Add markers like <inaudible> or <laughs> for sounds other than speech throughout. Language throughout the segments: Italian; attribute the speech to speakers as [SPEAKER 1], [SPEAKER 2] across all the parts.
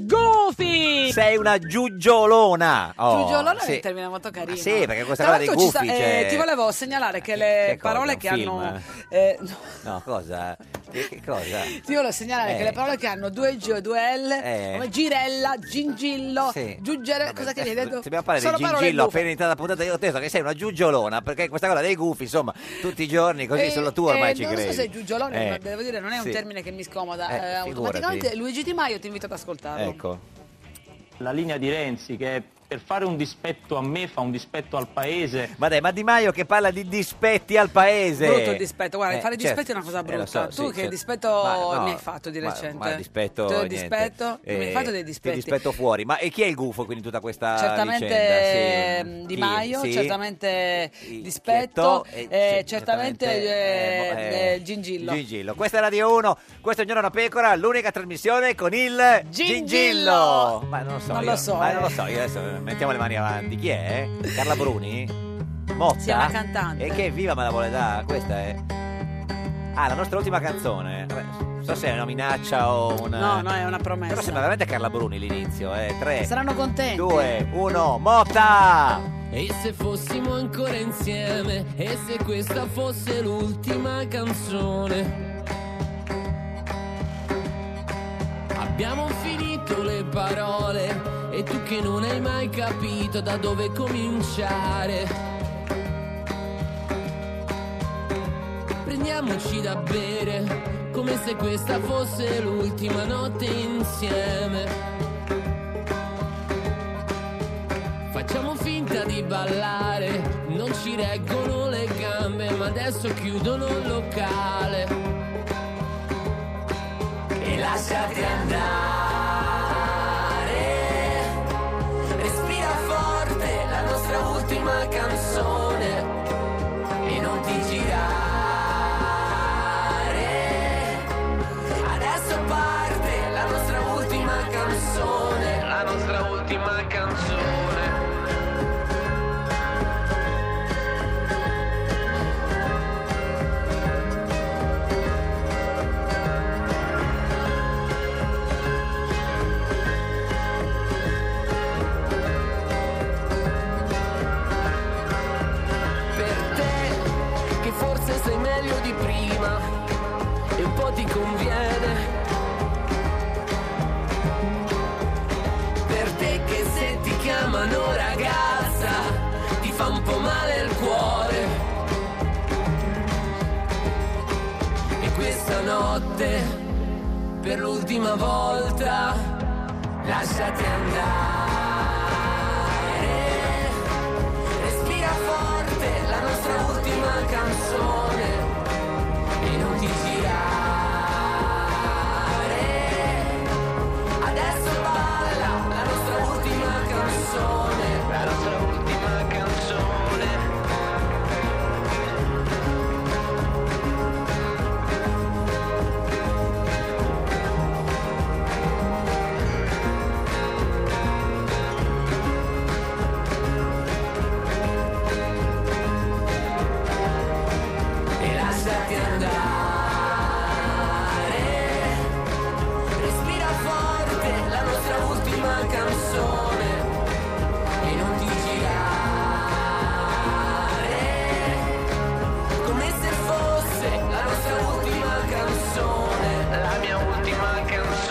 [SPEAKER 1] Goofy!
[SPEAKER 2] Sei una giuggiolona. Oh,
[SPEAKER 1] Giugiolona è
[SPEAKER 2] sì.
[SPEAKER 1] un termine molto carino.
[SPEAKER 2] Sì, perché questa
[SPEAKER 1] Tra
[SPEAKER 2] cosa dei
[SPEAKER 1] l'altro ci
[SPEAKER 2] gufi
[SPEAKER 1] sta-
[SPEAKER 2] c'è-
[SPEAKER 1] eh, ti volevo segnalare che le
[SPEAKER 2] cosa,
[SPEAKER 1] parole
[SPEAKER 2] un
[SPEAKER 1] che
[SPEAKER 2] film?
[SPEAKER 1] hanno... eh, no,
[SPEAKER 2] No, cosa? Che, che cosa?
[SPEAKER 1] ti volevo segnalare
[SPEAKER 2] Eh.
[SPEAKER 1] che le parole che hanno due G e due L,
[SPEAKER 2] Eh.
[SPEAKER 1] come girella, gingillo,
[SPEAKER 2] Sì.
[SPEAKER 1] giuggere, cosa che mi hai detto?
[SPEAKER 2] Se dobbiamo parlare
[SPEAKER 1] Sono
[SPEAKER 2] di
[SPEAKER 1] parole
[SPEAKER 2] Gingillo
[SPEAKER 1] buffe.
[SPEAKER 2] appena iniziata la puntata, io ho detto che sei una giuggiolona, perché questa cosa dei gufi, insomma, tutti i giorni così
[SPEAKER 1] Eh,
[SPEAKER 2] solo tu ormai
[SPEAKER 1] eh,
[SPEAKER 2] ci
[SPEAKER 1] non
[SPEAKER 2] credi.
[SPEAKER 1] so se è giugiolone,
[SPEAKER 2] Eh,
[SPEAKER 1] ma devo dire, non è un
[SPEAKER 2] sì.
[SPEAKER 1] termine che mi scomoda.
[SPEAKER 2] Eh,
[SPEAKER 1] eh,
[SPEAKER 2] figurati. Ecco,
[SPEAKER 1] automaticamente, Luigi Di Maio ti invito ad ascoltarlo.
[SPEAKER 3] La linea di Renzi che per fare un dispetto a me fa un dispetto al paese.
[SPEAKER 2] Ma dai, ma Di Maio che parla di dispetti al paese.
[SPEAKER 1] Brutto il dispetto, guarda,
[SPEAKER 2] Eh,
[SPEAKER 1] fare
[SPEAKER 2] certo.
[SPEAKER 1] dispetti è una cosa
[SPEAKER 2] Eh, lo
[SPEAKER 1] brutta.
[SPEAKER 2] so,
[SPEAKER 1] tu
[SPEAKER 2] sì,
[SPEAKER 1] che
[SPEAKER 2] certo.
[SPEAKER 1] dispetto
[SPEAKER 2] Ma no,
[SPEAKER 1] mi hai fatto di
[SPEAKER 2] ma-
[SPEAKER 1] recente?
[SPEAKER 2] Ma, dispetto.
[SPEAKER 1] Te lo
[SPEAKER 2] niente.
[SPEAKER 1] dispetto? mi hai
[SPEAKER 2] Eh,
[SPEAKER 1] fatto dei
[SPEAKER 2] Ti
[SPEAKER 1] dispetti.
[SPEAKER 2] dispetto fuori. Ma e chi è il gufo quindi in tutta questa
[SPEAKER 1] certamente
[SPEAKER 2] vicenda? Sì.
[SPEAKER 1] ehm, Di
[SPEAKER 2] Chi?
[SPEAKER 1] Maio,
[SPEAKER 2] Sì.
[SPEAKER 1] certamente Dispetto,
[SPEAKER 2] Chietto, eh,
[SPEAKER 1] eh,
[SPEAKER 2] sì,
[SPEAKER 1] certamente eh,
[SPEAKER 2] eh,
[SPEAKER 1] eh, Gingillo.
[SPEAKER 2] Gingillo. Questa è Radio 1, questo è Un Giorno da Pecora, l'unica trasmissione con il Gingillo. Ma non lo so,
[SPEAKER 1] Non
[SPEAKER 2] io,
[SPEAKER 1] lo so,
[SPEAKER 2] ma
[SPEAKER 1] eh.
[SPEAKER 2] non lo so, io adesso mettiamo le mani avanti. Chi è? Carla Bruni? Motta?
[SPEAKER 1] Sì, è una cantante.
[SPEAKER 2] E che viva me la vuole dare, questa è. Ah, la nostra ultima canzone. Vabbè, Non so se è una minaccia o una.
[SPEAKER 1] No, no, è una
[SPEAKER 2] Però
[SPEAKER 1] promessa.
[SPEAKER 2] sembra veramente Carla Bruni l'inizio, eh. 3,
[SPEAKER 1] Saranno contenti.
[SPEAKER 2] 2, 1, Motta!
[SPEAKER 4] E se fossimo ancora insieme? E se questa fosse l'ultima canzone? Abbiamo finito le parole e tu che non hai mai capito da dove cominciare. Prendiamoci da bere come se questa fosse l'ultima notte insieme. Facciamo finta di ballare, non ci reggono le gambe, ma adesso chiudono il locale. E lasciati andare. Respira forte la nostra ultima canzone. E non ti girare. Adesso parte la nostra ultima canzone. La nostra ultima canzone. Per te, che forse sei meglio di prima e un po' ti conviene. Per te che se ti chiamano ragazza ti fa un po' male il cuore. E questa notte, per l'ultima volta, lasciati andare. Respira forte la nostra ultima canzone e non ti girare. Adesso balla la nostra ultima canzone, la nostra ultima canzone. e lasciati andare. Respira forte la nostra ultima canzone e non ti girare. Come se fosse la nostra ultima canzone, la mia ultima canzone.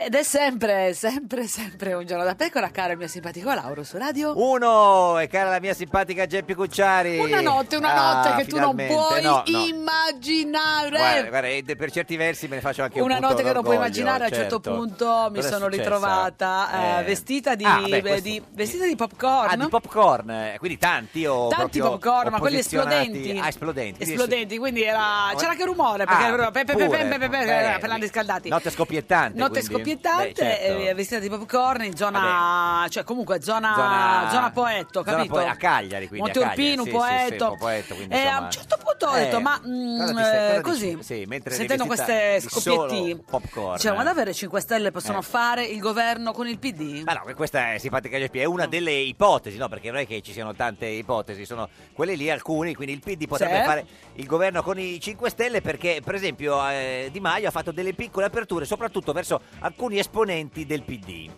[SPEAKER 1] Ed è sempre, sempre, sempre un giorno da pecora, caro il mio simpatico Lauro su radio.
[SPEAKER 2] Uno, e cara la mia simpatica Geppi Cucciari.
[SPEAKER 1] Una notte, una notte
[SPEAKER 2] Ah,
[SPEAKER 1] che tu non
[SPEAKER 2] finalmente.
[SPEAKER 1] puoi
[SPEAKER 2] No, no.
[SPEAKER 1] immaginare.
[SPEAKER 2] Guarda, guarda, e per certi versi me ne faccio anche
[SPEAKER 1] una
[SPEAKER 2] un punto
[SPEAKER 1] notte che non puoi
[SPEAKER 2] d'orgoglio,
[SPEAKER 1] immaginare, a un certo punto mi
[SPEAKER 2] Cosa è
[SPEAKER 1] sono
[SPEAKER 2] successo?
[SPEAKER 1] ritrovata eh,
[SPEAKER 2] Eh.
[SPEAKER 1] vestita di,
[SPEAKER 2] Ah, beh, questo-
[SPEAKER 1] di- vestita di popcorn.
[SPEAKER 2] Ah, di popcorn, eh, quindi tanti o
[SPEAKER 1] Tanti
[SPEAKER 2] proprio-
[SPEAKER 1] popcorn,
[SPEAKER 2] o
[SPEAKER 1] ma quelli
[SPEAKER 2] posizionati-
[SPEAKER 1] esplodenti.
[SPEAKER 2] Ah, esplodenti. quindi
[SPEAKER 1] Esplodenti, quindi era- c'era anche rumore
[SPEAKER 2] su-
[SPEAKER 1] perché
[SPEAKER 2] Ah,
[SPEAKER 1] era pe- pe- pe-
[SPEAKER 2] pure,
[SPEAKER 1] pe- pe- pe-
[SPEAKER 2] eh,
[SPEAKER 1] per l'hanno riscaldati.
[SPEAKER 2] Notte scoppiettante.
[SPEAKER 1] Notte
[SPEAKER 2] quindi.
[SPEAKER 1] militante,
[SPEAKER 2] Beh, certo.
[SPEAKER 1] eh, vestita di popcorn in zona, cioè comunque zona,
[SPEAKER 2] Zona-
[SPEAKER 1] zona, poetto,
[SPEAKER 2] zona
[SPEAKER 1] capito?
[SPEAKER 2] poe- a Cagliari, quindi, a
[SPEAKER 1] Monte Urpino,
[SPEAKER 2] Cagliari, sì, sì, sì,
[SPEAKER 1] poetto.
[SPEAKER 2] un po' poetto, quindi,
[SPEAKER 1] e a
[SPEAKER 2] insomma-
[SPEAKER 1] un certo punto ho detto,
[SPEAKER 2] Eh,
[SPEAKER 1] ma
[SPEAKER 2] cosa
[SPEAKER 1] mm,
[SPEAKER 2] ti sei- cosa
[SPEAKER 1] eh,
[SPEAKER 2] dici?
[SPEAKER 1] così,
[SPEAKER 2] Sì, mentre eri
[SPEAKER 1] sentendo
[SPEAKER 2] vestita
[SPEAKER 1] queste
[SPEAKER 2] di solo
[SPEAKER 1] scoppietti,
[SPEAKER 2] popcorn,
[SPEAKER 1] cioè ma
[SPEAKER 2] eh.
[SPEAKER 1] davvero i 5 Stelle possono
[SPEAKER 2] Eh.
[SPEAKER 1] fare il governo con il PD?
[SPEAKER 2] Ma no, questa è simpatica GP, è una
[SPEAKER 1] Mm.
[SPEAKER 2] delle ipotesi, no? Perché non è che ci siano tante ipotesi, sono quelle lì alcune, quindi il PD potrebbe
[SPEAKER 1] Sì.
[SPEAKER 2] fare il governo con i 5 Stelle perché per esempio eh, Di Maio ha fatto delle piccole aperture, soprattutto verso alcuni esponenti del PD.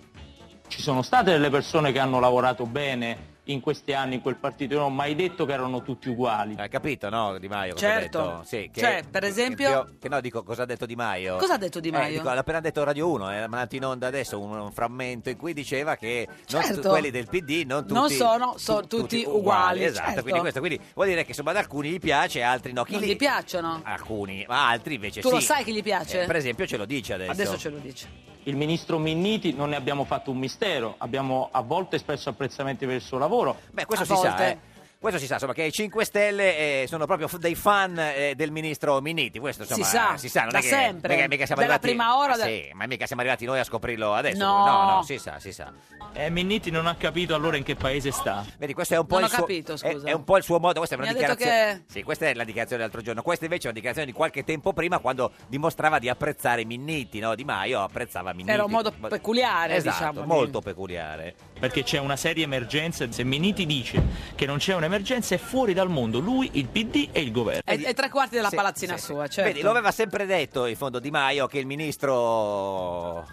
[SPEAKER 3] Ci sono state delle persone che hanno lavorato bene in questi anni in quel partito, io non ho mai detto che erano tutti uguali.
[SPEAKER 2] Hai capito, no, Di Maio? cosa
[SPEAKER 1] Certo.
[SPEAKER 2] ha detto? Eh, Sì, che-
[SPEAKER 1] Cioè, per esempio-
[SPEAKER 2] Che, no, dico, cosa ha detto Di Maio?
[SPEAKER 1] Cosa ha detto Di
[SPEAKER 2] Eh,
[SPEAKER 1] Maio?
[SPEAKER 2] dico, l'ha appena detto Radio 1, è mandato in onda adesso un, un frammento in cui diceva che non tu-
[SPEAKER 1] Certo.
[SPEAKER 2] quelli del PD non tutti...
[SPEAKER 1] Non sono- sono tutti uguali,
[SPEAKER 2] Esatto,
[SPEAKER 1] certo.
[SPEAKER 2] quindi questo quindi vuol dire che insomma ad alcuni gli piace, altri no. Chi
[SPEAKER 1] Non
[SPEAKER 2] li-
[SPEAKER 1] gli piacciono?
[SPEAKER 2] Alcuni, ma altri invece
[SPEAKER 1] tu
[SPEAKER 2] sì.
[SPEAKER 1] lo sai che gli piace?
[SPEAKER 2] Eh, per esempio ce lo dice adesso.
[SPEAKER 1] Certo. Adesso ce lo dice.
[SPEAKER 3] Il ministro Minniti non ne abbiamo fatto un mistero, abbiamo a volte espresso apprezzamenti per il suo lavoro.
[SPEAKER 2] Beh, questo
[SPEAKER 1] A
[SPEAKER 2] si sa,
[SPEAKER 1] volte.
[SPEAKER 2] eh. Questo si sa, insomma, che i 5 Stelle eh, sono proprio f- dei fan eh, del ministro Minniti. Questo, insomma,
[SPEAKER 1] Si sa,
[SPEAKER 2] si sa non
[SPEAKER 1] da
[SPEAKER 2] è che,
[SPEAKER 1] sempre,
[SPEAKER 2] mica- mica siamo
[SPEAKER 1] dalla
[SPEAKER 2] arrivati- Ah,
[SPEAKER 1] prima ora, da-
[SPEAKER 2] Sì, ma mica siamo arrivati noi a scoprirlo adesso.
[SPEAKER 1] No.
[SPEAKER 2] no, si sa, si sa.
[SPEAKER 3] Eh, Minniti non ha capito allora in che paese sta.
[SPEAKER 2] Vedi, questo è un po'
[SPEAKER 1] Non
[SPEAKER 2] il
[SPEAKER 1] ho
[SPEAKER 2] suo eh,
[SPEAKER 1] capito,
[SPEAKER 2] è-
[SPEAKER 1] scusa.
[SPEAKER 2] È, un po' il suo modo, questa è una
[SPEAKER 1] Mi ha detto
[SPEAKER 2] dichiarazione.
[SPEAKER 1] che-
[SPEAKER 2] Sì, questa è la dichiarazione dell'altro giorno. Questa invece è una dichiarazione di qualche tempo prima quando dimostrava di apprezzare Minniti, no? Di Maio apprezzava Minniti.
[SPEAKER 1] Era un modo
[SPEAKER 2] Ma-
[SPEAKER 1] peculiare,
[SPEAKER 2] esatto,
[SPEAKER 1] diciamo. di-
[SPEAKER 2] molto peculiare.
[SPEAKER 3] Perché c'è una seria emergenza. Se Minniti dice che non c'è un'emergenza è fuori dal mondo, lui, il PD e il governo.
[SPEAKER 1] È, è tre quarti della
[SPEAKER 2] Sì,
[SPEAKER 1] palazzina
[SPEAKER 2] sì, sì.
[SPEAKER 1] sua, certo.
[SPEAKER 2] Vedi, lo aveva sempre detto in fondo Di Maio che il ministro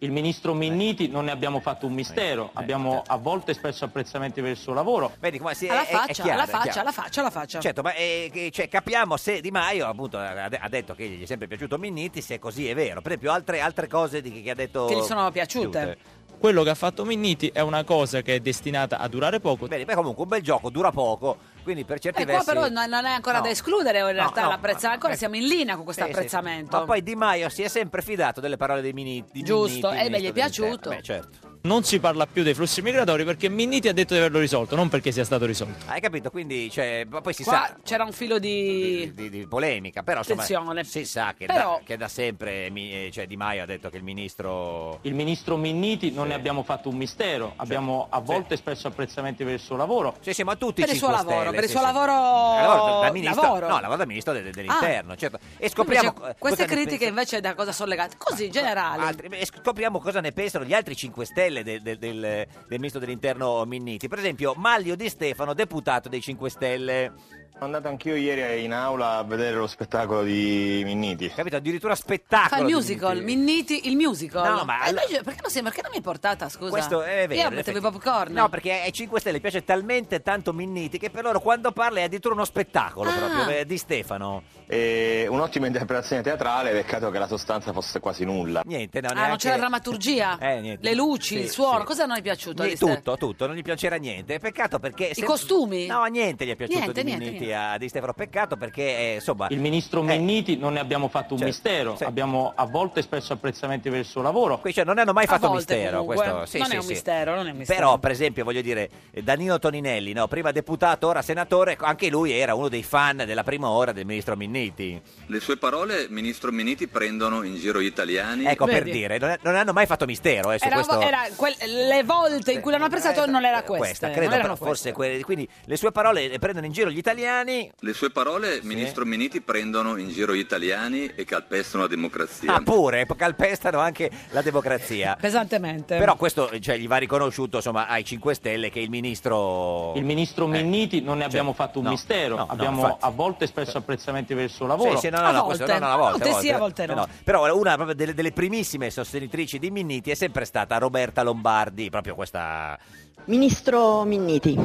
[SPEAKER 3] Il ministro Minniti non ne abbiamo fatto un mistero,
[SPEAKER 2] Eh,
[SPEAKER 3] abbiamo a volte espresso apprezzamenti per il suo lavoro.
[SPEAKER 2] Vedi, come si
[SPEAKER 1] alla
[SPEAKER 2] è, è- è
[SPEAKER 1] faccia,
[SPEAKER 2] chiaro,
[SPEAKER 1] alla
[SPEAKER 2] è chiaro.
[SPEAKER 1] faccia, alla faccia, alla faccia.
[SPEAKER 2] Certo, ma eh, che- cioè, capiamo se Di Maio appunto ha ha detto che gli è sempre piaciuto Minniti, se così è vero. Per esempio altre, altre cose di- che ha detto...
[SPEAKER 1] Che gli sono piaciute.
[SPEAKER 5] Quello che ha fatto Minniti è una cosa che è destinata a durare poco.
[SPEAKER 2] Bene, beh, comunque un bel gioco, dura poco, quindi per certi
[SPEAKER 1] E Eh, qua
[SPEAKER 2] versi...
[SPEAKER 1] però non, non è ancora
[SPEAKER 2] No.
[SPEAKER 1] da escludere, in realtà
[SPEAKER 2] no,
[SPEAKER 1] l'apprezza
[SPEAKER 2] ma-
[SPEAKER 1] ancora,
[SPEAKER 2] eh.
[SPEAKER 1] siamo in linea con questo
[SPEAKER 2] Sì, sì, sì.
[SPEAKER 1] apprezzamento.
[SPEAKER 2] Ma poi Di Maio si è sempre fidato delle parole dei Minniti.
[SPEAKER 1] Giusto,
[SPEAKER 2] e
[SPEAKER 1] eh, beh, gli è piaciuto.
[SPEAKER 2] Beh, certo.
[SPEAKER 5] Non si parla più dei flussi migratori perché Minniti ha detto di averlo risolto, non perché sia stato risolto.
[SPEAKER 2] Hai capito? Quindi, cioè, ma poi si
[SPEAKER 1] Qua
[SPEAKER 2] sa...
[SPEAKER 1] c'era un filo
[SPEAKER 2] di,
[SPEAKER 1] di...
[SPEAKER 2] di- di polemica, però insomma,
[SPEAKER 1] Attenzione.
[SPEAKER 2] si sa che,
[SPEAKER 1] Però-
[SPEAKER 2] da, che da sempre mi- eh, cioè, Di Maio ha detto che il ministro...
[SPEAKER 3] Il ministro Minniti non
[SPEAKER 2] Sì.
[SPEAKER 3] ne abbiamo fatto un mistero, abbiamo a volte espresso apprezzamenti per il suo lavoro.
[SPEAKER 2] Sì, sì, ma tutti
[SPEAKER 1] Per
[SPEAKER 2] i
[SPEAKER 1] il suo
[SPEAKER 2] 5
[SPEAKER 1] lavoro,
[SPEAKER 2] Stelle,
[SPEAKER 1] per il
[SPEAKER 2] sì,
[SPEAKER 1] suo
[SPEAKER 2] sì.
[SPEAKER 1] lavoro-
[SPEAKER 2] Lavoro da ministro,
[SPEAKER 1] Oh, lavoro. Ah.
[SPEAKER 2] No, lavoro da ministro de- de- dell'interno, certo. E scopriamo...
[SPEAKER 1] Invece,
[SPEAKER 2] eh,
[SPEAKER 1] queste
[SPEAKER 2] cosa ne
[SPEAKER 1] critiche
[SPEAKER 2] pensa- Ah,
[SPEAKER 1] invece da cosa sono legate? Così, in generale.
[SPEAKER 2] Altri- e scopriamo cosa ne pensano gli altri 5 Stelle del, del- del- del ministro dell'interno Minniti. Per esempio, Maglio Di Stefano, deputato dei 5 Stelle,
[SPEAKER 6] Sono andato anch'io ieri in aula a vedere lo spettacolo di Minniti.
[SPEAKER 2] capito? Addirittura spettacolo.
[SPEAKER 1] Fa il
[SPEAKER 2] di
[SPEAKER 1] musical,
[SPEAKER 2] Minniti.
[SPEAKER 1] Minniti, il musical.
[SPEAKER 2] No, ma
[SPEAKER 1] Eh,
[SPEAKER 2] allora-
[SPEAKER 1] invece, perché non sei, perché non mi hai portata, scusa?
[SPEAKER 2] Questo è vero.
[SPEAKER 1] Io
[SPEAKER 2] in
[SPEAKER 1] mettevo i
[SPEAKER 2] effetti.
[SPEAKER 1] popcorn.
[SPEAKER 2] No, perché ai 5 Stelle piace talmente tanto Minniti che per loro quando parla è addirittura uno spettacolo
[SPEAKER 1] Ah.
[SPEAKER 2] proprio eh, di Stefano.
[SPEAKER 6] E un'ottima interpretazione teatrale, peccato che la sostanza fosse quasi nulla.
[SPEAKER 2] Niente, no,
[SPEAKER 1] Ah,
[SPEAKER 2] neanche-
[SPEAKER 1] non c'è la drammaturgia?
[SPEAKER 2] Eh, niente.
[SPEAKER 1] Le luci,
[SPEAKER 2] Sì,
[SPEAKER 1] il suono,
[SPEAKER 2] sì.
[SPEAKER 1] cosa non è piaciuto?
[SPEAKER 2] Ni-
[SPEAKER 1] di Ste-
[SPEAKER 2] tutto, tutto, non gli piacerà niente. Peccato perché. I
[SPEAKER 1] costumi?
[SPEAKER 2] Eh, No, niente gli è piaciuto
[SPEAKER 1] Niente,
[SPEAKER 2] di
[SPEAKER 1] niente,
[SPEAKER 2] Minniti
[SPEAKER 1] niente.
[SPEAKER 2] a Di Stefano. Peccato perché, eh, insomma.
[SPEAKER 3] Il ministro
[SPEAKER 2] Eh.
[SPEAKER 3] Minniti non ne abbiamo fatto un
[SPEAKER 2] Certo,
[SPEAKER 3] mistero,
[SPEAKER 2] sì.
[SPEAKER 3] abbiamo a volte espresso apprezzamenti per il suo lavoro.
[SPEAKER 2] Qui, cioè, non hanno mai
[SPEAKER 1] A
[SPEAKER 2] fatto
[SPEAKER 1] volte,
[SPEAKER 2] mistero
[SPEAKER 1] comunque.
[SPEAKER 2] questo. Sì,
[SPEAKER 1] Non
[SPEAKER 2] sì,
[SPEAKER 1] è un
[SPEAKER 2] sì.
[SPEAKER 1] mistero, non è un mistero.
[SPEAKER 2] Però, per esempio, voglio dire, eh, Danilo Toninelli, no? prima deputato, ora senatore, anche lui era uno dei fan della prima ora del ministro Minniti.
[SPEAKER 7] Le sue parole, ministro Minniti, prendono in giro gli italiani.
[SPEAKER 2] Ecco, per
[SPEAKER 1] Vedi?
[SPEAKER 2] dire, non, non hanno mai fatto mistero eh, su
[SPEAKER 1] Era-
[SPEAKER 2] questo. Eh,
[SPEAKER 1] era quel- le volte in cui l'hanno apprezzato non era queste.
[SPEAKER 2] credo,
[SPEAKER 1] non erano
[SPEAKER 2] però
[SPEAKER 1] queste.
[SPEAKER 2] forse quelle- quindi le sue parole le prendono in giro gli italiani.
[SPEAKER 7] Le sue parole, ministro Minniti, prendono in giro gli italiani e calpestano la democrazia.
[SPEAKER 2] Ah, pure, calpestano anche la democrazia.
[SPEAKER 1] Pesantemente.
[SPEAKER 3] Ehm,
[SPEAKER 2] Però questo eh, cioè, gli va riconosciuto insomma, ai 5 Stelle che il ministro...
[SPEAKER 3] Il ministro
[SPEAKER 2] Eh,
[SPEAKER 3] Minniti non ne
[SPEAKER 2] cioè,
[SPEAKER 3] abbiamo fatto un
[SPEAKER 2] no,
[SPEAKER 3] mistero,
[SPEAKER 2] no, no,
[SPEAKER 3] abbiamo
[SPEAKER 2] infatti.
[SPEAKER 3] a volte espresso apprezzamenti per il suo
[SPEAKER 2] Sì,
[SPEAKER 3] lavoro.
[SPEAKER 2] sì, no,
[SPEAKER 1] A
[SPEAKER 2] no, no, questo,
[SPEAKER 1] volte.
[SPEAKER 2] no, no, a
[SPEAKER 1] A
[SPEAKER 2] volte,
[SPEAKER 1] volte sì, a volte no.
[SPEAKER 2] Però una proprio delle, delle primissime sostenitrici di Minniti è sempre stata Roberta Lombardi, proprio questa...
[SPEAKER 8] Ministro Minniti,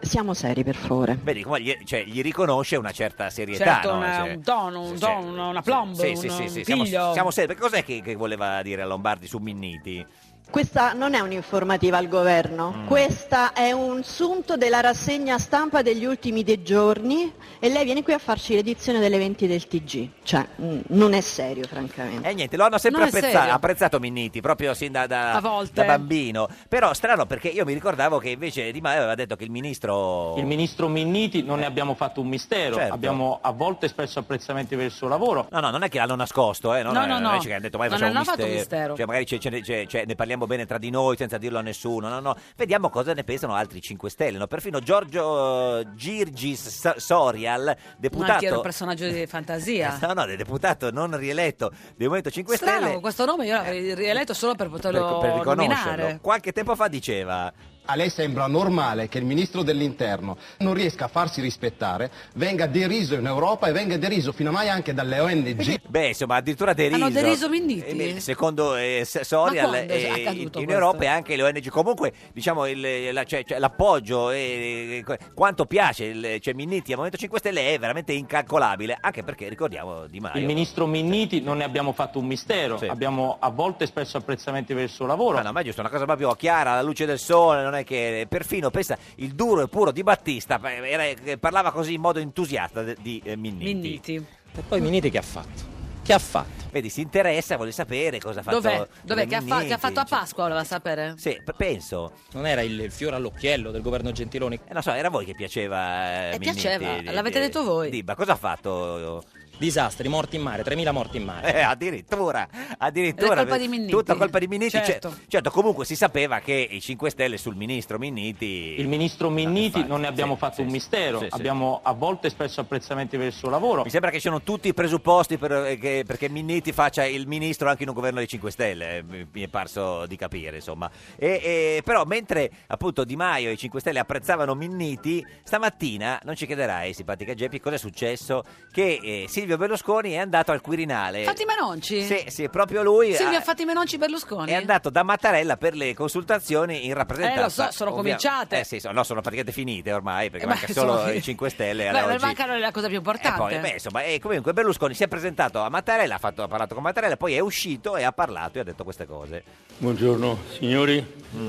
[SPEAKER 8] siamo seri per favore.
[SPEAKER 2] Vedi, come gli, cioè, gli riconosce una certa serietà,
[SPEAKER 1] Certo,
[SPEAKER 2] no?
[SPEAKER 1] una-
[SPEAKER 2] Cioè,
[SPEAKER 1] un tono, un
[SPEAKER 2] sì,
[SPEAKER 1] tono,
[SPEAKER 2] sì,
[SPEAKER 1] una plomb,
[SPEAKER 2] sì, sì,
[SPEAKER 1] un-
[SPEAKER 2] sì,
[SPEAKER 1] un
[SPEAKER 2] sì, siamo-
[SPEAKER 1] piglio.
[SPEAKER 2] Siamo seri, perché cos'è che, che voleva dire a Lombardi su Minniti?
[SPEAKER 8] Questa non è un'informativa al governo, questa è un sunto della rassegna stampa degli ultimi dei giorni e lei viene qui a farci l'edizione delle 20 del TG. Cioè, mm, non è serio, francamente.
[SPEAKER 2] E Eh, niente, lo hanno sempre
[SPEAKER 8] No, è
[SPEAKER 2] apprezzato,
[SPEAKER 8] serio.
[SPEAKER 2] apprezzato Minniti, proprio sin da, da-
[SPEAKER 8] A volte.
[SPEAKER 2] da bambino. Però strano perché io mi ricordavo che invece Di Maio aveva detto che il ministro...
[SPEAKER 3] Il ministro Minniti non ne abbiamo fatto un mistero,
[SPEAKER 2] Certo. Ah,
[SPEAKER 3] abbiamo a volte espresso apprezzamenti per il suo lavoro.
[SPEAKER 2] No, no, non è che l'hanno nascosto, eh, non,
[SPEAKER 3] No,
[SPEAKER 2] è-
[SPEAKER 3] no,
[SPEAKER 2] non
[SPEAKER 3] no.
[SPEAKER 2] è che hanno detto mai
[SPEAKER 3] Non
[SPEAKER 2] facciamo un
[SPEAKER 3] hanno fatto
[SPEAKER 2] mistero.
[SPEAKER 3] mistero.
[SPEAKER 2] Cioè, magari ce- ce- ce- ce- ne parliamo bene tra di noi senza dirlo a nessuno. No, no. Vediamo cosa ne pensano altri 5 Stelle. no? Perfino Giorgio eh, Girgis Sa- Sorial,
[SPEAKER 1] Ma anche era un
[SPEAKER 2] deputato.
[SPEAKER 1] personaggio di
[SPEAKER 2] <laughs>
[SPEAKER 1] fantasia.
[SPEAKER 2] No, no, del deputato non rieletto del Movimento 5
[SPEAKER 1] Strano,
[SPEAKER 2] Stelle.
[SPEAKER 1] con questo nome io l'avrei rieletto solo per poterlo
[SPEAKER 2] Eh. per, per riconoscerlo.
[SPEAKER 1] nominare.
[SPEAKER 2] Qualche tempo fa diceva.
[SPEAKER 9] A lei sembra normale che il ministro dell'interno non riesca a farsi rispettare, venga deriso in Europa e venga deriso fino a mai anche dalle ONG.
[SPEAKER 2] Beh, insomma, addirittura deriso.
[SPEAKER 1] Hanno deriso Minniti?
[SPEAKER 2] Eh, Secondo eh, S- Sorial
[SPEAKER 1] Ma quando è
[SPEAKER 2] eh,
[SPEAKER 1] accaduto
[SPEAKER 2] in, in
[SPEAKER 1] questo?
[SPEAKER 2] Europa e anche le ONG. Comunque, diciamo, il- la- cioè- cioè, l'appoggio e eh, quanto piace il, cioè, Minniti al Movimento 5 Stelle è veramente incalcolabile, anche perché ricordiamo Di Maio.
[SPEAKER 3] Il ministro Minniti non ne abbiamo fatto un mistero,
[SPEAKER 2] Sì. Ah,
[SPEAKER 3] abbiamo a volte espresso apprezzamenti per il suo lavoro.
[SPEAKER 2] No, no, ma è giusto, una cosa proprio chiara, alla luce del sole, non è che perfino pensa il duro e puro Di Battista eh, era- eh, parlava così in modo entusiasta de- di eh, Minniti.
[SPEAKER 5] E poi Minniti che ha fatto? Che ha fatto?
[SPEAKER 2] Vedi, si interessa, vuole sapere cosa ha fatto.
[SPEAKER 1] Dov'è? Dov'è? Che ha, fa- che ha
[SPEAKER 2] Minniti.
[SPEAKER 1] fatto a Pasqua, voleva sapere?
[SPEAKER 2] Sì, p- penso. Non era il fiore all'occhiello del governo Gentiloni? Eh, non so, era a voi che piaceva. Eh,
[SPEAKER 1] Eh, piaceva,
[SPEAKER 2] Minniti, di-
[SPEAKER 1] l'avete
[SPEAKER 2] di-
[SPEAKER 1] detto voi.
[SPEAKER 2] Dibba, cosa ha fatto?
[SPEAKER 5] Disastri, morti in mare, 3.000 morti in mare.
[SPEAKER 2] Eh, addirittura,
[SPEAKER 1] Ed
[SPEAKER 2] addirittura.
[SPEAKER 1] è colpa di Minniti.
[SPEAKER 2] Tutta colpa di Minniti.
[SPEAKER 1] Certo.
[SPEAKER 2] cer- certo, comunque si sapeva che i 5 Stelle sul ministro Minniti... Ah,
[SPEAKER 3] Il ministro Minniti non ne abbiamo
[SPEAKER 2] sì,
[SPEAKER 3] fatto
[SPEAKER 2] sì,
[SPEAKER 3] un
[SPEAKER 2] sì,
[SPEAKER 3] mistero,
[SPEAKER 2] sì, sì.
[SPEAKER 3] abbiamo a volte espresso apprezzamenti per il suo lavoro.
[SPEAKER 2] Mi sembra che ci siano tutti i presupposti per- eh, che- perché Minniti faccia il ministro anche in un governo dei 5 Stelle, eh, mi mi è parso di capire, insomma. E, e- però mentre appunto Di Maio e i 5 Stelle apprezzavano Minniti, stamattina, non ci chiederai, simpatica Geppi, cosa è successo? Che eh, Silvio Berlusconi è andato al Quirinale.
[SPEAKER 1] Fatti Menonci?
[SPEAKER 2] Sì, sì, proprio lui
[SPEAKER 1] Silvio
[SPEAKER 2] ha-
[SPEAKER 1] Fatti Menonci Berlusconi?
[SPEAKER 2] è andato da Mattarella per le consultazioni in rappresentanza.
[SPEAKER 1] Eh, lo so, sono cominciate.
[SPEAKER 2] Eh, sì, so- no, sono praticamente finite ormai, perché
[SPEAKER 1] Eh,
[SPEAKER 2] manca
[SPEAKER 1] <laughs> beh,
[SPEAKER 2] solo
[SPEAKER 1] insomma,
[SPEAKER 2] i 5 Stelle alla
[SPEAKER 1] Beh,
[SPEAKER 2] OG.
[SPEAKER 1] mancano è la cosa più
[SPEAKER 2] E
[SPEAKER 1] importante.
[SPEAKER 2] Eh, poi, beh, insomma, e comunque Berlusconi si è presentato a Mattarella, ha, fatto- ha parlato con Mattarella, poi è uscito e ha parlato e ha detto queste cose.
[SPEAKER 10] Buongiorno signori,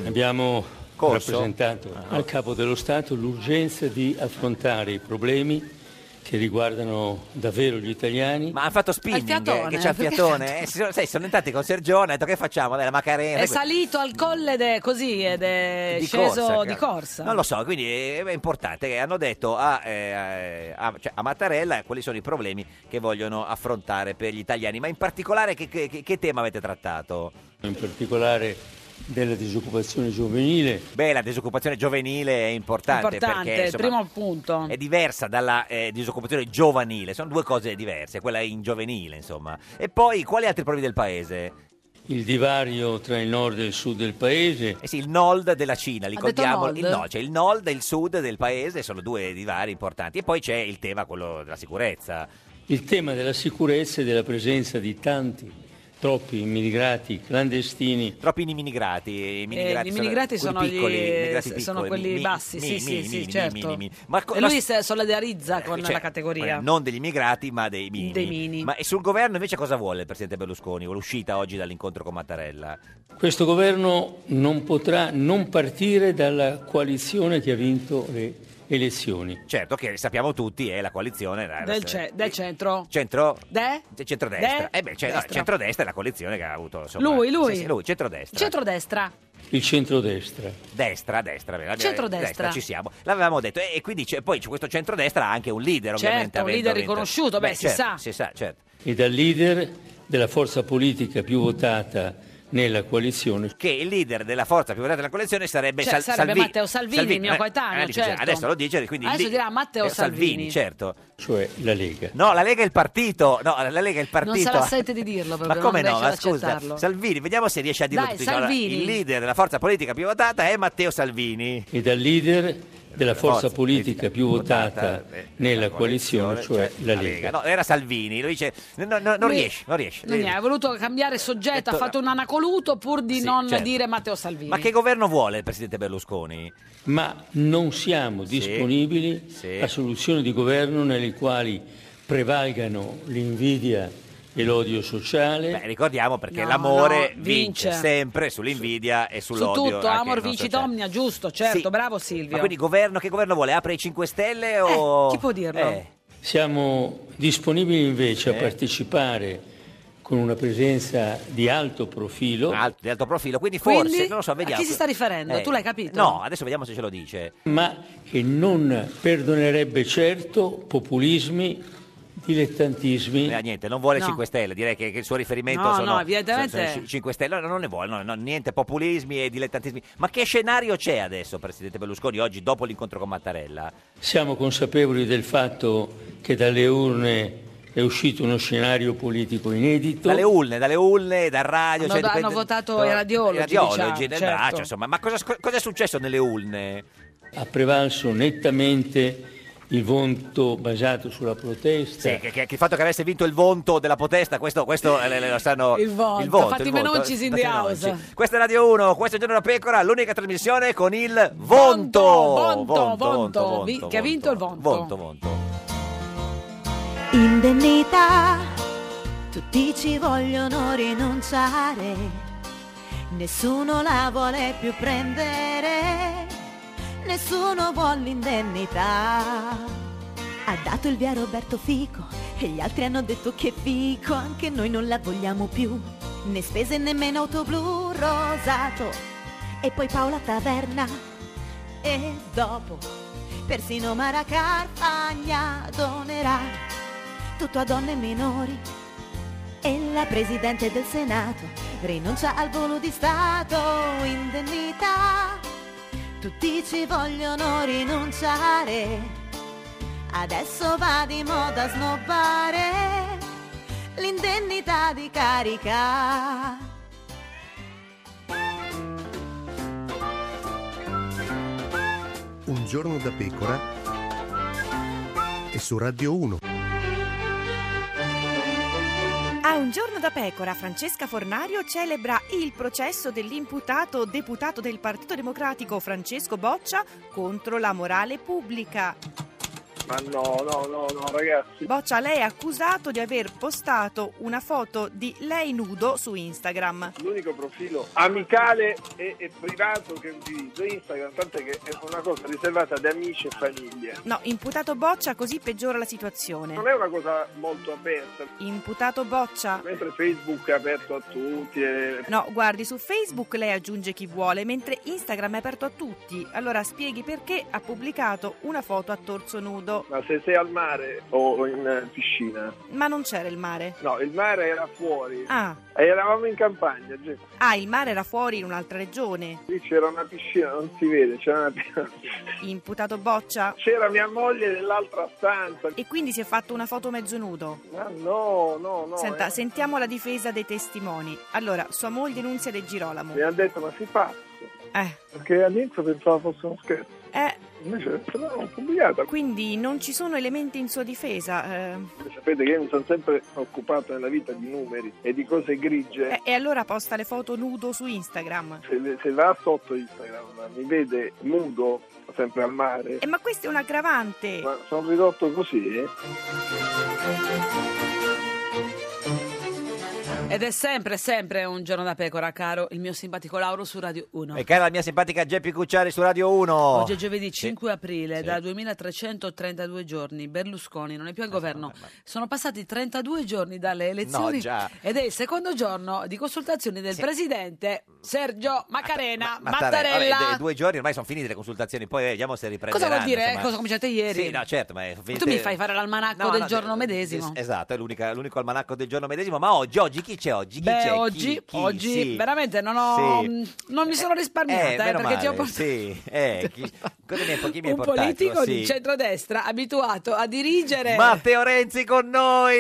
[SPEAKER 10] abbiamo
[SPEAKER 2] Mm. Corso? Ah.
[SPEAKER 10] rappresentato al Capo dello Stato l'urgenza di affrontare i problemi che riguardano davvero gli italiani.
[SPEAKER 2] Ma ha fatto spinning,
[SPEAKER 1] fiatone, Eh,
[SPEAKER 2] eh, che c'è il
[SPEAKER 1] perché-
[SPEAKER 2] fiatone. Eh, si sono, sai, sono entrati con Sergione, ha detto che facciamo? Dai, la Macarena.
[SPEAKER 1] È
[SPEAKER 2] sai,
[SPEAKER 1] salito al colle ed è così ed è
[SPEAKER 2] eh, di
[SPEAKER 1] Eh, sceso
[SPEAKER 2] corsa,
[SPEAKER 1] di
[SPEAKER 2] ca-
[SPEAKER 1] corsa.
[SPEAKER 2] Non lo so, quindi è, è importante che hanno detto a, eh, a- cioè, a Mattarella quali sono i problemi che vogliono affrontare per gli italiani, ma in particolare che, che- che- che tema avete trattato?
[SPEAKER 10] In particolare della disoccupazione giovanile.
[SPEAKER 2] Beh, la disoccupazione giovanile è importante,
[SPEAKER 1] Importante,
[SPEAKER 2] perché
[SPEAKER 1] il
[SPEAKER 2] insomma,
[SPEAKER 1] primo punto.
[SPEAKER 2] è diversa dalla eh, disoccupazione giovanile, sono due cose diverse, quella in giovanile insomma. E poi quali altri problemi del paese?
[SPEAKER 10] Il divario tra il nord e il sud del paese.
[SPEAKER 2] Eh sì, il nord della Cina, li
[SPEAKER 10] Ha detto
[SPEAKER 2] contiamo.
[SPEAKER 10] nord?
[SPEAKER 2] Il nord, cioè il nord e il sud del paese sono due divari importanti. E poi c'è il tema, quello della sicurezza.
[SPEAKER 10] Il tema della sicurezza e della presenza di tanti, troppi immigrati clandestini.
[SPEAKER 2] Troppi immigrati.
[SPEAKER 1] Eh, gli immigrati sono,
[SPEAKER 10] quelli piccoli,
[SPEAKER 1] gli-
[SPEAKER 10] immigrati
[SPEAKER 1] sono
[SPEAKER 10] piccoli,
[SPEAKER 1] quelli
[SPEAKER 10] mi-
[SPEAKER 1] bassi,
[SPEAKER 10] mi-
[SPEAKER 1] sì,
[SPEAKER 10] mi-
[SPEAKER 1] sì,
[SPEAKER 10] mi-
[SPEAKER 1] sì,
[SPEAKER 10] mi-
[SPEAKER 1] certo.
[SPEAKER 2] mi- mi- mi. Ma co-
[SPEAKER 1] E
[SPEAKER 2] la-
[SPEAKER 1] lui si solidarizza con
[SPEAKER 2] Cioè,
[SPEAKER 1] la categoria.
[SPEAKER 2] Non degli immigrati, ma dei mini.
[SPEAKER 1] Dei mini.
[SPEAKER 2] Ma e sul governo invece cosa vuole il presidente Berlusconi? Vuole l'uscita oggi dall'incontro con Mattarella.
[SPEAKER 10] Questo governo non potrà non partire dalla coalizione che ha vinto le elezioni.
[SPEAKER 2] Certo che sappiamo tutti è la coalizione la-
[SPEAKER 1] Del, ce-
[SPEAKER 2] eh,
[SPEAKER 1] del centro.
[SPEAKER 2] centro
[SPEAKER 1] De?
[SPEAKER 2] de- centrodestra.
[SPEAKER 1] De-
[SPEAKER 2] Eh beh, cioè, no,
[SPEAKER 1] destra.
[SPEAKER 2] centrodestra è la coalizione che ha avuto insomma,
[SPEAKER 1] Lui, lui.
[SPEAKER 2] Sì, sì, lui, centrodestra.
[SPEAKER 1] Centrodestra.
[SPEAKER 10] Il centrodestra.
[SPEAKER 2] Destra, destra, vero? Abbiamo-
[SPEAKER 1] Centrodestra.
[SPEAKER 2] destra, ci siamo. L'avevamo detto. E, e quindi c'è, poi c'è questo centrodestra ha anche un leader,
[SPEAKER 1] Certo,
[SPEAKER 2] ovviamente.
[SPEAKER 1] un
[SPEAKER 2] avendo
[SPEAKER 1] leader
[SPEAKER 2] vinto-
[SPEAKER 1] riconosciuto, beh, si
[SPEAKER 2] certo,
[SPEAKER 1] sa.
[SPEAKER 2] Si sa, certo.
[SPEAKER 10] E dal leader della forza politica più votata nella coalizione.
[SPEAKER 2] Che il leader della forza più votata della coalizione sarebbe,
[SPEAKER 1] Cioè,
[SPEAKER 2] Sal-
[SPEAKER 1] sarebbe
[SPEAKER 2] Salvini.
[SPEAKER 1] Matteo Salvini, il mio
[SPEAKER 2] eh,
[SPEAKER 1] coetaneo,
[SPEAKER 2] eh, dice,
[SPEAKER 1] certo.
[SPEAKER 2] Adesso lo dice, quindi il
[SPEAKER 1] Adesso
[SPEAKER 2] li-
[SPEAKER 1] dirà Matteo
[SPEAKER 2] eh,
[SPEAKER 1] Salvini.
[SPEAKER 2] certo.
[SPEAKER 10] Cioè la Lega.
[SPEAKER 2] No, la Lega è il partito. No, la Lega è il partito.
[SPEAKER 1] Non sarà sete di dirlo
[SPEAKER 2] Ma
[SPEAKER 1] proprio,
[SPEAKER 2] come
[SPEAKER 1] non
[SPEAKER 2] no?
[SPEAKER 1] riesce
[SPEAKER 2] Ma
[SPEAKER 1] ad accettarlo.
[SPEAKER 2] scusa, Salvini, vediamo se riesce a dirlo
[SPEAKER 1] Dai,
[SPEAKER 2] tutti. Allora,
[SPEAKER 1] Salvini.
[SPEAKER 2] il leader della forza politica più votata è Matteo Salvini.
[SPEAKER 10] E dal leader della forza,
[SPEAKER 2] forza
[SPEAKER 10] politica più votata
[SPEAKER 2] votata, eh,
[SPEAKER 10] nella coalizione, cioè la Lega.
[SPEAKER 2] No, era Salvini, lui dice no, no, no, non
[SPEAKER 1] Lui-
[SPEAKER 2] riesce, non riesce.
[SPEAKER 1] Non è, ha voluto cambiare soggetto, ha
[SPEAKER 2] Detto-
[SPEAKER 1] fatto un anacoluto pur di
[SPEAKER 2] Sì,
[SPEAKER 1] non
[SPEAKER 2] certo.
[SPEAKER 1] dire Matteo Salvini.
[SPEAKER 2] Ma che governo vuole il presidente Berlusconi?
[SPEAKER 10] Ma non siamo disponibili a soluzioni di governo nelle quali prevalgano l'invidia e l'odio sociale.
[SPEAKER 2] Beh, ricordiamo perché
[SPEAKER 10] No,
[SPEAKER 2] l'amore
[SPEAKER 10] no,
[SPEAKER 2] vince.
[SPEAKER 10] vince.
[SPEAKER 2] sempre sull'invidia e
[SPEAKER 11] Su
[SPEAKER 2] sull'odio.
[SPEAKER 11] tutto,
[SPEAKER 2] anche
[SPEAKER 11] amor
[SPEAKER 2] Ah, non
[SPEAKER 11] vici
[SPEAKER 2] sociale.
[SPEAKER 11] domnia, giusto, certo,
[SPEAKER 2] Sì.
[SPEAKER 11] bravo Silvio.
[SPEAKER 2] Ma quindi governo, che governo vuole? Apre i 5 Stelle o... Eh,
[SPEAKER 11] chi può dirlo?
[SPEAKER 10] Siamo disponibili invece a partecipare con una presenza di alto profilo.
[SPEAKER 2] di alto profilo, quindi
[SPEAKER 11] Quindi,
[SPEAKER 2] forse, non lo so,
[SPEAKER 11] a
[SPEAKER 2] vediamo.
[SPEAKER 11] chi si sta riferendo?
[SPEAKER 2] Eh,
[SPEAKER 11] Tu l'hai capito?
[SPEAKER 2] No, adesso vediamo se ce lo dice.
[SPEAKER 10] ma che non perdonerebbe certo populismi, dilettantismi.
[SPEAKER 2] Eh, niente, non vuole
[SPEAKER 10] No.
[SPEAKER 2] 5 Stelle, direi che, che il suo riferimento
[SPEAKER 10] No,
[SPEAKER 2] sono,
[SPEAKER 10] no, evidentemente-
[SPEAKER 2] sono- sono i 5 Stelle, no, non ne vuole, no, no, niente populismi e dilettantismi. Ma che scenario c'è adesso, Presidente Berlusconi, oggi dopo l'incontro con Mattarella?
[SPEAKER 10] Siamo consapevoli del fatto che dalle urne è uscito uno scenario politico inedito.
[SPEAKER 2] Dalle urne, dalle urne, dal radio...
[SPEAKER 11] Hanno-
[SPEAKER 2] cioè, dipende-
[SPEAKER 11] hanno votato i radiologi,
[SPEAKER 2] I radiologi,
[SPEAKER 11] diciamo,
[SPEAKER 2] nel
[SPEAKER 11] certo.
[SPEAKER 2] braccio, insomma. Ma cosa, cosa è successo nelle urne?
[SPEAKER 10] Ha prevalso nettamente il voto basato sulla protesta.
[SPEAKER 2] Sì, che, che- che il fatto che avesse vinto il vonto della protesta, questo, questo eh, le- le- lo sanno...
[SPEAKER 10] Il vonto,
[SPEAKER 11] fatti i menoncis in
[SPEAKER 2] fatti i
[SPEAKER 11] the
[SPEAKER 2] menoncis.
[SPEAKER 11] house.
[SPEAKER 2] Questa è Radio 1, questo è Giorno da Pecora, l'unica trasmissione con il vonto! Vonto,
[SPEAKER 11] Vonto,
[SPEAKER 2] vonto,
[SPEAKER 11] Vonto, vi- che ha vinto il Vonto.
[SPEAKER 2] Vonto, vonto.
[SPEAKER 12] Indennità, tutti ci vogliono rinunciare, nessuno la vuole più prendere, nessuno vuole l'indennità. Ha dato il via Roberto Fico e gli altri hanno detto che fico, anche noi non la vogliamo più, né spese nemmeno auto blu rosato. E poi Paola Taverna e dopo persino Maracarpagna donerà tutto a donne e minori. E la Presidente del Senato rinuncia al volo di Stato, indennità. Tutti ci vogliono rinunciare. Adesso va di moda snobbare l'indennità di carica.
[SPEAKER 13] Un giorno da pecora e su Radio 1.
[SPEAKER 14] A un giorno da pecora, Francesca Fornario celebra il processo dell'imputato deputato del Partito Democratico Francesco Boccia contro la morale pubblica.
[SPEAKER 15] Ma no, no, no, no, ragazzi.
[SPEAKER 14] Boccia, lei è accusato di aver postato una foto di lei nudo su Instagram.
[SPEAKER 15] L'unico profilo amicale e, e privato che utilizzo è Instagram, tant'è che è una cosa riservata ad amici e famiglia.
[SPEAKER 14] No, imputato Boccia così peggiora la situazione.
[SPEAKER 15] Non è una cosa molto aperta,
[SPEAKER 14] Imputato Boccia.
[SPEAKER 15] mentre Facebook è aperto a tutti eh. e...
[SPEAKER 14] No, guardi, su Facebook lei aggiunge chi vuole, mentre Instagram è aperto a tutti. Allora spieghi perché ha pubblicato una foto a torso nudo.
[SPEAKER 15] Ma se sei al mare o in eh, piscina?
[SPEAKER 14] Ma non c'era il mare.
[SPEAKER 15] No, il mare era fuori.
[SPEAKER 14] Ah.
[SPEAKER 15] E eravamo in campagna, gente.
[SPEAKER 14] Ah, il mare era fuori in un'altra regione.
[SPEAKER 15] Lì c'era una piscina, non si vede, c'era una <laughs> piscina.
[SPEAKER 14] Imputato Boccia.
[SPEAKER 15] C'era mia moglie nell'altra stanza.
[SPEAKER 14] E quindi si è fatto una foto mezzo nudo.
[SPEAKER 15] Ma no, no, no.
[SPEAKER 14] Senta,
[SPEAKER 15] eh.
[SPEAKER 14] sentiamo la difesa dei testimoni. Allora, sua moglie Nunzia De Girolamo.
[SPEAKER 15] Mi hanno detto, ma sei pazzo?
[SPEAKER 14] Eh.
[SPEAKER 15] Perché all'inizio pensavo fosse uno scherzo.
[SPEAKER 14] Eh,
[SPEAKER 15] Invece no, l'ho pubblicata.
[SPEAKER 14] quindi non ci sono elementi in sua difesa. eh.
[SPEAKER 15] Sapete che io mi sono sempre occupato nella vita di numeri e di cose grigie.
[SPEAKER 14] Eh, e allora posta le foto nudo su Instagram.
[SPEAKER 15] Se, se va sotto Instagram mi vede nudo, sempre al mare.
[SPEAKER 14] Eh, ma questo è un aggravante.
[SPEAKER 15] Ma sono ridotto così, eh?
[SPEAKER 1] Ed è sempre, sempre un giorno da pecora, caro il mio simpatico Lauro su Radio 1.
[SPEAKER 2] E cara la mia simpatica Geppi Cucciari su Radio 1.
[SPEAKER 1] Oggi è giovedì 5 aprile,
[SPEAKER 2] Oh, Sì.
[SPEAKER 1] da 2332 giorni Berlusconi non è più al governo. Sono passati 32 giorni dalle elezioni
[SPEAKER 2] Ah, No, già.
[SPEAKER 1] ed è il secondo giorno di consultazioni del
[SPEAKER 2] Sì.
[SPEAKER 1] presidente Sergio Macarena
[SPEAKER 2] Mattarella.
[SPEAKER 1] Mattarella.
[SPEAKER 2] Vabbè, de- due giorni ormai sono finite le consultazioni, poi eh, vediamo se riprenderanno.
[SPEAKER 1] Cosa vuol dire? eh?
[SPEAKER 2] insomma.
[SPEAKER 1] Cosa cominciate ieri?
[SPEAKER 2] Sì, no, certo, ma è- sono
[SPEAKER 1] tu
[SPEAKER 2] finite-
[SPEAKER 1] mi fai fare l'almanacco
[SPEAKER 2] No,
[SPEAKER 1] del
[SPEAKER 2] no, eh,
[SPEAKER 1] giorno medesimo.
[SPEAKER 2] Es- Esatto, è l'unica- l'unico almanacco del giorno medesimo, ma oggi, oggi chi c'è oggi? Chi
[SPEAKER 1] Beh,
[SPEAKER 2] c'è? Chi-
[SPEAKER 1] oggi,
[SPEAKER 2] chi?
[SPEAKER 1] oggi
[SPEAKER 2] Sì.
[SPEAKER 1] veramente non, ho,
[SPEAKER 2] Sì.
[SPEAKER 1] mh, non mi sono risparmiata
[SPEAKER 2] Eh,
[SPEAKER 1] eh,
[SPEAKER 2] meno
[SPEAKER 1] perché ti ho
[SPEAKER 2] male,
[SPEAKER 1] portato <laughs>
[SPEAKER 2] Sì, eh, chi, cosa mi hai- chi mi hai
[SPEAKER 1] un
[SPEAKER 2] portato?
[SPEAKER 1] politico
[SPEAKER 2] Sì.
[SPEAKER 1] di centrodestra abituato a dirigere.
[SPEAKER 2] Matteo Renzi con noi!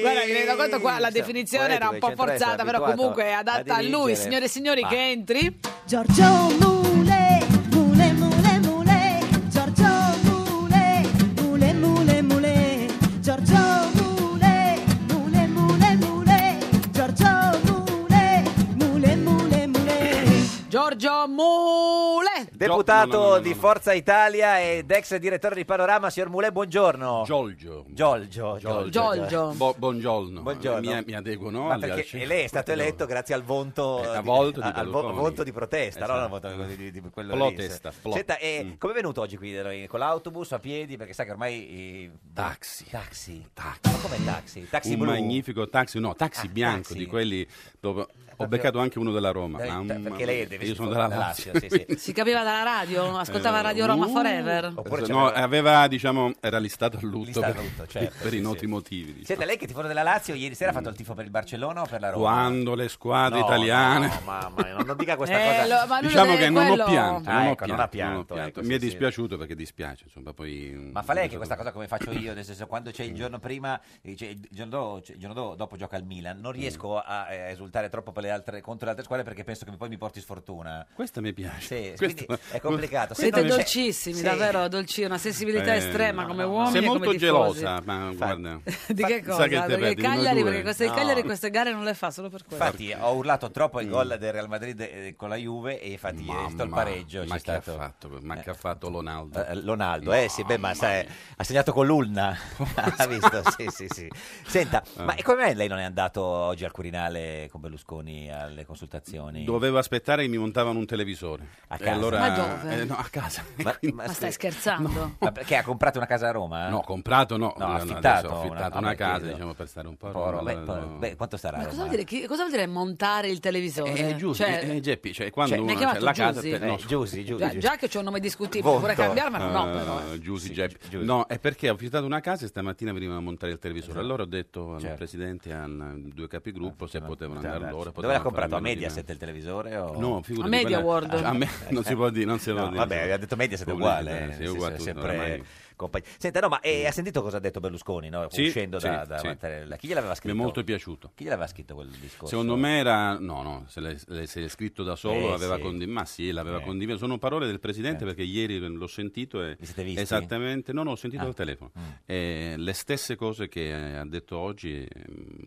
[SPEAKER 1] Guarda, mi rendo conto qua la
[SPEAKER 2] Sì,
[SPEAKER 1] definizione era un
[SPEAKER 2] politico
[SPEAKER 1] po'
[SPEAKER 2] di centrodestra,
[SPEAKER 1] forzata, però
[SPEAKER 2] abituato
[SPEAKER 1] comunque è
[SPEAKER 2] a
[SPEAKER 1] adatta a, lui,
[SPEAKER 2] dirigere.
[SPEAKER 1] signore e signori,
[SPEAKER 2] Ma-
[SPEAKER 1] che entri.
[SPEAKER 12] Giorgio Mule, mule, mule, mule, Giorgio Mule, mule, mule, mule, Giorgio Mule, mule, mule, mule, Giorgio Mule, mule, mule, mule.
[SPEAKER 1] Giorgio Mule!
[SPEAKER 2] deputato
[SPEAKER 16] no, no, no, no,
[SPEAKER 2] di
[SPEAKER 16] no.
[SPEAKER 2] Forza Italia ed ex direttore di Panorama, signor Mulè, buongiorno.
[SPEAKER 16] Giorgio.
[SPEAKER 2] Giorgio.
[SPEAKER 16] Bo- buongiorno.
[SPEAKER 2] Buongiorno.
[SPEAKER 16] Mi, mi adeguo, no?
[SPEAKER 2] Ma
[SPEAKER 16] alle-
[SPEAKER 2] perché
[SPEAKER 16] alle-
[SPEAKER 2] lei è stato eletto grazie al vonto,
[SPEAKER 16] Eh,
[SPEAKER 2] eh,
[SPEAKER 16] a volto di
[SPEAKER 2] a- al vo-
[SPEAKER 16] Berlusconi.
[SPEAKER 2] vonto di protesta, no?
[SPEAKER 16] Esatto. Mm.
[SPEAKER 2] Al voto di- di- di quello
[SPEAKER 16] Plò
[SPEAKER 2] lì.
[SPEAKER 16] testa, plò.
[SPEAKER 2] Senta, e come è venuto oggi qui? Eh, Con l'autobus, a piedi? Perché sa che ormai... Taxi. Taxi. Ma come taxi? Taxi
[SPEAKER 16] un
[SPEAKER 2] blu?
[SPEAKER 16] magnifico taxi, no, taxi
[SPEAKER 2] Ah,
[SPEAKER 16] bianco
[SPEAKER 2] taxi.
[SPEAKER 16] di quelli dove ho beccato anche uno della Roma.
[SPEAKER 2] Eh,
[SPEAKER 16] mamma
[SPEAKER 2] perché lei deve-
[SPEAKER 16] mia, io sono della
[SPEAKER 2] della
[SPEAKER 16] Lazio.
[SPEAKER 2] Lazio, sì,
[SPEAKER 16] <laughs>
[SPEAKER 2] sì.
[SPEAKER 1] Si capiva dalla radio? Ascoltava
[SPEAKER 16] Eh,
[SPEAKER 1] Radio Roma
[SPEAKER 16] uh,
[SPEAKER 1] Forever?
[SPEAKER 16] No, aveva, diciamo, era listato al lutto
[SPEAKER 2] Listato
[SPEAKER 16] per,
[SPEAKER 2] al
[SPEAKER 16] <laughs>
[SPEAKER 2] lutto, certo,
[SPEAKER 16] per
[SPEAKER 2] sì,
[SPEAKER 16] i noti
[SPEAKER 2] sì.
[SPEAKER 16] motivi. diciamo.
[SPEAKER 2] Senta, lei che tifone della Lazio, ieri sera ha fatto il tifo per il Barcellona o per la Roma?
[SPEAKER 16] Quando le squadre
[SPEAKER 2] No,
[SPEAKER 16] italiane...
[SPEAKER 2] no, mamma mia, non dica questa
[SPEAKER 1] Eh,
[SPEAKER 2] cosa.
[SPEAKER 1] lo- ma lui
[SPEAKER 16] diciamo
[SPEAKER 1] lo deve-
[SPEAKER 16] che non
[SPEAKER 1] quello-
[SPEAKER 16] ho pianto,
[SPEAKER 2] Ah,
[SPEAKER 16] non, ho
[SPEAKER 2] ecco,
[SPEAKER 16] pianto
[SPEAKER 2] non ha
[SPEAKER 16] non ho
[SPEAKER 2] pianto,
[SPEAKER 16] pianto.
[SPEAKER 2] ecco,
[SPEAKER 16] mi è
[SPEAKER 2] sì, sì.
[SPEAKER 16] dispiaciuto perché dispiace insomma poi
[SPEAKER 2] Ma fa lei che questa cosa come faccio io, nel senso quando c'è il giorno prima, eh, cioè, il giorno, do- cioè, il giorno do- dopo gioca al Milan,
[SPEAKER 16] Mm.
[SPEAKER 2] non riesco a eh, esultare troppo per le altre- contro le altre squadre perché penso che poi mi porti sfortuna.
[SPEAKER 16] Questa mi piace.
[SPEAKER 2] Sì,
[SPEAKER 16] Questo-
[SPEAKER 2] quindi è complicato. Se
[SPEAKER 1] Siete
[SPEAKER 2] non c'è-
[SPEAKER 1] dolcissimi,
[SPEAKER 2] Sì.
[SPEAKER 1] davvero dolci, una sensibilità
[SPEAKER 16] Eh,
[SPEAKER 1] estrema
[SPEAKER 16] no,
[SPEAKER 1] come
[SPEAKER 16] no, no.
[SPEAKER 1] uomini.
[SPEAKER 16] sei
[SPEAKER 1] e come
[SPEAKER 16] molto
[SPEAKER 1] tifosi.
[SPEAKER 16] gelosa ma guarda
[SPEAKER 1] <laughs> Di che
[SPEAKER 16] Sa
[SPEAKER 1] cosa?
[SPEAKER 16] che te
[SPEAKER 1] perché
[SPEAKER 16] perdi, uno,
[SPEAKER 1] Cagliari,
[SPEAKER 16] due.
[SPEAKER 1] perché queste, il
[SPEAKER 2] No.
[SPEAKER 1] Cagliari queste gare non le fa solo per quello.
[SPEAKER 2] Infatti ho urlato troppo il
[SPEAKER 16] Mm.
[SPEAKER 2] gol del Real Madrid eh, con la Juve e infatti è stato il
[SPEAKER 16] Ma-
[SPEAKER 2] pareggio.
[SPEAKER 16] ma
[SPEAKER 2] c'è
[SPEAKER 16] che ha
[SPEAKER 2] stato.
[SPEAKER 16] fatto ma che ha fatto Lonaldo
[SPEAKER 2] Eh, Lonaldo, eh sì, beh, ma sai, ha segnato con l'Ulna. <laughs> ha visto? Sì, sì, sì. Senta,
[SPEAKER 16] Ah.
[SPEAKER 2] ma e come mai lei non è andato oggi al Quirinale con Berlusconi alle consultazioni?
[SPEAKER 16] dovevo aspettare che mi montavano un televisore
[SPEAKER 2] A
[SPEAKER 16] E
[SPEAKER 2] casa?
[SPEAKER 16] allora-
[SPEAKER 1] Ma dove?
[SPEAKER 16] eh, no a casa <laughs>
[SPEAKER 2] Ma,
[SPEAKER 1] Ma stai scherzando?
[SPEAKER 2] Ma perché ha comprato una casa a Roma?
[SPEAKER 16] No, comprato no,
[SPEAKER 2] No, ha
[SPEAKER 16] adesso ho
[SPEAKER 2] affittato,
[SPEAKER 16] affittato
[SPEAKER 2] vabbè,
[SPEAKER 16] una casa,
[SPEAKER 2] chiedo.
[SPEAKER 16] diciamo, per stare un po' a
[SPEAKER 2] Povero,
[SPEAKER 16] Roma,
[SPEAKER 2] beh,
[SPEAKER 16] no.
[SPEAKER 2] povero, beh, quanto sarà?
[SPEAKER 1] Ma
[SPEAKER 2] Roma?
[SPEAKER 1] cosa vuol, dire? Chi- cosa vuol dire montare il televisore?
[SPEAKER 16] Eh, giusto,
[SPEAKER 1] Cioè,
[SPEAKER 16] eh, Geppi, cioè, quando
[SPEAKER 1] cioè, mi
[SPEAKER 16] uno
[SPEAKER 1] ha
[SPEAKER 16] c'ha
[SPEAKER 1] chiamato
[SPEAKER 16] la casa
[SPEAKER 1] Giusy?
[SPEAKER 16] te- no,
[SPEAKER 1] Eh,
[SPEAKER 2] Giusi, Giusi.
[SPEAKER 1] già, già che c'ho un nome discutibile, vorrei cambiare, ma no, però. eh.
[SPEAKER 16] Eh, Giusy, Geppi. No, è perché ho affittato una casa e stamattina venivano a montare il televisore.
[SPEAKER 1] Esatto.
[SPEAKER 16] Ah, Allora ho detto al
[SPEAKER 2] Certo.
[SPEAKER 16] presidente e ai due capigruppo se potevano
[SPEAKER 2] potevano
[SPEAKER 16] andare loro.
[SPEAKER 2] andarci. Dove
[SPEAKER 16] potevano
[SPEAKER 2] l'ha
[SPEAKER 16] fare
[SPEAKER 2] comprato? A
[SPEAKER 16] meno di
[SPEAKER 2] Mediaset
[SPEAKER 16] me.
[SPEAKER 2] il televisore o-
[SPEAKER 16] No, figurati,
[SPEAKER 1] A Mediaworld.
[SPEAKER 16] quella- <laughs> a
[SPEAKER 2] <laughs>
[SPEAKER 16] me non si può dire, non si può
[SPEAKER 2] No,
[SPEAKER 16] dire. eh,
[SPEAKER 2] vabbè, ha detto media siete
[SPEAKER 16] Pubblicità,
[SPEAKER 2] uguale.
[SPEAKER 16] sì,
[SPEAKER 2] nel
[SPEAKER 16] uguale,
[SPEAKER 2] senso, è
[SPEAKER 16] tutto,
[SPEAKER 2] sempre
[SPEAKER 16] ormai. Mm.
[SPEAKER 2] compagni- Senta, no, ma eh, ha sentito cosa ha detto Berlusconi no?
[SPEAKER 16] Sì,
[SPEAKER 2] uscendo
[SPEAKER 16] sì,
[SPEAKER 2] da, da
[SPEAKER 16] sì.
[SPEAKER 2] Mattarella? Chi gliel'aveva scritto?
[SPEAKER 16] Mi è molto piaciuto.
[SPEAKER 2] Chi gliel'aveva scritto quel discorso?
[SPEAKER 16] Secondo me era. No, no, se l'è, le- se l'è scritto da solo,
[SPEAKER 2] Eh,
[SPEAKER 16] aveva
[SPEAKER 2] sì.
[SPEAKER 16] condi- ma sì, l'aveva
[SPEAKER 2] Eh.
[SPEAKER 16] condiviso. Sono parole del presidente perché ieri l'ho sentito. E
[SPEAKER 2] Vi siete visti?
[SPEAKER 16] Esattamente, no, no, ho sentito
[SPEAKER 2] Ah.
[SPEAKER 16] al telefono. E le stesse cose che eh, ha detto oggi eh,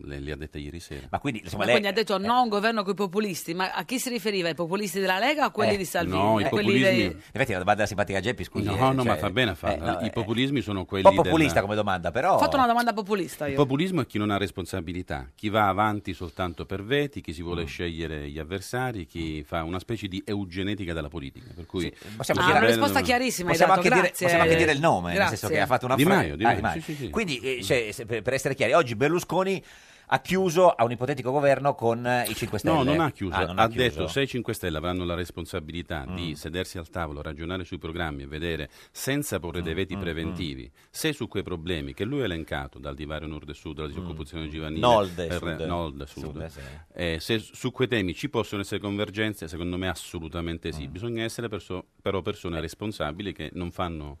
[SPEAKER 16] le, le ha dette ieri sera.
[SPEAKER 2] Ma quindi,
[SPEAKER 1] Ma quindi ha detto no a un governo con i populisti, ma a chi si riferiva? Ai populisti della Lega o a quelli di Salvini?
[SPEAKER 16] Eh, no, i
[SPEAKER 1] A quelli
[SPEAKER 16] populismi-
[SPEAKER 1] dei-
[SPEAKER 2] Infatti, la domanda simpatica a Geppi, scusi.
[SPEAKER 16] No,
[SPEAKER 2] eh,
[SPEAKER 16] no,
[SPEAKER 2] cioè-
[SPEAKER 16] ma fa bene a farla.
[SPEAKER 2] eh, no,
[SPEAKER 16] I
[SPEAKER 2] eh,
[SPEAKER 16] populismi sono quelli.
[SPEAKER 2] Un po' populista
[SPEAKER 16] della-
[SPEAKER 2] come domanda, però.
[SPEAKER 1] Ho fatto
[SPEAKER 16] Oh.
[SPEAKER 1] una domanda populista
[SPEAKER 16] Il
[SPEAKER 1] io.
[SPEAKER 16] populismo è chi non ha responsabilità, chi va avanti soltanto per veti, chi si
[SPEAKER 1] Mm.
[SPEAKER 16] vuole scegliere gli avversari, chi fa una specie di eugenetica della politica. Per cui
[SPEAKER 2] possiamo
[SPEAKER 1] Ah,
[SPEAKER 2] dire-
[SPEAKER 1] una risposta chiarissima hai
[SPEAKER 2] Possiamo
[SPEAKER 1] dato,
[SPEAKER 2] anche, dire,
[SPEAKER 1] grazie.
[SPEAKER 2] possiamo anche dire il nome, nel
[SPEAKER 1] Grazie.
[SPEAKER 2] senso che ha fatto una
[SPEAKER 16] Di
[SPEAKER 2] fra-
[SPEAKER 16] Maio, Di
[SPEAKER 2] Ah,
[SPEAKER 16] Maio, sì, sì, sì.
[SPEAKER 2] Quindi, eh, cioè, se- per per essere chiari, oggi Berlusconi ha chiuso a un ipotetico governo con eh, i 5 Stelle.
[SPEAKER 16] No, non ha chiuso.
[SPEAKER 2] Ah, non
[SPEAKER 16] ha
[SPEAKER 2] chiuso. Mm.
[SPEAKER 16] detto se i 5 Stelle avranno la responsabilità di sedersi al tavolo, ragionare sui programmi e vedere senza porre
[SPEAKER 2] Mm,
[SPEAKER 16] dei veti preventivi, se su quei problemi che lui ha elencato, dal divario nord e sud, dalla disoccupazione giovanile,
[SPEAKER 2] Mm, Nord e
[SPEAKER 16] per-
[SPEAKER 2] sud.
[SPEAKER 16] nord e sud,
[SPEAKER 2] Sud, eh, sì.
[SPEAKER 16] eh, se su quei temi ci possono essere convergenze, secondo me assolutamente
[SPEAKER 2] Mm.
[SPEAKER 16] sì. Bisogna essere perso- però
[SPEAKER 2] Eh.
[SPEAKER 16] persone responsabili che non fanno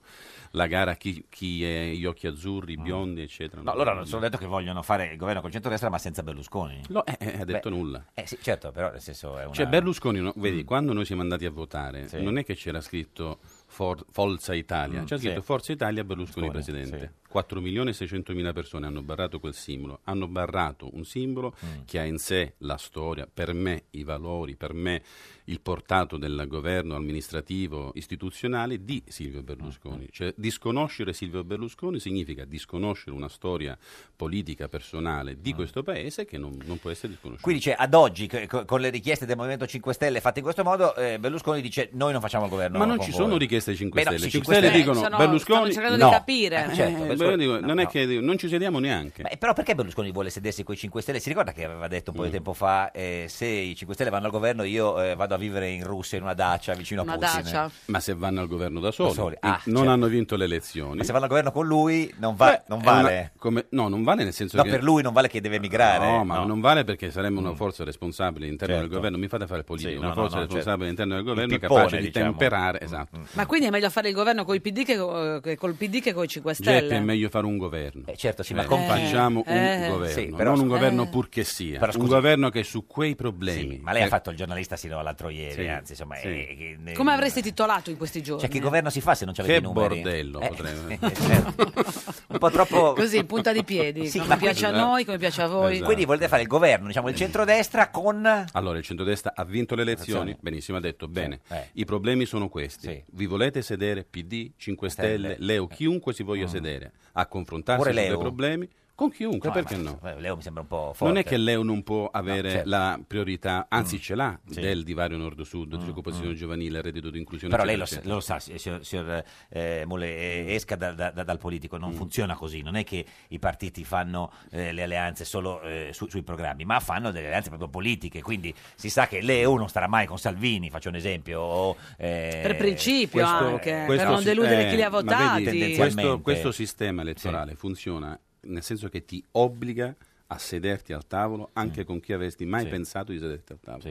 [SPEAKER 16] la gara a chi, chi è gli occhi azzurri, biondi, eccetera.
[SPEAKER 2] Mm. No, loro hanno solo detto che vogliono fare il governo col centrodestra, ma senza Berlusconi.
[SPEAKER 16] No, eh, eh, ha detto nulla.
[SPEAKER 2] Eh sì, certo, però nel senso è una... Mm.
[SPEAKER 16] Cioè Berlusconi, no, vedi, quando noi siamo andati a votare,
[SPEAKER 2] Sì.
[SPEAKER 16] non è che c'era scritto For- Forza Italia,
[SPEAKER 2] Mm,
[SPEAKER 16] c'era scritto
[SPEAKER 2] sì.
[SPEAKER 16] Forza Italia Berlusconi
[SPEAKER 2] Berlusconi,
[SPEAKER 16] presidente. 4 milioni e 600 mila persone hanno barrato quel simbolo, hanno barrato un simbolo
[SPEAKER 2] Mm.
[SPEAKER 16] che ha in sé la storia, per me i valori, per me il portato del governo amministrativo istituzionale di Silvio Berlusconi.
[SPEAKER 2] Mm.
[SPEAKER 16] Cioè, disconoscere Silvio Berlusconi significa disconoscere una storia politica personale di questo paese che non, non può essere disconosciuta.
[SPEAKER 2] Mm. Quindi dice, ad oggi, co- co- con le richieste del Movimento 5 Stelle fatte in questo modo, eh, Berlusconi dice noi non facciamo il governo
[SPEAKER 16] Ma non
[SPEAKER 2] con
[SPEAKER 16] ci
[SPEAKER 2] voi.
[SPEAKER 16] sono richieste ai 5
[SPEAKER 2] Beh, no,
[SPEAKER 16] Stelle.
[SPEAKER 2] sì,
[SPEAKER 16] I 5 Stelle
[SPEAKER 2] 5 Stelle
[SPEAKER 16] dicono
[SPEAKER 1] sono-
[SPEAKER 16] Berlusconi.
[SPEAKER 1] stanno cercando
[SPEAKER 2] No.
[SPEAKER 1] di capire.
[SPEAKER 2] Eh, certo,
[SPEAKER 16] Eh,
[SPEAKER 2] Berlusconi-
[SPEAKER 16] voglio dire,
[SPEAKER 2] no,
[SPEAKER 16] non è
[SPEAKER 2] no.
[SPEAKER 16] che non ci sediamo neanche.
[SPEAKER 2] Eh, però perché Berlusconi vuole sedersi con i 5 Stelle? Si ricorda che aveva detto un
[SPEAKER 16] Mm.
[SPEAKER 2] po' di tempo fa eh, se i 5 Stelle vanno al governo io eh, vado a vivere in Russia in una dacia vicino
[SPEAKER 1] Una
[SPEAKER 2] a Putin.
[SPEAKER 1] dacia.
[SPEAKER 16] Ma se vanno al governo da soli,
[SPEAKER 2] Da soli,
[SPEAKER 16] eh,
[SPEAKER 2] ah,
[SPEAKER 16] non hanno vinto le elezioni.
[SPEAKER 2] Ma se vanno al governo con lui non, va-
[SPEAKER 16] Beh,
[SPEAKER 2] non
[SPEAKER 16] è una-
[SPEAKER 2] vale.
[SPEAKER 16] come- no, non vale nel senso
[SPEAKER 2] No,
[SPEAKER 16] che.
[SPEAKER 2] per lui non vale che deve emigrare. Mm.
[SPEAKER 16] No, ma non vale perché saremmo una forza responsabile all'interno
[SPEAKER 2] Certo.
[SPEAKER 16] del governo. Mi fate fare politica,
[SPEAKER 2] Sì, no,
[SPEAKER 16] una
[SPEAKER 2] no,
[SPEAKER 16] forza
[SPEAKER 2] no, certo.
[SPEAKER 16] responsabile all'interno del governo
[SPEAKER 2] Il pippone,
[SPEAKER 16] capace di
[SPEAKER 2] diciamo.
[SPEAKER 16] temperare. Esatto.
[SPEAKER 1] Ma quindi è meglio fare il governo con i PD che, co- che col PD che con i 5
[SPEAKER 16] Geppi
[SPEAKER 1] Stelle?
[SPEAKER 16] Cioè, è meglio fare un governo.
[SPEAKER 2] certo, sì, ma
[SPEAKER 16] Eh,
[SPEAKER 2] con-
[SPEAKER 16] facciamo un
[SPEAKER 1] Eh.
[SPEAKER 16] governo,
[SPEAKER 2] Sì, però
[SPEAKER 16] non un
[SPEAKER 2] scusa-
[SPEAKER 16] governo
[SPEAKER 2] Eh.
[SPEAKER 16] pur che sia,
[SPEAKER 2] Però
[SPEAKER 16] un
[SPEAKER 2] scusi-
[SPEAKER 16] governo che su quei problemi.
[SPEAKER 2] Ma lei ha
[SPEAKER 16] eh,
[SPEAKER 2] fatto il giornalista sino all'altro ieri,
[SPEAKER 16] Sì,
[SPEAKER 2] anzi, insomma...
[SPEAKER 16] sì.
[SPEAKER 2] eh, che- ne-
[SPEAKER 1] Come avresti titolato in questi giorni?
[SPEAKER 2] Cioè, che governo si fa se non c'avete
[SPEAKER 16] Che
[SPEAKER 2] i numeri?
[SPEAKER 16] bordello, potremmo-
[SPEAKER 2] sì, <laughs> certo. Un po' po' troppo...
[SPEAKER 1] Così, punta di piedi,
[SPEAKER 2] Sì,
[SPEAKER 1] come
[SPEAKER 2] ma
[SPEAKER 1] piace a
[SPEAKER 2] quindi-
[SPEAKER 1] noi, come piace a voi.
[SPEAKER 16] Esatto. Eh.
[SPEAKER 2] Quindi volete fare il governo, diciamo il centrodestra con...
[SPEAKER 16] Allora, il centrodestra ha vinto le elezioni,
[SPEAKER 2] Elezioni.
[SPEAKER 16] benissimo, ha detto bene.
[SPEAKER 2] eh.
[SPEAKER 16] I problemi sono questi. Vi volete sedere PD, 5 Stelle,
[SPEAKER 2] Stelle.
[SPEAKER 16] Leo, chiunque si voglia sedere, a confrontarsi
[SPEAKER 2] Eh. Mm. Pure
[SPEAKER 16] sui
[SPEAKER 2] Leo.
[SPEAKER 16] problemi con chiunque,
[SPEAKER 2] No,
[SPEAKER 16] perché
[SPEAKER 2] ma-
[SPEAKER 16] no?
[SPEAKER 2] Leo mi sembra un po' forte.
[SPEAKER 16] Non è che Leo non può avere
[SPEAKER 2] No, certo.
[SPEAKER 16] la priorità, anzi
[SPEAKER 2] Mm.
[SPEAKER 16] ce l'ha,
[SPEAKER 2] Sì.
[SPEAKER 16] del divario nord-sud,
[SPEAKER 2] Mm,
[SPEAKER 16] disoccupazione
[SPEAKER 2] mm.
[SPEAKER 16] giovanile, reddito di inclusione.
[SPEAKER 2] Però lei lo,
[SPEAKER 16] eccetera,
[SPEAKER 2] sa- lo sa, si- signor, signor, eh, Mulle, eh, esca da- da- da- dal politico,
[SPEAKER 16] Mm.
[SPEAKER 2] non funziona così, non è che i partiti fanno eh, le alleanze solo eh, su- sui programmi, ma fanno delle alleanze proprio politiche, quindi si sa che Leo non starà mai con Salvini, faccio un esempio. o, eh,
[SPEAKER 1] Per principio
[SPEAKER 2] questo-
[SPEAKER 1] anche,
[SPEAKER 2] questo
[SPEAKER 1] per non
[SPEAKER 2] si-
[SPEAKER 1] deludere
[SPEAKER 16] eh,
[SPEAKER 1] chi li ha
[SPEAKER 16] ma vedi,
[SPEAKER 1] votati.
[SPEAKER 16] questo,
[SPEAKER 2] Tendenzialmente.
[SPEAKER 16] questo sistema elettorale funziona nel senso che ti obbliga a sederti al tavolo anche con chi avresti mai
[SPEAKER 2] Mm. Sì.
[SPEAKER 16] pensato di sederti al tavolo.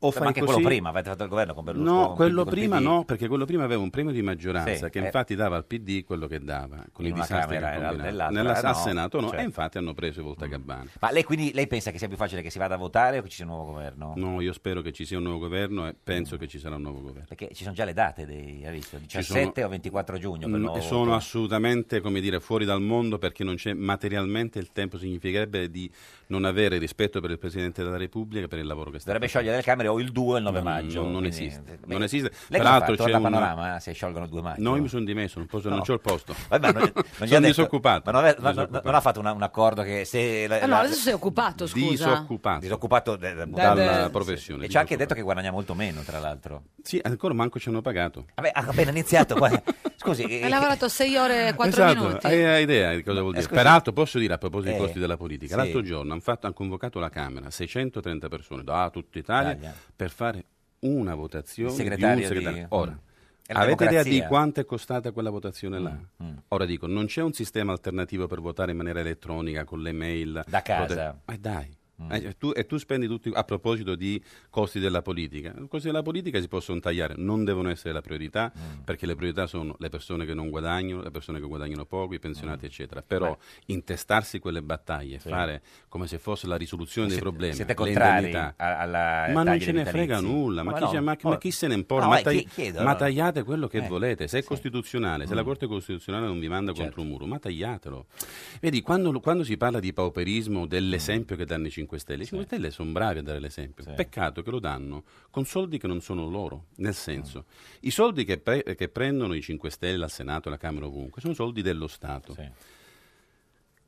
[SPEAKER 2] Ma
[SPEAKER 16] O fai
[SPEAKER 2] anche
[SPEAKER 16] così-
[SPEAKER 2] quello prima, avete fatto il governo con Berlusconi.
[SPEAKER 16] No, quello
[SPEAKER 2] col
[SPEAKER 16] prima
[SPEAKER 2] PD.
[SPEAKER 16] no, perché quello prima aveva un premio di maggioranza
[SPEAKER 2] Sì,
[SPEAKER 16] che
[SPEAKER 2] eh.
[SPEAKER 16] infatti dava al PD quello che dava con i
[SPEAKER 2] In una
[SPEAKER 16] disastri
[SPEAKER 2] Camera
[SPEAKER 16] che
[SPEAKER 2] e
[SPEAKER 16] combinava.
[SPEAKER 2] nell'altra
[SPEAKER 16] Nella-
[SPEAKER 2] no,
[SPEAKER 16] al Senato no,
[SPEAKER 2] certo.
[SPEAKER 16] e infatti hanno preso Volta Gabbana.
[SPEAKER 2] Ma lei quindi lei pensa che sia più facile che si vada a votare o che ci sia un nuovo governo?
[SPEAKER 16] No, io spero che ci sia un nuovo governo e
[SPEAKER 2] Mm.
[SPEAKER 16] penso che ci sarà un nuovo governo.
[SPEAKER 2] Perché ci sono già le date, dei, hai visto?
[SPEAKER 16] Ci
[SPEAKER 2] 17 o 24 giugno per il
[SPEAKER 16] Mm,
[SPEAKER 2] nuovo
[SPEAKER 16] sono
[SPEAKER 2] voto.
[SPEAKER 16] assolutamente come dire fuori dal mondo perché non c'è materialmente il tempo significherebbe di non avere rispetto per il Presidente della Repubblica e per il lavoro che sta
[SPEAKER 2] Dovrebbe
[SPEAKER 16] facendo.
[SPEAKER 2] sciogliere le Camere o il 2 e il 9 maggio.
[SPEAKER 16] non, non
[SPEAKER 2] quindi-
[SPEAKER 16] esiste
[SPEAKER 2] Beh,
[SPEAKER 16] non esiste
[SPEAKER 2] Lei
[SPEAKER 16] peraltro
[SPEAKER 2] Peraltro fa?
[SPEAKER 16] c'è
[SPEAKER 2] Torna
[SPEAKER 16] un
[SPEAKER 2] panorama eh, se sciolgono il 2 maggio.
[SPEAKER 16] no io mi sono dimesso non, posso,
[SPEAKER 2] No.
[SPEAKER 16] non c'ho il posto <laughs>
[SPEAKER 2] Vabbè, ma non- non gli ha
[SPEAKER 16] sono
[SPEAKER 2] detto-
[SPEAKER 16] disoccupato
[SPEAKER 2] Ma non, ave-
[SPEAKER 16] Sono
[SPEAKER 2] ma non-
[SPEAKER 16] disoccupato.
[SPEAKER 2] non ha fatto una- un accordo che se... la-
[SPEAKER 1] Allora,
[SPEAKER 2] la-
[SPEAKER 1] Eh, Ah, adesso sei occupato, scusa.
[SPEAKER 16] Disoccupato.
[SPEAKER 2] Disoccupato de- de-
[SPEAKER 16] dalla
[SPEAKER 2] sì.
[SPEAKER 16] professione
[SPEAKER 2] E ci ha anche detto che guadagna molto meno, tra l'altro.
[SPEAKER 16] sì ancora manco ci hanno pagato
[SPEAKER 2] Vabbè, ha appena iniziato.
[SPEAKER 16] <laughs>
[SPEAKER 2] poi- Scusi, eh,
[SPEAKER 1] Hai lavorato 6 ore e 4
[SPEAKER 16] esatto,
[SPEAKER 1] minuti.
[SPEAKER 16] Hai, hai idea di cosa vuol
[SPEAKER 2] Eh,
[SPEAKER 16] dire?
[SPEAKER 2] scusi.
[SPEAKER 16] Peraltro posso dire a proposito dei
[SPEAKER 2] Eh,
[SPEAKER 16] costi della politica,
[SPEAKER 2] sì.
[SPEAKER 16] l'altro giorno hanno, fatto- hanno convocato la Camera 630 persone da tutta Italia
[SPEAKER 2] Italia.
[SPEAKER 16] per fare una votazione
[SPEAKER 2] Il
[SPEAKER 16] di un
[SPEAKER 2] segretario di-
[SPEAKER 16] segretario.
[SPEAKER 2] Mm.
[SPEAKER 16] Ora,
[SPEAKER 2] È la
[SPEAKER 16] avete idea di
[SPEAKER 2] democrazia.
[SPEAKER 16] quanto è costata quella votazione là?
[SPEAKER 2] Mm, mm.
[SPEAKER 16] Ora dico, non c'è un sistema alternativo per votare in maniera elettronica con le mail
[SPEAKER 2] Da casa. Mm.
[SPEAKER 16] Ma dai. Eh, tu- e tu spendi tutti a proposito di costi della politica. I costi della politica si possono tagliare, non devono essere la priorità,
[SPEAKER 2] Mm.
[SPEAKER 16] perché le priorità sono le persone che non guadagnano, le persone che guadagnano poco, i pensionati, eccetera. Però intestarsi quelle battaglie,
[SPEAKER 2] Mm. Sì.
[SPEAKER 16] fare come se fosse la risoluzione dei
[SPEAKER 2] Siete-
[SPEAKER 16] problemi,
[SPEAKER 2] siete
[SPEAKER 16] le
[SPEAKER 2] contrari
[SPEAKER 16] indennità.
[SPEAKER 2] a- alla-
[SPEAKER 16] ma non
[SPEAKER 2] tagli
[SPEAKER 16] ce
[SPEAKER 2] dei
[SPEAKER 16] ne frega
[SPEAKER 2] vitalizi?
[SPEAKER 16] nulla, ma,
[SPEAKER 2] Ma
[SPEAKER 16] chi,
[SPEAKER 2] no.
[SPEAKER 16] se- ma- ma chi se ne importa?
[SPEAKER 2] No,
[SPEAKER 16] ma,
[SPEAKER 2] eh,
[SPEAKER 16] tagli-
[SPEAKER 2] chi- chiedo,
[SPEAKER 16] ma
[SPEAKER 2] no.
[SPEAKER 16] tagliate quello che
[SPEAKER 2] Eh,
[SPEAKER 16] volete, se è costituzionale, se la
[SPEAKER 2] Mm.
[SPEAKER 16] Corte Costituzionale non vi manda contro un muro, ma tagliatelo. Vedi, quando, quando si parla di pauperismo, dell'esempio che danno i 5 Stelle, i 5 Stelle sono bravi a dare l'esempio. Peccato che lo danno con soldi che non sono loro. Nel senso, i soldi che, pre- che prendono i 5 Stelle al Senato, alla Camera, ovunque, sono soldi dello Stato.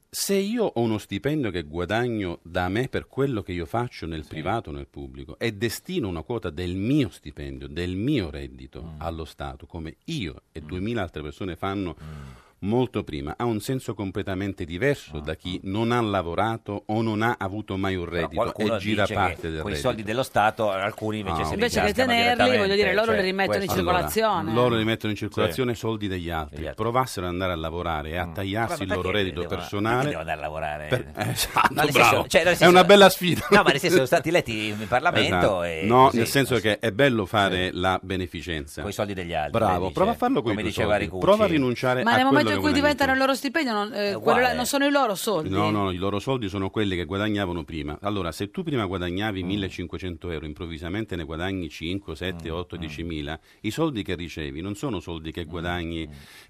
[SPEAKER 16] Se io ho uno stipendio che guadagno da me per quello che io faccio nel privato o nel pubblico e destino una quota del mio stipendio, del mio reddito
[SPEAKER 2] Mm.
[SPEAKER 16] allo Stato, come io e 2000 altre persone fanno
[SPEAKER 2] Mm.
[SPEAKER 16] molto prima, ha un senso completamente diverso da chi non ha lavorato o non ha avuto mai un
[SPEAKER 2] Ah, Però
[SPEAKER 16] reddito
[SPEAKER 2] qualcuno
[SPEAKER 16] e gira
[SPEAKER 2] dice
[SPEAKER 16] parte
[SPEAKER 2] che
[SPEAKER 16] del
[SPEAKER 2] quei
[SPEAKER 16] reddito.
[SPEAKER 2] soldi dello Stato alcuni invece
[SPEAKER 16] Ah,
[SPEAKER 2] se li
[SPEAKER 1] Invece che
[SPEAKER 2] incassano
[SPEAKER 1] tenerli,
[SPEAKER 2] direttamente,
[SPEAKER 1] voglio dire, loro
[SPEAKER 2] cioè,
[SPEAKER 1] li rimettono in
[SPEAKER 2] questo.
[SPEAKER 1] circolazione.
[SPEAKER 16] Loro li mettono in circolazione soldi degli altri. Provassero ad andare a lavorare e a tagliarsi
[SPEAKER 2] Ma
[SPEAKER 16] il loro
[SPEAKER 2] Mm. perché
[SPEAKER 16] reddito
[SPEAKER 2] devono- perché
[SPEAKER 16] personale.
[SPEAKER 2] devono andare a lavorare?
[SPEAKER 16] Per- eh, esatto,
[SPEAKER 2] No, nel senso-
[SPEAKER 16] bravo.
[SPEAKER 2] cioè, nel
[SPEAKER 16] è
[SPEAKER 2] senso-
[SPEAKER 16] una bella sfida.
[SPEAKER 2] No, ma nel senso sono stati eletti in Parlamento
[SPEAKER 16] Esatto.
[SPEAKER 2] e
[SPEAKER 16] no,
[SPEAKER 2] così.
[SPEAKER 16] nel senso che è bello fare la beneficenza. Con i
[SPEAKER 2] soldi degli altri. lei
[SPEAKER 16] Bravo,
[SPEAKER 2] dice.
[SPEAKER 16] prova a farlo con
[SPEAKER 2] Come
[SPEAKER 16] i tuoi
[SPEAKER 2] diceva
[SPEAKER 16] soldi.
[SPEAKER 2] Ricucci.
[SPEAKER 16] Prova a rinunciare
[SPEAKER 1] Ma
[SPEAKER 16] eh, a
[SPEAKER 1] nel
[SPEAKER 16] quello
[SPEAKER 1] momento
[SPEAKER 16] che
[SPEAKER 1] in cui
[SPEAKER 16] guadagni tu.
[SPEAKER 1] diventano il loro stipendio, non, eh,
[SPEAKER 16] uguale.
[SPEAKER 1] quello là non sono i loro soldi.
[SPEAKER 16] No, no, i loro soldi sono quelli che guadagnavano prima. Allora, se tu prima guadagnavi
[SPEAKER 2] Mm.
[SPEAKER 16] 1500 euro, improvvisamente ne guadagni 5,
[SPEAKER 2] Mm,
[SPEAKER 16] 7, 8, 10.000, i soldi che ricevi non sono soldi che guadagni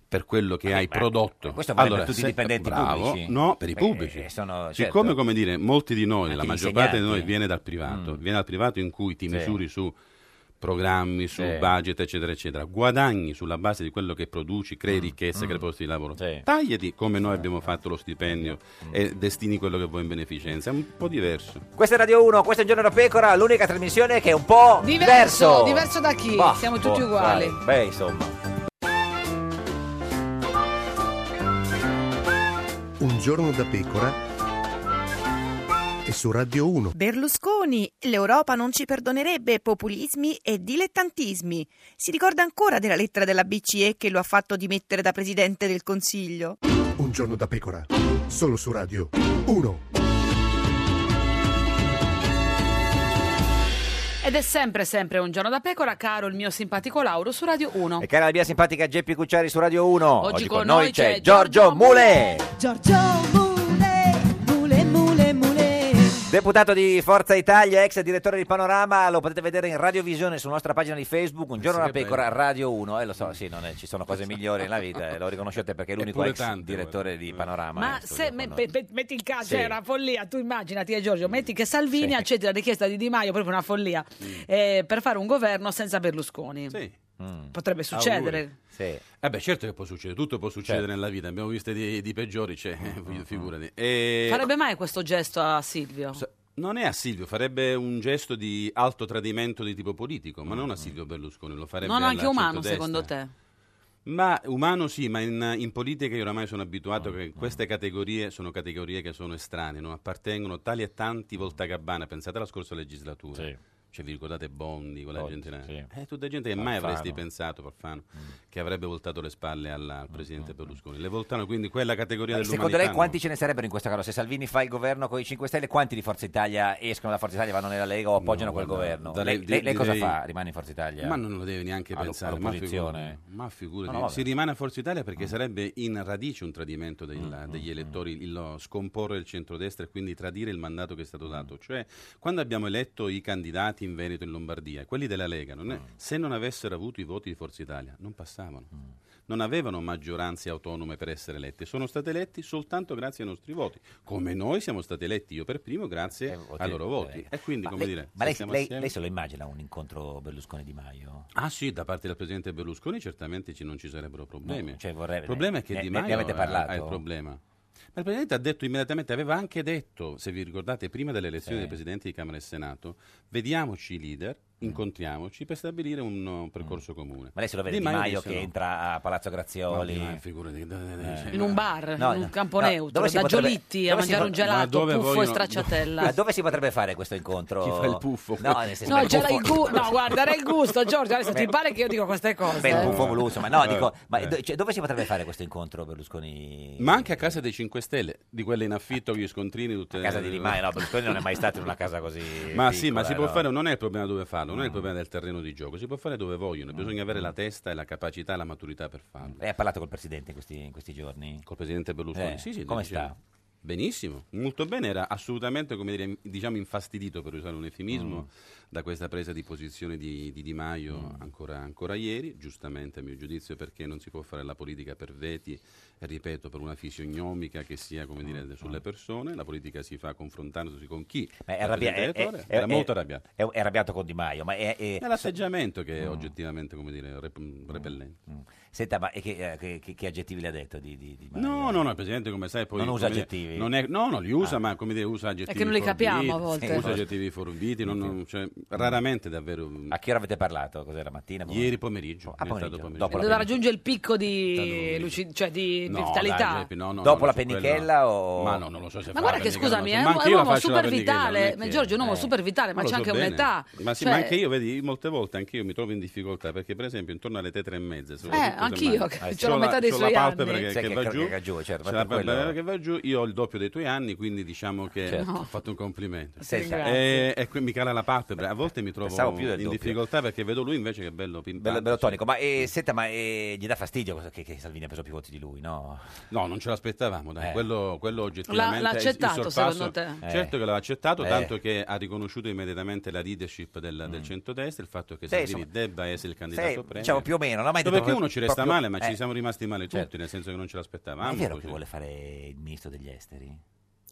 [SPEAKER 16] per quello che hai prodotto.
[SPEAKER 2] mm. Eh, questo vale per
[SPEAKER 16] Certo. Allora,
[SPEAKER 2] tutti i
[SPEAKER 16] se-
[SPEAKER 2] dipendenti
[SPEAKER 16] bravo,
[SPEAKER 2] pubblici?
[SPEAKER 16] No, per i
[SPEAKER 2] Eh,
[SPEAKER 16] pubblici.
[SPEAKER 2] sono- certo.
[SPEAKER 16] Siccome, come dire, molti di noi, la
[SPEAKER 2] gli
[SPEAKER 16] maggior parte di
[SPEAKER 2] insegnanti.
[SPEAKER 16] noi viene dal privato, viene dal privato in cui ti
[SPEAKER 2] Mm. Sì.
[SPEAKER 16] misuri su programmi, su
[SPEAKER 2] Sì.
[SPEAKER 16] budget, eccetera, eccetera. Guadagni sulla base di quello che produci, crei
[SPEAKER 2] Mm.
[SPEAKER 16] ricchezza, crei posti di lavoro. Tagliati come noi abbiamo fatto lo stipendio
[SPEAKER 2] Mm.
[SPEAKER 16] e destini quello che vuoi in beneficenza. È un po' diverso.
[SPEAKER 2] Questa è Radio 1, questo è un giorno da pecora, l'unica trasmissione che è un po'
[SPEAKER 1] Diverso,
[SPEAKER 2] diverso.
[SPEAKER 1] diverso da chi?
[SPEAKER 2] Bah,
[SPEAKER 1] Siamo tutti
[SPEAKER 2] boh,
[SPEAKER 1] uguali.
[SPEAKER 2] sai, Beh, insomma.
[SPEAKER 13] Un giorno da pecora e su Radio 1.
[SPEAKER 14] Berlusconi, l'Europa non ci perdonerebbe populismi e dilettantismi. Si ricorda ancora della lettera della BCE che lo ha fatto dimettere da presidente del Consiglio?
[SPEAKER 13] Un giorno da pecora. Solo su Radio 1.
[SPEAKER 1] Ed è sempre, sempre un giorno da pecora, caro il mio simpatico Lauro su Radio 1.
[SPEAKER 2] E cara la mia simpatica Geppi Cucciari su Radio 1.
[SPEAKER 1] Oggi con noi c'è
[SPEAKER 2] Giorgio Mule.
[SPEAKER 12] Giorgio Mule, Mule, Mule, Mule.
[SPEAKER 2] Deputato di Forza Italia, ex direttore di Panorama, lo potete vedere in radiovisione sulla nostra pagina di Facebook, Un giorno
[SPEAKER 16] sì,
[SPEAKER 2] alla
[SPEAKER 16] che
[SPEAKER 2] pecora,
[SPEAKER 16] bello.
[SPEAKER 2] Radio 1. E lo so, sì, non è- ci sono cose migliori nella vita, eh, lo riconoscete perché è l'unico
[SPEAKER 16] Eppure
[SPEAKER 2] ex
[SPEAKER 16] tante,
[SPEAKER 2] direttore di Panorama.
[SPEAKER 1] Ma
[SPEAKER 2] eh,
[SPEAKER 1] se me- pe- pe- metti in caso,
[SPEAKER 2] Sì.
[SPEAKER 1] è una follia, tu immaginati, eh, Giorgio, metti che Salvini
[SPEAKER 2] Sì.
[SPEAKER 1] accetti la richiesta di Di Maio, proprio una follia,
[SPEAKER 16] Mm.
[SPEAKER 1] eh, per fare un governo senza Berlusconi. Mm.
[SPEAKER 2] Mm.
[SPEAKER 1] Potrebbe succedere.
[SPEAKER 16] Auguri. Eh beh, certo che può succedere, tutto può succedere
[SPEAKER 2] Certo.
[SPEAKER 16] nella vita. Abbiamo visto di, di peggiori, cioè,
[SPEAKER 2] Mm,
[SPEAKER 16] <laughs> figurati. E-
[SPEAKER 1] Farebbe mai questo gesto a Silvio?
[SPEAKER 16] Non è a Silvio, farebbe un gesto di alto tradimento di tipo politico, ma non a Silvio Berlusconi, lo farebbe
[SPEAKER 1] non
[SPEAKER 16] alla
[SPEAKER 1] anche umano,
[SPEAKER 16] centrodestra.
[SPEAKER 1] secondo te?
[SPEAKER 16] Ma umano sì, ma in, in politica io oramai sono abituato che queste categorie sono categorie che sono estranee, non appartengono tali e tanti Voltagabbana, pensate alla scorsa legislatura. Cioè, vi ricordate Bondi, quella
[SPEAKER 17] Bondi,
[SPEAKER 16] gente,
[SPEAKER 17] sì.
[SPEAKER 16] eh, tutta gente che mai
[SPEAKER 17] Alfano.
[SPEAKER 16] avresti pensato, Farfano,
[SPEAKER 1] Mm.
[SPEAKER 16] che avrebbe voltato le spalle alla- al presidente Berlusconi. Le voltano quindi quella categoria
[SPEAKER 1] Eh,
[SPEAKER 2] Ma
[SPEAKER 16] dell'umanità.
[SPEAKER 2] Eh, Secondo lei
[SPEAKER 16] no?
[SPEAKER 2] quanti ce ne sarebbero in questa cosa? Se Salvini fa il governo con i 5 Stelle, quanti di Forza Italia escono da Forza Italia, vanno nella Lega o appoggiano quel
[SPEAKER 16] guarda,
[SPEAKER 2] governo?
[SPEAKER 16] darei-
[SPEAKER 2] lei lei- lei cosa
[SPEAKER 16] direi-
[SPEAKER 2] fa? Rimane in Forza Italia?
[SPEAKER 16] Ma non lo deve neanche
[SPEAKER 2] Allo-
[SPEAKER 16] pensare, ma
[SPEAKER 2] all'opposizione.
[SPEAKER 16] figurati. Ma figurati.
[SPEAKER 2] No, no, vabbè. Mm.
[SPEAKER 16] si rimane a Forza Italia perché sarebbe in radice un tradimento del- degli elettori, il lo scomporre il centrodestra e quindi tradire il mandato che è stato dato. Cioè, quando abbiamo eletto i candidati in Veneto e in Lombardia, quelli della Lega, non
[SPEAKER 2] Mm.
[SPEAKER 16] è- se non avessero avuto i voti di Forza Italia, non passavano. Non avevano maggioranze autonome per essere eletti, sono stati eletti soltanto grazie ai nostri voti, come noi siamo stati eletti io per primo grazie ai loro voti. E quindi,
[SPEAKER 2] Eh, Ma
[SPEAKER 16] come
[SPEAKER 2] lei-
[SPEAKER 16] dire,
[SPEAKER 2] ma lei,
[SPEAKER 16] se siamo
[SPEAKER 2] lei-
[SPEAKER 16] assieme-
[SPEAKER 2] lei se lo immagina un incontro Berlusconi-Di Maio?
[SPEAKER 16] Ah sì, da parte del presidente Berlusconi certamente ci- non ci sarebbero problemi.
[SPEAKER 2] No, cioè, vorrei-
[SPEAKER 16] il problema è che
[SPEAKER 2] ne-
[SPEAKER 16] Di
[SPEAKER 2] ne- ne
[SPEAKER 16] Maio
[SPEAKER 2] avete
[SPEAKER 16] ha-
[SPEAKER 2] parlato?
[SPEAKER 16] ha il problema. Ma il presidente ha detto immediatamente, aveva anche detto, se vi ricordate, prima delle elezioni
[SPEAKER 17] Sì.
[SPEAKER 16] dei presidenti di Camera e Senato, vediamoci i leader, incontriamoci per stabilire un uh, percorso comune.
[SPEAKER 2] Mm. Ma lei se lo vede Di Maio, che
[SPEAKER 16] disse no.
[SPEAKER 2] entra a Palazzo Grazioli?
[SPEAKER 16] Ma Di Maio, figurati, cioè,
[SPEAKER 2] Eh.
[SPEAKER 1] In un bar, in un campo neutro,
[SPEAKER 2] dove si
[SPEAKER 1] da
[SPEAKER 2] potrebbe-
[SPEAKER 1] Giolitti a
[SPEAKER 2] dove si
[SPEAKER 1] mangiare
[SPEAKER 2] pot-
[SPEAKER 1] un gelato, puffo e stracciatella.
[SPEAKER 2] Ma dove si potrebbe fare questo incontro?
[SPEAKER 17] Chi fa il puffo?
[SPEAKER 2] No, nel senso,
[SPEAKER 1] No,
[SPEAKER 2] il
[SPEAKER 1] c'era il
[SPEAKER 2] puffo-
[SPEAKER 1] gusto. No, guarda, era il gusto, Giorgio. Adesso ti
[SPEAKER 2] Beh.
[SPEAKER 1] pare che io dico queste cose.
[SPEAKER 2] Beh, il buffo voluso, ma no,
[SPEAKER 16] Eh,
[SPEAKER 2] dico, ma
[SPEAKER 16] eh.
[SPEAKER 2] do- cioè, dove si potrebbe fare questo incontro Berlusconi?
[SPEAKER 16] Ma anche a casa dei 5 Stelle, di quelle in affitto, con gli scontrini, tutte...
[SPEAKER 2] A casa di Di Maio, no, Berlusconi non è mai stato in una casa così
[SPEAKER 16] Ma sì, ma
[SPEAKER 2] piccola,
[SPEAKER 16] si può
[SPEAKER 2] no? Mm.
[SPEAKER 16] fare, non è il problema dove farlo, non è il problema del terreno di gioco, si può fare dove vogliono, bisogna avere la testa e la capacità e la maturità per farlo.
[SPEAKER 2] Lei Mm. Eh, ha parlato col Presidente in questi, in questi giorni?
[SPEAKER 16] Col Presidente Berlusconi?
[SPEAKER 2] Eh,
[SPEAKER 16] sì, sì,
[SPEAKER 2] come
[SPEAKER 16] dicevo.
[SPEAKER 2] sta?
[SPEAKER 16] Benissimo, molto bene, era assolutamente come dire, in- diciamo infastidito per usare un eufemismo
[SPEAKER 2] Mm.
[SPEAKER 16] da questa presa di posizione di Di, Di Maio ancora, ancora ieri, giustamente a mio giudizio perché non si può fare la politica per veti, e ripeto, per una fisionomica che sia come
[SPEAKER 2] Mm,
[SPEAKER 16] dire, sulle persone, la politica si fa confrontandosi con chi?
[SPEAKER 2] Ma
[SPEAKER 16] Rappresenta
[SPEAKER 2] è arrabbia-
[SPEAKER 16] il
[SPEAKER 2] è- è-
[SPEAKER 16] elettoре?
[SPEAKER 2] è-
[SPEAKER 16] era
[SPEAKER 2] è-
[SPEAKER 16] molto arrabbiato.
[SPEAKER 2] È, è arrabbiato con Di Maio, ma è... è-
[SPEAKER 16] È l'atteggiamento che è
[SPEAKER 2] Mm.
[SPEAKER 16] oggettivamente come dire, rep- repellente.
[SPEAKER 2] Senta, ma e che, eh, che- che- che aggettivi le ha detto di, di- di Maio?
[SPEAKER 16] No, no, no, il Presidente come sai poi...
[SPEAKER 2] Non usa
[SPEAKER 16] come dire,
[SPEAKER 2] aggettivi? Ah.
[SPEAKER 16] non è- no, no, li usa, ma come dire, usa aggettivi
[SPEAKER 1] che non li capiamo
[SPEAKER 16] forbiti,
[SPEAKER 1] a volte.
[SPEAKER 16] Usa
[SPEAKER 1] Sì.
[SPEAKER 16] aggettivi forbiti, non- non- cioè, raramente davvero... mm.
[SPEAKER 2] A che ora avete parlato? Cos'era, la mattina?
[SPEAKER 16] Ieri pomeriggio.
[SPEAKER 2] Ah,
[SPEAKER 16] è
[SPEAKER 2] pomeriggio,
[SPEAKER 16] stato pomeriggio.
[SPEAKER 2] dopo la
[SPEAKER 1] Dove raggiunge il picco di, lucid- cioè di di vitalità.
[SPEAKER 16] dai, Geppi, no, no,
[SPEAKER 2] Dopo
[SPEAKER 16] no,
[SPEAKER 2] la
[SPEAKER 16] su quello-
[SPEAKER 2] pennichella o-
[SPEAKER 16] Ma no, non lo so se
[SPEAKER 1] Ma
[SPEAKER 16] fa
[SPEAKER 1] guarda
[SPEAKER 16] la
[SPEAKER 1] che
[SPEAKER 16] pennichella,
[SPEAKER 1] scusami, è
[SPEAKER 16] non so. Ma
[SPEAKER 1] un
[SPEAKER 16] anche io la
[SPEAKER 1] uomo
[SPEAKER 16] faccio la
[SPEAKER 1] super
[SPEAKER 16] pennichella, non è
[SPEAKER 1] vitale.
[SPEAKER 16] che-
[SPEAKER 1] Ma Giorgio è un uomo
[SPEAKER 16] Eh.
[SPEAKER 1] super vitale, ma
[SPEAKER 16] lo
[SPEAKER 1] c'è anche
[SPEAKER 16] so bene.
[SPEAKER 1] un'età.
[SPEAKER 16] Ma sì,
[SPEAKER 1] Cioè-
[SPEAKER 16] ma anche io, vedi, molte volte anch'io mi trovo in difficoltà perché, per esempio, intorno alle 3 e mezza,
[SPEAKER 1] Eh, anch'io, che
[SPEAKER 16] c'è
[SPEAKER 1] c'ho la metà dei suoi
[SPEAKER 16] la palpebra
[SPEAKER 1] anni.
[SPEAKER 16] Che,
[SPEAKER 2] Sai
[SPEAKER 16] che
[SPEAKER 2] che
[SPEAKER 16] va
[SPEAKER 2] cro-
[SPEAKER 16] giù,
[SPEAKER 2] che va giù, certo,
[SPEAKER 16] c'è
[SPEAKER 2] ma
[SPEAKER 16] la
[SPEAKER 2] per quello-
[SPEAKER 16] palpebra che va giù. Io ho il doppio dei tuoi anni, quindi diciamo che
[SPEAKER 2] Certo.
[SPEAKER 16] ho fatto un complimento.
[SPEAKER 2] Sì, sì.
[SPEAKER 16] e, e qui mi cala la palpebra. A volte mi
[SPEAKER 2] Esatto. Pensavo
[SPEAKER 16] trovo
[SPEAKER 2] più del
[SPEAKER 16] in
[SPEAKER 2] doppio.
[SPEAKER 16] difficoltà perché vedo lui invece che è bello
[SPEAKER 2] Bello,
[SPEAKER 16] pimpante.
[SPEAKER 2] bello tonico, ma eh, senta, ma eh, gli dà fastidio cosa- che, che Salvini ha preso più voti di lui, no?
[SPEAKER 16] No, non ce l'aspettavamo, dai.
[SPEAKER 2] Eh.
[SPEAKER 16] Quello, quello oggettivamente
[SPEAKER 1] L'ha- l'ha
[SPEAKER 16] è il- il
[SPEAKER 1] accettato,
[SPEAKER 16] sorpasso.
[SPEAKER 1] secondo te?
[SPEAKER 2] Eh.
[SPEAKER 16] Certo che l'ha accettato,
[SPEAKER 2] Eh. Mm.
[SPEAKER 16] tanto che ha riconosciuto immediatamente la leadership del, del centrodestra, il fatto che
[SPEAKER 2] Sì,
[SPEAKER 16] Salvini
[SPEAKER 2] insomma,
[SPEAKER 16] debba essere il candidato
[SPEAKER 2] sì,
[SPEAKER 16] premier.
[SPEAKER 2] diciamo più o meno, non ha mai
[SPEAKER 16] No,
[SPEAKER 2] detto
[SPEAKER 16] perché
[SPEAKER 2] proprio-
[SPEAKER 16] uno ci resta
[SPEAKER 2] proprio-
[SPEAKER 16] male, ma
[SPEAKER 2] eh.
[SPEAKER 16] ci siamo rimasti male tutti,
[SPEAKER 2] Certo.
[SPEAKER 16] nel senso che non ce l'aspettavamo.
[SPEAKER 2] Ma è vero
[SPEAKER 16] così.
[SPEAKER 2] che vuole fare il ministro degli esteri?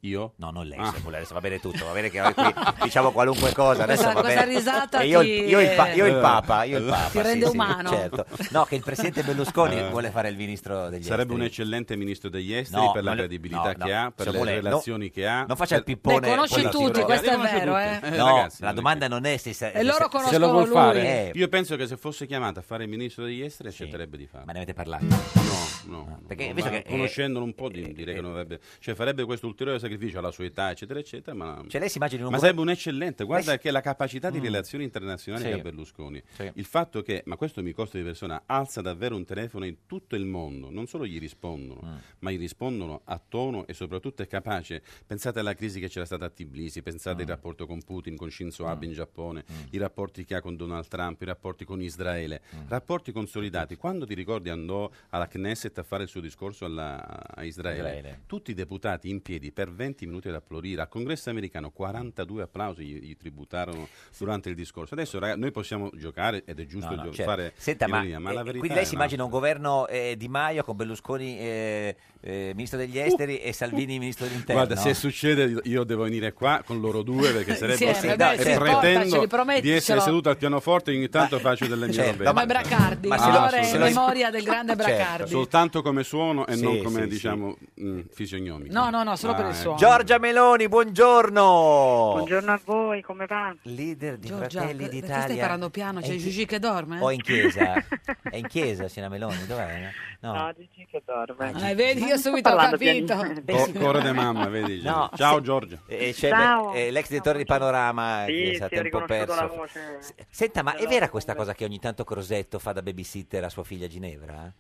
[SPEAKER 16] Io?
[SPEAKER 2] No, non lei,
[SPEAKER 16] Ah.
[SPEAKER 2] se vuole, adesso va bene tutto, va bene che
[SPEAKER 16] <laughs>
[SPEAKER 2] noi qui diciamo qualunque cosa, adesso
[SPEAKER 1] Questa-
[SPEAKER 2] va
[SPEAKER 1] questa
[SPEAKER 2] bene.
[SPEAKER 1] risata
[SPEAKER 2] E io, il-
[SPEAKER 1] ti-
[SPEAKER 2] io il pa-
[SPEAKER 16] Eh.
[SPEAKER 2] io il Papa, io il
[SPEAKER 16] Ti
[SPEAKER 2] Papa. sì,
[SPEAKER 1] rende
[SPEAKER 2] sì,
[SPEAKER 1] umano.
[SPEAKER 2] certo. No, che il presidente Berlusconi
[SPEAKER 16] Eh.
[SPEAKER 2] vuole fare il ministro degli
[SPEAKER 16] Sarebbe
[SPEAKER 2] esteri.
[SPEAKER 16] un eccellente ministro degli esteri
[SPEAKER 2] No,
[SPEAKER 16] per la
[SPEAKER 2] ma le-
[SPEAKER 16] credibilità
[SPEAKER 2] no,
[SPEAKER 16] che
[SPEAKER 2] no,
[SPEAKER 16] ha, per
[SPEAKER 2] se
[SPEAKER 16] le
[SPEAKER 2] vuole- no,
[SPEAKER 16] relazioni che ha. Cioè,
[SPEAKER 2] Non faccia il
[SPEAKER 16] per-
[SPEAKER 2] pippone.
[SPEAKER 1] Beh, conosci
[SPEAKER 2] quello
[SPEAKER 1] tutti,
[SPEAKER 2] sicuro.
[SPEAKER 1] questo è Li conosci vero, tutti. eh.
[SPEAKER 2] No,
[SPEAKER 16] ragazzi,
[SPEAKER 2] la domanda non è se... sa-
[SPEAKER 1] E loro conoscono
[SPEAKER 16] Se lo vuol
[SPEAKER 1] lui.
[SPEAKER 16] fare,
[SPEAKER 1] Eh.
[SPEAKER 16] io penso che se fosse chiamato a fare il ministro degli esteri accetterebbe di farlo. Ma
[SPEAKER 2] ne avete parlato? Ah,
[SPEAKER 16] No, no.
[SPEAKER 2] perché
[SPEAKER 16] no,
[SPEAKER 2] invece
[SPEAKER 16] ma
[SPEAKER 2] che- eh,
[SPEAKER 16] conoscendolo un po', di- direi che non avrebbe. Cioè, farebbe questo ulteriore sacrificio alla sua età, eccetera, eccetera. Ma,
[SPEAKER 2] Cioè, lei si immagina in un
[SPEAKER 16] ma
[SPEAKER 2] governo-
[SPEAKER 16] sarebbe un eccellente. Guarda
[SPEAKER 2] Lei si-
[SPEAKER 16] che la capacità di
[SPEAKER 2] Mm.
[SPEAKER 16] relazioni internazionali
[SPEAKER 2] Sì.
[SPEAKER 16] che ha Berlusconi.
[SPEAKER 2] Sì.
[SPEAKER 16] Il fatto che, ma questo mi costa di persona, alza davvero un telefono in tutto il mondo. Non solo gli rispondono,
[SPEAKER 2] Mm.
[SPEAKER 16] ma gli rispondono a tono e soprattutto è capace. Pensate alla crisi che c'era stata a Tbilisi, pensate
[SPEAKER 2] Mm.
[SPEAKER 16] al rapporto con Putin, con Shinzo Abe in Giappone, i rapporti che ha con Donald Trump, i rapporti con Israele,
[SPEAKER 2] Mm.
[SPEAKER 16] rapporti consolidati. Quando ti ricordi andò alla Knesset a fare il suo discorso alla- a Israele,
[SPEAKER 2] Israele.
[SPEAKER 16] tutti i deputati in piedi per 20 20 minuti ad applaudire. Al congresso americano 42 applausi gli, gli tributarono durante il discorso. Adesso raga, noi possiamo giocare ed è giusto
[SPEAKER 2] No, no,
[SPEAKER 16] gio-
[SPEAKER 2] certo.
[SPEAKER 16] fare
[SPEAKER 2] Senta, ma,
[SPEAKER 16] ironia, ma la
[SPEAKER 2] eh,
[SPEAKER 16] verità
[SPEAKER 2] quindi lei
[SPEAKER 16] è
[SPEAKER 2] si
[SPEAKER 16] una-
[SPEAKER 2] immagina un governo eh, Di Maio con Berlusconi eh, eh, ministro degli esteri e Salvini ministro dell'interno?
[SPEAKER 16] Uh. Guarda, se succede io devo venire qua con loro due perché sarebbe
[SPEAKER 2] Insieme,
[SPEAKER 16] sì,
[SPEAKER 2] beh,
[SPEAKER 16] dai,
[SPEAKER 2] sì,
[SPEAKER 16] e
[SPEAKER 2] portaceli,
[SPEAKER 16] pretendo di
[SPEAKER 1] prometticelo.
[SPEAKER 16] essere seduto al pianoforte e ogni tanto faccio delle mie
[SPEAKER 2] Certo,
[SPEAKER 16] robe.
[SPEAKER 1] Come Bracardi,
[SPEAKER 16] Ma
[SPEAKER 1] Eh, ma
[SPEAKER 16] se lo- se lo-
[SPEAKER 1] memoria del grande
[SPEAKER 16] Certo,
[SPEAKER 1] Bracardi.
[SPEAKER 16] soltanto come suono e
[SPEAKER 2] cioè, Sì,
[SPEAKER 16] non come
[SPEAKER 2] sì,
[SPEAKER 16] diciamo mm, fisionomico.
[SPEAKER 1] No, no, no, solo per
[SPEAKER 16] Ah,
[SPEAKER 1] il
[SPEAKER 16] ecco.
[SPEAKER 1] suono.
[SPEAKER 2] Giorgia Meloni, buongiorno.
[SPEAKER 17] Buongiorno a voi, come va?
[SPEAKER 2] Leader di
[SPEAKER 1] Giorgia,
[SPEAKER 2] ecco. Fratelli
[SPEAKER 1] per- perché
[SPEAKER 2] d'Italia.
[SPEAKER 1] stai parlando piano?
[SPEAKER 2] È
[SPEAKER 1] C'è
[SPEAKER 2] in chi-
[SPEAKER 1] Gigi che dorme? Ah,
[SPEAKER 2] O
[SPEAKER 1] <laughs>
[SPEAKER 2] in chiesa? È in
[SPEAKER 16] <laughs>
[SPEAKER 2] chiesa, Sina Meloni, dov'è? No, Ah,
[SPEAKER 17] No, Gigi che dorme.
[SPEAKER 1] Eh, vedi,
[SPEAKER 17] Ma
[SPEAKER 1] io
[SPEAKER 17] non sto
[SPEAKER 1] subito ho
[SPEAKER 17] parlando
[SPEAKER 1] capito.
[SPEAKER 17] piano.
[SPEAKER 16] Co- Coro de mamma, vedi?
[SPEAKER 2] No,
[SPEAKER 16] Ciao
[SPEAKER 2] se-
[SPEAKER 16] Giorgia.
[SPEAKER 2] E c'è
[SPEAKER 17] Ciao.
[SPEAKER 2] eh, l'ex direttore di Panorama eh,
[SPEAKER 17] Sì,
[SPEAKER 2] che è
[SPEAKER 17] sì, ho
[SPEAKER 2] stato un po'
[SPEAKER 17] riconosciuto
[SPEAKER 2] perso.
[SPEAKER 17] la voce.
[SPEAKER 2] S- Senta, ma è
[SPEAKER 17] Però-
[SPEAKER 2] vera questa cosa che ogni tanto Crosetto fa da babysitter a sua figlia Ginevra? Eh,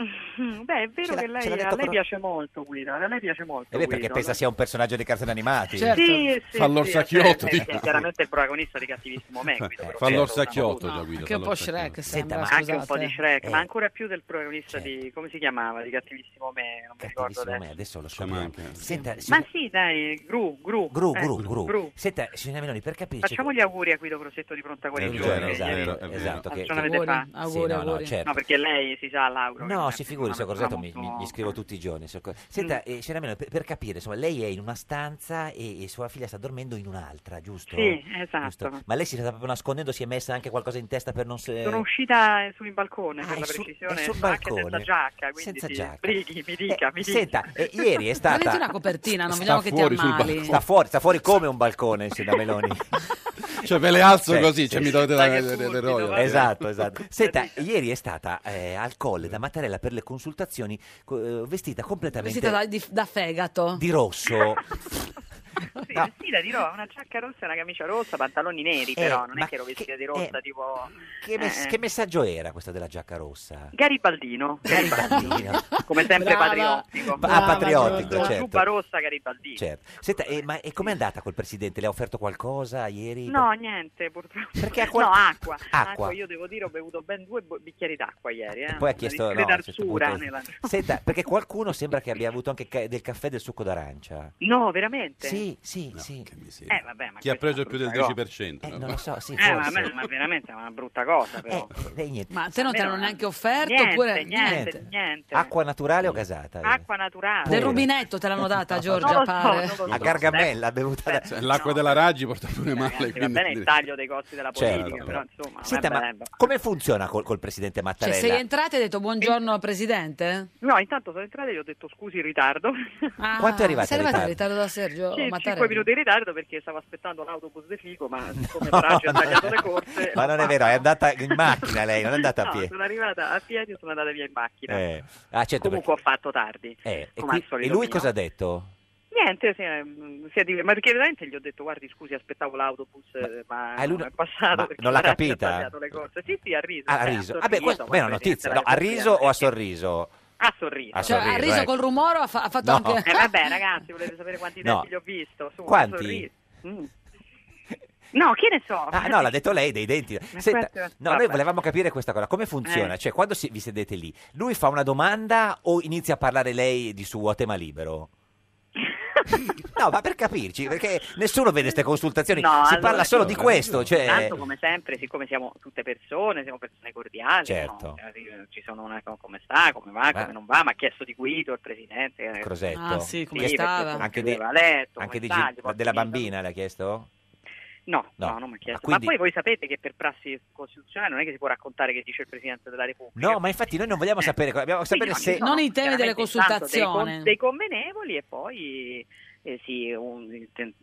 [SPEAKER 17] Mm, Beh, è vero
[SPEAKER 2] l'ha-
[SPEAKER 17] che
[SPEAKER 2] ce l'ha
[SPEAKER 17] lei,
[SPEAKER 2] detto
[SPEAKER 17] a lei
[SPEAKER 2] però-
[SPEAKER 17] piace molto Guido, a lei piace molto
[SPEAKER 2] È vero perché
[SPEAKER 17] Guido,
[SPEAKER 2] pensa
[SPEAKER 17] no?
[SPEAKER 2] sia un personaggio dei cartoni animati.
[SPEAKER 17] Certo. Sì, sì,
[SPEAKER 2] Fa
[SPEAKER 17] sì,
[SPEAKER 2] l'orsacchiotto.
[SPEAKER 17] eh, beh, sì, chiaramente il protagonista di Cattivissimo
[SPEAKER 2] Eh,
[SPEAKER 17] Me, Guido, però
[SPEAKER 16] Fa
[SPEAKER 17] certo,
[SPEAKER 16] l'orsacchiotto
[SPEAKER 17] una-
[SPEAKER 16] Eh, già Guido.
[SPEAKER 1] anche un
[SPEAKER 16] fa
[SPEAKER 1] po'
[SPEAKER 16] l'orsacchiotto.
[SPEAKER 1] Shrek sembra,
[SPEAKER 2] ma-
[SPEAKER 17] anche un po' di
[SPEAKER 1] scusate.
[SPEAKER 17] Shrek,
[SPEAKER 2] Eh.
[SPEAKER 17] ma ancora più del protagonista di come si chiamava di Cattivissimo Me, non mi ricordo
[SPEAKER 2] Cattivissimo
[SPEAKER 17] adesso.
[SPEAKER 2] me, adesso lo scopriamo. Senta,
[SPEAKER 17] Ma
[SPEAKER 2] signor-
[SPEAKER 17] sì, dai, Gru, Gru.
[SPEAKER 2] Gru,
[SPEAKER 17] eh,
[SPEAKER 2] gru, gru. Senta, signora Meloni, per capire...
[SPEAKER 17] Facciamo gli auguri a Guido Crosetto di pronta
[SPEAKER 2] È
[SPEAKER 17] guarigione.
[SPEAKER 2] vero,
[SPEAKER 17] che
[SPEAKER 2] esatto,
[SPEAKER 17] ieri-
[SPEAKER 2] è vero. esatto, che-
[SPEAKER 17] Ce l'avete
[SPEAKER 2] che-
[SPEAKER 17] fatta?
[SPEAKER 2] Sì, no, no, certo.
[SPEAKER 17] No, perché lei si sa, Lauro. che non
[SPEAKER 2] No,
[SPEAKER 17] è
[SPEAKER 2] si figuri,
[SPEAKER 17] una
[SPEAKER 2] signor
[SPEAKER 17] persona
[SPEAKER 2] Crosetto, mi, mi-
[SPEAKER 17] molto-
[SPEAKER 2] gli scrivo tutti i giorni. signor Crosetto. Senta,
[SPEAKER 17] Mm.
[SPEAKER 2] eh, signora Meloni, per, per capire, insomma, lei è in una stanza e, e sua figlia sta dormendo in un'altra, giusto?
[SPEAKER 17] Sì, esatto.
[SPEAKER 2] Giusto. Ma lei si sta proprio nascondendo, si è messa anche qualcosa in testa per non... se-
[SPEAKER 17] Sono uscita eh, sul balcone, per
[SPEAKER 2] Ah, è
[SPEAKER 17] la
[SPEAKER 2] sul-
[SPEAKER 17] precisione,
[SPEAKER 2] è sul
[SPEAKER 17] anche senza
[SPEAKER 2] balcone.
[SPEAKER 17] giacca, quindi
[SPEAKER 2] Senza
[SPEAKER 17] sì,
[SPEAKER 2] giacca.
[SPEAKER 17] brighi, mi dica, mi dica.
[SPEAKER 2] Senta, eh, ieri è stata...
[SPEAKER 1] Prenditi una copertina, non vogliamo che ti ammali.
[SPEAKER 2] Sta fuori, sta fuori come un balcone, signora Meloni.
[SPEAKER 16] <laughs> Cioè, ve le alzo
[SPEAKER 2] Sì,
[SPEAKER 16] così,
[SPEAKER 2] sì,
[SPEAKER 16] cioè,
[SPEAKER 2] sì.
[SPEAKER 16] mi dovete dare le, le, le royalties.
[SPEAKER 2] Esatto,
[SPEAKER 17] <laughs>
[SPEAKER 2] esatto. Senta, ieri è stata eh, al colle da Mattarella per le consultazioni co- eh, vestita completamente
[SPEAKER 1] Vestita da, di- da fegato.
[SPEAKER 17] <laughs>
[SPEAKER 2] di rosso.
[SPEAKER 17] Sì, vestita di roba, una giacca rossa, una camicia rossa, pantaloni
[SPEAKER 2] Eh,
[SPEAKER 17] neri, però non è che ero vestita di rossa, tipo...
[SPEAKER 2] Che, mes-
[SPEAKER 17] eh,
[SPEAKER 2] che messaggio era questo della giacca rossa? <laughs>
[SPEAKER 17] Garibaldino, Garibaldino. come sempre
[SPEAKER 2] Brava.
[SPEAKER 17] patriottico.
[SPEAKER 2] Pa- ah, patriottico,
[SPEAKER 17] Una
[SPEAKER 2] certo.
[SPEAKER 17] giubba rossa Garibaldino.
[SPEAKER 2] Certo. Senta, eh, ma e com'è andata col presidente? Le ha offerto qualcosa ieri?
[SPEAKER 17] No, niente, purtroppo.
[SPEAKER 2] Perché a
[SPEAKER 17] No,
[SPEAKER 2] qual-
[SPEAKER 17] acqua.
[SPEAKER 2] Acqua.
[SPEAKER 17] Io devo dire, ho bevuto ben due bo- bicchieri d'acqua ieri. Eh.
[SPEAKER 2] E poi ha
[SPEAKER 17] Una
[SPEAKER 2] chiesto no,
[SPEAKER 17] discreta
[SPEAKER 2] a un certo
[SPEAKER 17] arsura
[SPEAKER 2] punto-
[SPEAKER 17] nella-
[SPEAKER 2] <laughs> Senta, perché qualcuno sembra che abbia avuto anche ca- del caffè e del succo d'arancia.
[SPEAKER 17] No, veramente?
[SPEAKER 2] Sì, sì, sì.
[SPEAKER 17] Eh, vabbè, ma
[SPEAKER 16] Chi
[SPEAKER 17] questa
[SPEAKER 16] ha
[SPEAKER 17] è
[SPEAKER 16] preso
[SPEAKER 17] una
[SPEAKER 16] più del
[SPEAKER 17] brutta cosa.
[SPEAKER 16] 10%?
[SPEAKER 2] Eh, non lo so, sì,
[SPEAKER 17] Eh, ma,
[SPEAKER 2] forse. eh,
[SPEAKER 17] ma- ma veramente è una brutta cosa, però.
[SPEAKER 1] Ma te non te
[SPEAKER 17] Davvero,
[SPEAKER 1] l'hanno
[SPEAKER 17] eh.
[SPEAKER 1] neanche offerto?
[SPEAKER 17] Niente,
[SPEAKER 1] oppure...
[SPEAKER 17] niente, niente.
[SPEAKER 2] Acqua naturale o gasata?
[SPEAKER 17] Acqua naturale.
[SPEAKER 1] Del rubinetto te l'hanno data, Giorgia,
[SPEAKER 17] Non lo so,
[SPEAKER 1] pare.
[SPEAKER 17] non lo so.
[SPEAKER 2] A Gargamella, bevuta da...
[SPEAKER 16] Cioè, l'acqua della Raggi porta pure male.
[SPEAKER 17] Eh, Sì, Va bene il
[SPEAKER 16] Quindi...
[SPEAKER 17] taglio dei costi della politica,
[SPEAKER 2] Certo.
[SPEAKER 17] però insomma,
[SPEAKER 2] Senta,
[SPEAKER 17] vabbè,
[SPEAKER 2] ma come funziona col, col presidente
[SPEAKER 1] Cioè,
[SPEAKER 2] Mattarella?
[SPEAKER 1] sei entrata e hai detto buongiorno, presidente?
[SPEAKER 17] No, intanto sono entrata e gli ho detto scusi il ritardo. <laughs>
[SPEAKER 1] Ah, Oh,
[SPEAKER 2] Quanto è arrivata
[SPEAKER 1] Sei
[SPEAKER 2] in
[SPEAKER 1] arrivata in ritardo
[SPEAKER 2] ritardo?
[SPEAKER 1] da Sergio
[SPEAKER 17] Sì,
[SPEAKER 1] Mattarella?
[SPEAKER 17] 5 minuti in ritardo perché stavo aspettando l'autobus di Fico, ma siccome Braccio ha tagliato
[SPEAKER 2] <laughs>
[SPEAKER 17] le corse,
[SPEAKER 2] Ma non è vero, è andata in macchina lei, non è andata a
[SPEAKER 17] no,
[SPEAKER 2] piedi.
[SPEAKER 17] sono arrivata a piedi e sono andata via in macchina.
[SPEAKER 2] Eh, ah, certo,
[SPEAKER 17] Comunque ho fatto tardi.
[SPEAKER 2] perché- eh, e,
[SPEAKER 17] come al
[SPEAKER 2] qui- e
[SPEAKER 17] solito
[SPEAKER 2] lui
[SPEAKER 17] mio.
[SPEAKER 2] cosa ha detto?
[SPEAKER 17] Niente, si è, si è div- ma perché veramente gli ho detto guardi scusi aspettavo l'autobus eh, ma,
[SPEAKER 2] ah, lui
[SPEAKER 17] non
[SPEAKER 2] no-
[SPEAKER 17] è passato
[SPEAKER 2] ma
[SPEAKER 17] perché
[SPEAKER 2] non l'ha
[SPEAKER 17] Braccio ha
[SPEAKER 2] capita? Ah,
[SPEAKER 17] tagliato le corse. Sì, sì, ha riso.
[SPEAKER 2] Ha
[SPEAKER 17] eh,
[SPEAKER 2] riso.
[SPEAKER 17] sorriso,
[SPEAKER 2] Vabbè, questa
[SPEAKER 17] ma
[SPEAKER 2] è una
[SPEAKER 17] ovviamente
[SPEAKER 2] notizia.
[SPEAKER 17] la
[SPEAKER 2] No, ha
[SPEAKER 17] notizia
[SPEAKER 2] riso o ha sorriso?
[SPEAKER 17] A sorriso.
[SPEAKER 2] Ha
[SPEAKER 1] Cioè, ha
[SPEAKER 2] sorriso,
[SPEAKER 1] riso
[SPEAKER 2] ecco.
[SPEAKER 1] col rumore o ha, fa- ha fatto
[SPEAKER 2] No.
[SPEAKER 1] anche...
[SPEAKER 17] Eh, vabbè, ragazzi, volete sapere quanti
[SPEAKER 2] No.
[SPEAKER 17] denti gli ho visto? Su,
[SPEAKER 2] Quanti?
[SPEAKER 17] un sorriso. Mm. No, che ne so.
[SPEAKER 2] Ah, no, l'ha detto lei dei denti.
[SPEAKER 17] Ma
[SPEAKER 2] Senta,
[SPEAKER 17] questo-
[SPEAKER 2] no, noi
[SPEAKER 17] vabbè.
[SPEAKER 2] volevamo capire questa cosa. Come funziona?
[SPEAKER 17] Eh.
[SPEAKER 2] Cioè, quando si- vi sedete lì, lui fa una domanda o inizia a parlare lei di suo a
[SPEAKER 17] <laughs>
[SPEAKER 2] tema libero? No, ma per capirci, perché nessuno vede queste consultazioni,
[SPEAKER 17] No,
[SPEAKER 2] si
[SPEAKER 17] allora-
[SPEAKER 2] parla solo di questo. Cioè...
[SPEAKER 17] Tanto come sempre, siccome siamo tutte persone, siamo persone cordiali,
[SPEAKER 2] Certo.
[SPEAKER 17] no? Cioè, sì, ci sono una co- come sta, come va, come non va, mi ha chiesto di Guido il presidente. eh.
[SPEAKER 2] Crosetto.
[SPEAKER 1] Ah, sì, come
[SPEAKER 17] perché
[SPEAKER 1] stava.
[SPEAKER 17] comunque
[SPEAKER 2] Anche
[SPEAKER 17] lui
[SPEAKER 2] di-
[SPEAKER 17] aveva letto,
[SPEAKER 2] anche
[SPEAKER 17] come
[SPEAKER 2] di
[SPEAKER 17] sta,
[SPEAKER 2] Gil-
[SPEAKER 17] gli porto
[SPEAKER 2] della
[SPEAKER 17] via-
[SPEAKER 2] bambina l'ha chiesto?
[SPEAKER 17] No, no,
[SPEAKER 2] No.
[SPEAKER 17] non mi ha chiesto.
[SPEAKER 2] Ah, quindi-
[SPEAKER 17] Ma poi voi sapete che per prassi costituzionale non è che si può raccontare che dice il presidente della Repubblica.
[SPEAKER 2] No, ma infatti noi non vogliamo sapere, co- vogliamo sapere
[SPEAKER 17] Sì, no,
[SPEAKER 2] se...
[SPEAKER 17] ci sono
[SPEAKER 1] Non i temi delle
[SPEAKER 17] chiaramente intanto
[SPEAKER 1] consultazioni.
[SPEAKER 17] Dei, con- dei convenevoli e poi eh, sì, un- ten-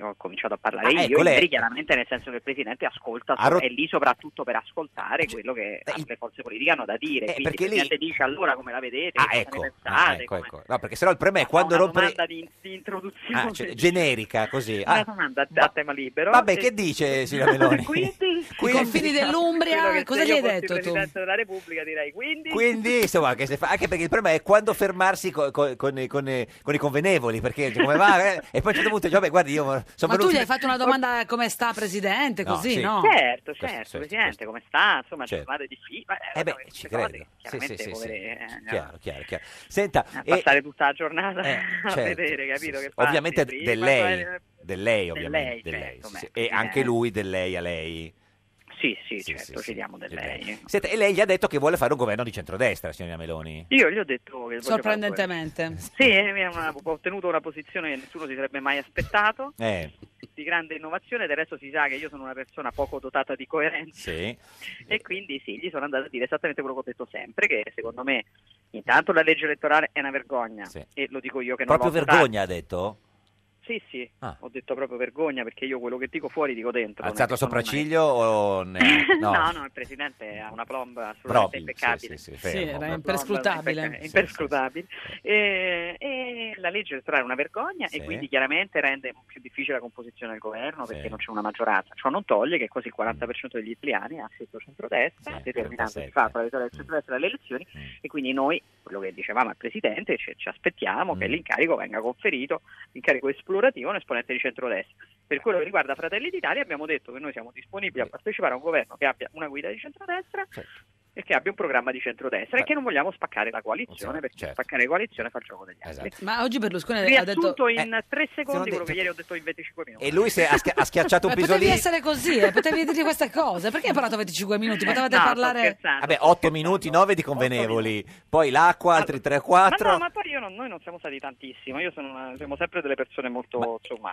[SPEAKER 17] ho cominciato a parlare
[SPEAKER 2] Ah,
[SPEAKER 17] io.
[SPEAKER 2] ecco, lei-
[SPEAKER 17] ieri, chiaramente nel senso che il Presidente ascolta,
[SPEAKER 2] Ha ro-
[SPEAKER 17] è lì soprattutto per ascoltare quello che ah, le forze politiche hanno da dire. Quindi
[SPEAKER 2] Eh, perché
[SPEAKER 17] il
[SPEAKER 2] lì-
[SPEAKER 17] Presidente dice allora come la vedete,
[SPEAKER 2] Ah,
[SPEAKER 17] cosa
[SPEAKER 2] ecco.
[SPEAKER 17] ne
[SPEAKER 2] Ah,
[SPEAKER 17] pensate,
[SPEAKER 2] ecco,
[SPEAKER 17] come-
[SPEAKER 2] ecco. No, perché sennò il problema è quando
[SPEAKER 17] una
[SPEAKER 2] rompere...
[SPEAKER 17] domanda di, di introduzione. <laughs>
[SPEAKER 2] Ah, cioè, generica, così.
[SPEAKER 17] una
[SPEAKER 2] Ah,
[SPEAKER 17] domanda a, a tema libero.
[SPEAKER 2] vabbè,
[SPEAKER 17] E-
[SPEAKER 2] che dice, signora Meloni?
[SPEAKER 17] eh, <laughs> quindi,
[SPEAKER 1] I confini
[SPEAKER 17] quello che
[SPEAKER 1] dell'Umbria,
[SPEAKER 17] se
[SPEAKER 1] cosa gli
[SPEAKER 17] io
[SPEAKER 1] hai
[SPEAKER 17] fossi
[SPEAKER 1] detto tu?
[SPEAKER 17] Presidente della Repubblica direi quindi. <laughs>
[SPEAKER 2] Quindi, insomma, che se fa- anche perché il problema è quando fermarsi co- co- con, i- con i- con i convenevoli, perché come ma, eh, e poi a un certo punto dice, vabbè, guardi, io sono
[SPEAKER 1] Ma tu
[SPEAKER 2] venuto-
[SPEAKER 1] gli hai fatto una domanda come sta Presidente,
[SPEAKER 2] No,
[SPEAKER 1] così,
[SPEAKER 2] sì.
[SPEAKER 1] no?
[SPEAKER 2] Certo,
[SPEAKER 17] certo, certo,
[SPEAKER 2] certo,
[SPEAKER 17] Presidente, come sta? Insomma,
[SPEAKER 2] Certo.
[SPEAKER 17] giornate difficili. Ma, eh,
[SPEAKER 2] Eh beh,
[SPEAKER 17] vabbè,
[SPEAKER 2] ci
[SPEAKER 17] queste cose
[SPEAKER 2] credo.
[SPEAKER 17] che
[SPEAKER 2] Sì, sì,
[SPEAKER 17] Chiaramente,
[SPEAKER 2] sì, sì.
[SPEAKER 17] poveri, eh,
[SPEAKER 2] Chiaro, chiaro, chiaro. Senta,
[SPEAKER 17] a
[SPEAKER 2] e-
[SPEAKER 17] passare tutta la giornata <laughs> a
[SPEAKER 2] certo,
[SPEAKER 17] vedere,
[SPEAKER 2] sì,
[SPEAKER 17] capito?
[SPEAKER 2] sì.
[SPEAKER 17] Che fatti,
[SPEAKER 2] Ovviamente
[SPEAKER 17] sì,
[SPEAKER 2] del
[SPEAKER 17] ma-
[SPEAKER 2] lei,
[SPEAKER 17] eh,
[SPEAKER 2] del lei,
[SPEAKER 17] del
[SPEAKER 2] ovviamente,
[SPEAKER 17] lei,
[SPEAKER 2] del lei,
[SPEAKER 17] certo,
[SPEAKER 2] sì,
[SPEAKER 17] beh,
[SPEAKER 2] sì. E
[SPEAKER 17] eh.
[SPEAKER 2] anche lui del lei a lei.
[SPEAKER 17] Sì, sì, certo, ci diamo del lei.
[SPEAKER 2] Senta, e lei gli ha detto che vuole fare un governo di centrodestra, signorina Meloni.
[SPEAKER 17] Io gli ho detto che... voglio
[SPEAKER 1] Sorprendentemente.
[SPEAKER 17] fare- Sì, eh, è una- ho ottenuto una posizione che nessuno si sarebbe mai aspettato,
[SPEAKER 2] Eh,
[SPEAKER 17] di grande innovazione, del resto si sa che io sono una persona poco dotata di coerenza
[SPEAKER 2] sì.
[SPEAKER 17] e quindi sì, gli sono andato a dire esattamente quello che ho detto sempre, che secondo me intanto la legge elettorale è una vergogna
[SPEAKER 2] Sì.
[SPEAKER 17] e lo dico io che non
[SPEAKER 2] Proprio
[SPEAKER 17] l'ho votata.
[SPEAKER 2] vergogna ha detto?
[SPEAKER 17] Sì, sì,
[SPEAKER 2] Ah.
[SPEAKER 17] ho detto proprio vergogna perché io quello che dico fuori dico dentro.
[SPEAKER 2] Ha alzato
[SPEAKER 17] non è- sono una-
[SPEAKER 2] sopracciglio o ne-
[SPEAKER 17] <laughs> No. no, il presidente ha una plomba assolutamente
[SPEAKER 2] Proprio,
[SPEAKER 17] impeccabile.
[SPEAKER 2] sì, sì, sì, fermo. Sì, era
[SPEAKER 17] Una
[SPEAKER 1] imperscrutabile.
[SPEAKER 17] plomba impecca-
[SPEAKER 1] Sì,
[SPEAKER 17] imperscrutabile. E, e la legge elettorale è una vergogna
[SPEAKER 2] Sì.
[SPEAKER 17] e quindi chiaramente rende più difficile la composizione del governo perché
[SPEAKER 2] Sì. Mm.
[SPEAKER 17] non c'è una maggioranza. Ciò non toglie che quasi il 40% degli italiani ha scelto centrodestra,
[SPEAKER 2] Sì,
[SPEAKER 17] determinando di
[SPEAKER 2] 37.
[SPEAKER 17] fatto la vittoria del centrodestra alle elezioni e quindi noi, quello che dicevamo al presidente, ci, ci aspettiamo che
[SPEAKER 2] Mm.
[SPEAKER 17] l'incarico venga conferito, l'incarico esplorativo a un esponente di centrodestra. Per quello che riguarda Fratelli d'Italia abbiamo detto che noi siamo disponibili a partecipare a un governo che abbia una guida di centrodestra e che abbia un programma di centrodestra
[SPEAKER 2] Certo.
[SPEAKER 17] e che non vogliamo spaccare la coalizione perché spaccare la coalizione fa il gioco degli
[SPEAKER 2] Esatto.
[SPEAKER 17] altri.
[SPEAKER 1] Ma oggi Berlusconi ha detto... eh,
[SPEAKER 17] Riassunto in tre secondi quello
[SPEAKER 2] detto-
[SPEAKER 17] che ieri ho detto in 25 minuti.
[SPEAKER 2] E lui si è- ha, schia- ha schiacciato un
[SPEAKER 1] Ma Eh, potevi
[SPEAKER 2] pisolino.
[SPEAKER 1] essere così, eh, potevi dire queste cose. Perché hai parlato 25 minuti? Potevate
[SPEAKER 17] <laughs> No, sto
[SPEAKER 1] parlare...
[SPEAKER 17] scherzando.
[SPEAKER 2] Vabbè, 8 minuti, 9 di convenevoli, poi l'acqua, altri 3,
[SPEAKER 17] Ma
[SPEAKER 2] 4.
[SPEAKER 17] no, ma poi io non- noi non siamo stati tantissimo, io sono una- siamo sempre delle persone molto, insomma,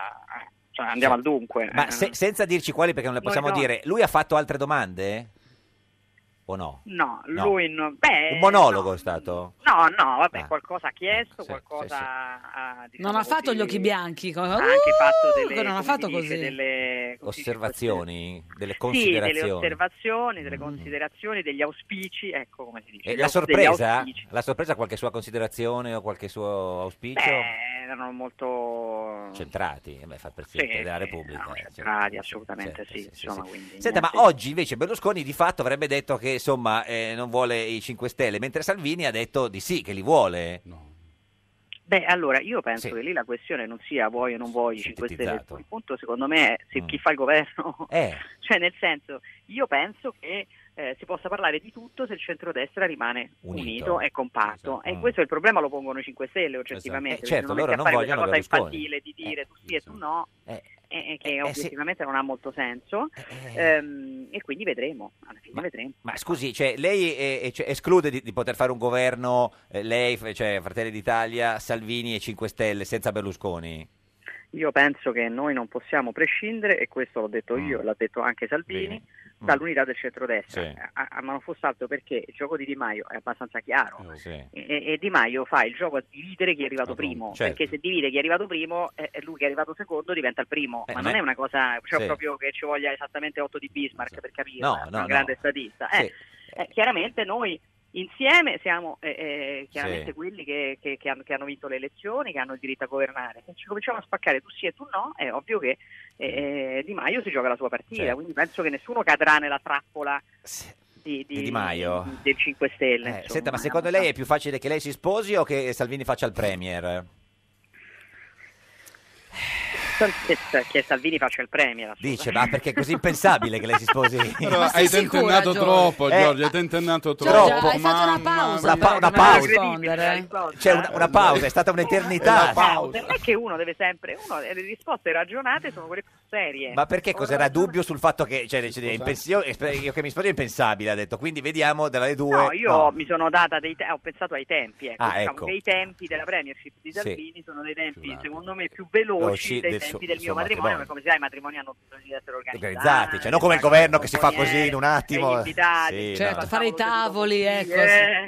[SPEAKER 17] cioè, andiamo al dunque.
[SPEAKER 2] Ma
[SPEAKER 17] Eh,
[SPEAKER 2] se- senza dirci quali perché non le
[SPEAKER 17] Noi
[SPEAKER 2] possiamo
[SPEAKER 17] no.
[SPEAKER 2] dire, lui ha fatto altre domande? O no?
[SPEAKER 17] No,
[SPEAKER 2] No.
[SPEAKER 17] lui Eh, no. Beh,
[SPEAKER 2] Un monologo è stato?
[SPEAKER 17] No, no, vabbè,
[SPEAKER 2] Ah.
[SPEAKER 17] qualcosa ha chiesto,
[SPEAKER 2] Sì,
[SPEAKER 17] qualcosa
[SPEAKER 2] sì, sì.
[SPEAKER 17] ha diciamo
[SPEAKER 1] Non ha
[SPEAKER 17] così,
[SPEAKER 1] fatto gli occhi bianchi. Come...
[SPEAKER 17] Ha anche fatto
[SPEAKER 1] Uh,
[SPEAKER 17] delle,
[SPEAKER 1] non ha
[SPEAKER 17] come
[SPEAKER 1] fatto
[SPEAKER 17] si dice,
[SPEAKER 1] così.
[SPEAKER 17] delle come si dice,
[SPEAKER 2] Osservazioni? Delle
[SPEAKER 17] Sì, delle
[SPEAKER 2] considerazioni? Mm.
[SPEAKER 17] osservazioni, delle considerazioni, degli auspici, ecco come si dice.
[SPEAKER 2] E
[SPEAKER 17] gli
[SPEAKER 2] la
[SPEAKER 17] aus- degli
[SPEAKER 2] sorpresa?
[SPEAKER 17] auspici.
[SPEAKER 2] La sorpresa ha qualche sua considerazione o qualche suo auspicio?
[SPEAKER 17] Beh, erano molto
[SPEAKER 2] Centrati, eh beh, fa il Presidente
[SPEAKER 17] Sì,
[SPEAKER 2] della
[SPEAKER 17] sì,
[SPEAKER 2] Repubblica.
[SPEAKER 17] no,
[SPEAKER 2] eh, certo,
[SPEAKER 17] centrati,
[SPEAKER 2] sì,
[SPEAKER 17] assolutamente
[SPEAKER 2] certo,
[SPEAKER 17] sì, insomma, quindi
[SPEAKER 2] Senta, ma
[SPEAKER 17] niente.
[SPEAKER 2] oggi invece Berlusconi di fatto avrebbe detto che insomma eh, non vuole i 5 Stelle, mentre Salvini ha detto di sì, che li vuole.
[SPEAKER 17] Beh, allora io penso
[SPEAKER 2] Sì.
[SPEAKER 17] che lì la questione non sia vuoi o non vuoi i 5 Stelle.
[SPEAKER 2] Sintetizzato.
[SPEAKER 17] Il punto, secondo me, è se
[SPEAKER 2] Mm.
[SPEAKER 17] chi fa il governo. <laughs>
[SPEAKER 2] Eh.
[SPEAKER 17] Cioè, nel senso, io penso che eh, si possa parlare di tutto se il centrodestra rimane
[SPEAKER 2] Unito.
[SPEAKER 17] unito, e compatto. E
[SPEAKER 2] Mm.
[SPEAKER 17] questo è il problema, lo pongono i 5 Stelle, oggettivamente.
[SPEAKER 2] Eh, certo,
[SPEAKER 17] perché
[SPEAKER 2] loro
[SPEAKER 17] metti a
[SPEAKER 2] non
[SPEAKER 17] fare
[SPEAKER 2] vogliono
[SPEAKER 17] questa cosa
[SPEAKER 2] Berlusconi.
[SPEAKER 17] infantile di dire tu sì e tu no.
[SPEAKER 2] Eh,
[SPEAKER 17] e- e che
[SPEAKER 2] eh, sì. Eh,
[SPEAKER 17] obiettivamente non ha molto senso Ehm, e quindi vedremo alla fine vedremo
[SPEAKER 2] Ma scusi, cioè, lei eh, eh, cioè, esclude di, di poter fare un governo, eh, lei, f- cioè Fratelli d'Italia, Salvini e 5 Stelle senza Berlusconi? Eh,
[SPEAKER 17] Io penso che noi non possiamo prescindere, e questo l'ho detto io e l'ha detto anche Salvini, dall'unità del centrodestra.
[SPEAKER 2] Sì.
[SPEAKER 17] A, a- ma non fosse altro perché il gioco di Di Maio è abbastanza chiaro.
[SPEAKER 2] Eh, Sì.
[SPEAKER 17] E, e Di Maio fa il gioco a dividere chi è arrivato primo,
[SPEAKER 2] certo.
[SPEAKER 17] perché se divide chi è arrivato primo, eh, lui che è arrivato secondo diventa il primo.
[SPEAKER 2] Eh,
[SPEAKER 17] ma
[SPEAKER 2] ma-
[SPEAKER 17] non è una cosa, cioè
[SPEAKER 2] Sì.
[SPEAKER 17] proprio che ci voglia esattamente 8 di Bismarck per capire,
[SPEAKER 2] No,
[SPEAKER 17] è
[SPEAKER 2] no,
[SPEAKER 17] un
[SPEAKER 2] no.
[SPEAKER 17] grande statista. Eh, eh, chiaramente noi insieme siamo eh, eh, chiaramente
[SPEAKER 2] Sì.
[SPEAKER 17] quelli che, che- che hanno, che hanno vinto le elezioni, che hanno il diritto a governare. Se ci cominciamo a spaccare tu sì e tu no, è ovvio che eh, eh, Di Maio si gioca la sua partita,
[SPEAKER 2] Certo.
[SPEAKER 17] quindi penso che nessuno cadrà nella trappola di,
[SPEAKER 2] Di Di Maio?
[SPEAKER 17] di- del 5 Stelle.
[SPEAKER 2] Eh,
[SPEAKER 17] insomma.
[SPEAKER 2] senta, ma secondo lei è più facile che lei si sposi o che Salvini faccia il Premier?
[SPEAKER 17] Che, che Salvini faccia il premier.
[SPEAKER 2] Dice, ma perché è così impensabile che lei si sposi?
[SPEAKER 16] Però
[SPEAKER 2] <laughs>
[SPEAKER 16] Ma sei hai sicura, tentennato Giorgio? troppo,
[SPEAKER 2] Eh,
[SPEAKER 16] Giorgio, hai
[SPEAKER 2] ah,
[SPEAKER 16] tentennato
[SPEAKER 1] Giorgio, hai fatto una pausa.
[SPEAKER 2] Una, pa-
[SPEAKER 1] per
[SPEAKER 2] una
[SPEAKER 1] non
[SPEAKER 2] pausa.
[SPEAKER 1] rispondere.
[SPEAKER 2] C'è Cioè, una, una pausa, è stata un'eternità.
[SPEAKER 17] Per me è che uno deve sempre, uno, eh, le risposte ragionate sono quelle più serie.
[SPEAKER 2] Ma perché cos'era dubbio sul fatto che cioè, dice, è impens- io, io che mi sposo è impensabile, ha detto. Quindi vediamo dalle due.
[SPEAKER 17] No, io mi sono data dei te- ho pensato ai tempi, ecco,
[SPEAKER 2] Ah,
[SPEAKER 17] diciamo
[SPEAKER 2] ecco.
[SPEAKER 17] che i tempi della premiership di
[SPEAKER 2] Sì.
[SPEAKER 17] Salvini sono dei tempi secondo me più
[SPEAKER 2] Veloci
[SPEAKER 17] veloci dei
[SPEAKER 2] del
[SPEAKER 17] tempi
[SPEAKER 2] suo-
[SPEAKER 17] del
[SPEAKER 2] suo
[SPEAKER 17] mio matrimonio,
[SPEAKER 2] matrimonio.
[SPEAKER 17] ma come si sa i matrimoni hanno bisogno di essere organizzati,
[SPEAKER 2] organizzati, cioè non come il
[SPEAKER 17] ecco,
[SPEAKER 2] governo che si fa così in un attimo. eh.
[SPEAKER 17] invitati, cioè,
[SPEAKER 2] Sì,
[SPEAKER 1] Certo,
[SPEAKER 2] no.
[SPEAKER 1] fare i tavoli,
[SPEAKER 17] Eh,
[SPEAKER 1] ecco.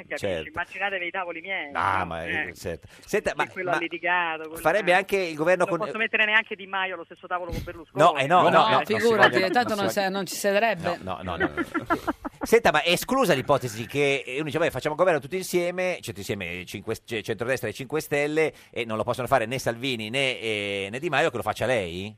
[SPEAKER 17] capisci?
[SPEAKER 2] Certo.
[SPEAKER 17] Immaginatevi i tavoli miei.
[SPEAKER 2] Ah, ma,
[SPEAKER 17] eh,
[SPEAKER 2] certo. Senta, ma-
[SPEAKER 17] quello
[SPEAKER 2] ma
[SPEAKER 17] ha litigato. quello-
[SPEAKER 2] farebbe anche il governo
[SPEAKER 17] Non
[SPEAKER 2] Eh, con...
[SPEAKER 17] posso mettere neanche Di Maio allo stesso tavolo con Berlusconi.
[SPEAKER 2] No, eh, no, no, no, non si
[SPEAKER 1] Figurati,
[SPEAKER 2] vogliono-
[SPEAKER 1] tanto non,
[SPEAKER 2] si
[SPEAKER 1] se- non ci siederebbe.
[SPEAKER 2] No,
[SPEAKER 17] <laughs>
[SPEAKER 2] no, no. Senta, ma è esclusa l'ipotesi che eh, uno dice, vabbè, facciamo governo tutti insieme, cioè, tutti insieme cinque- cioè, centrodestra e 5 Stelle, e non lo possono fare né Salvini né, eh, né Di Maio, che lo faccia lei?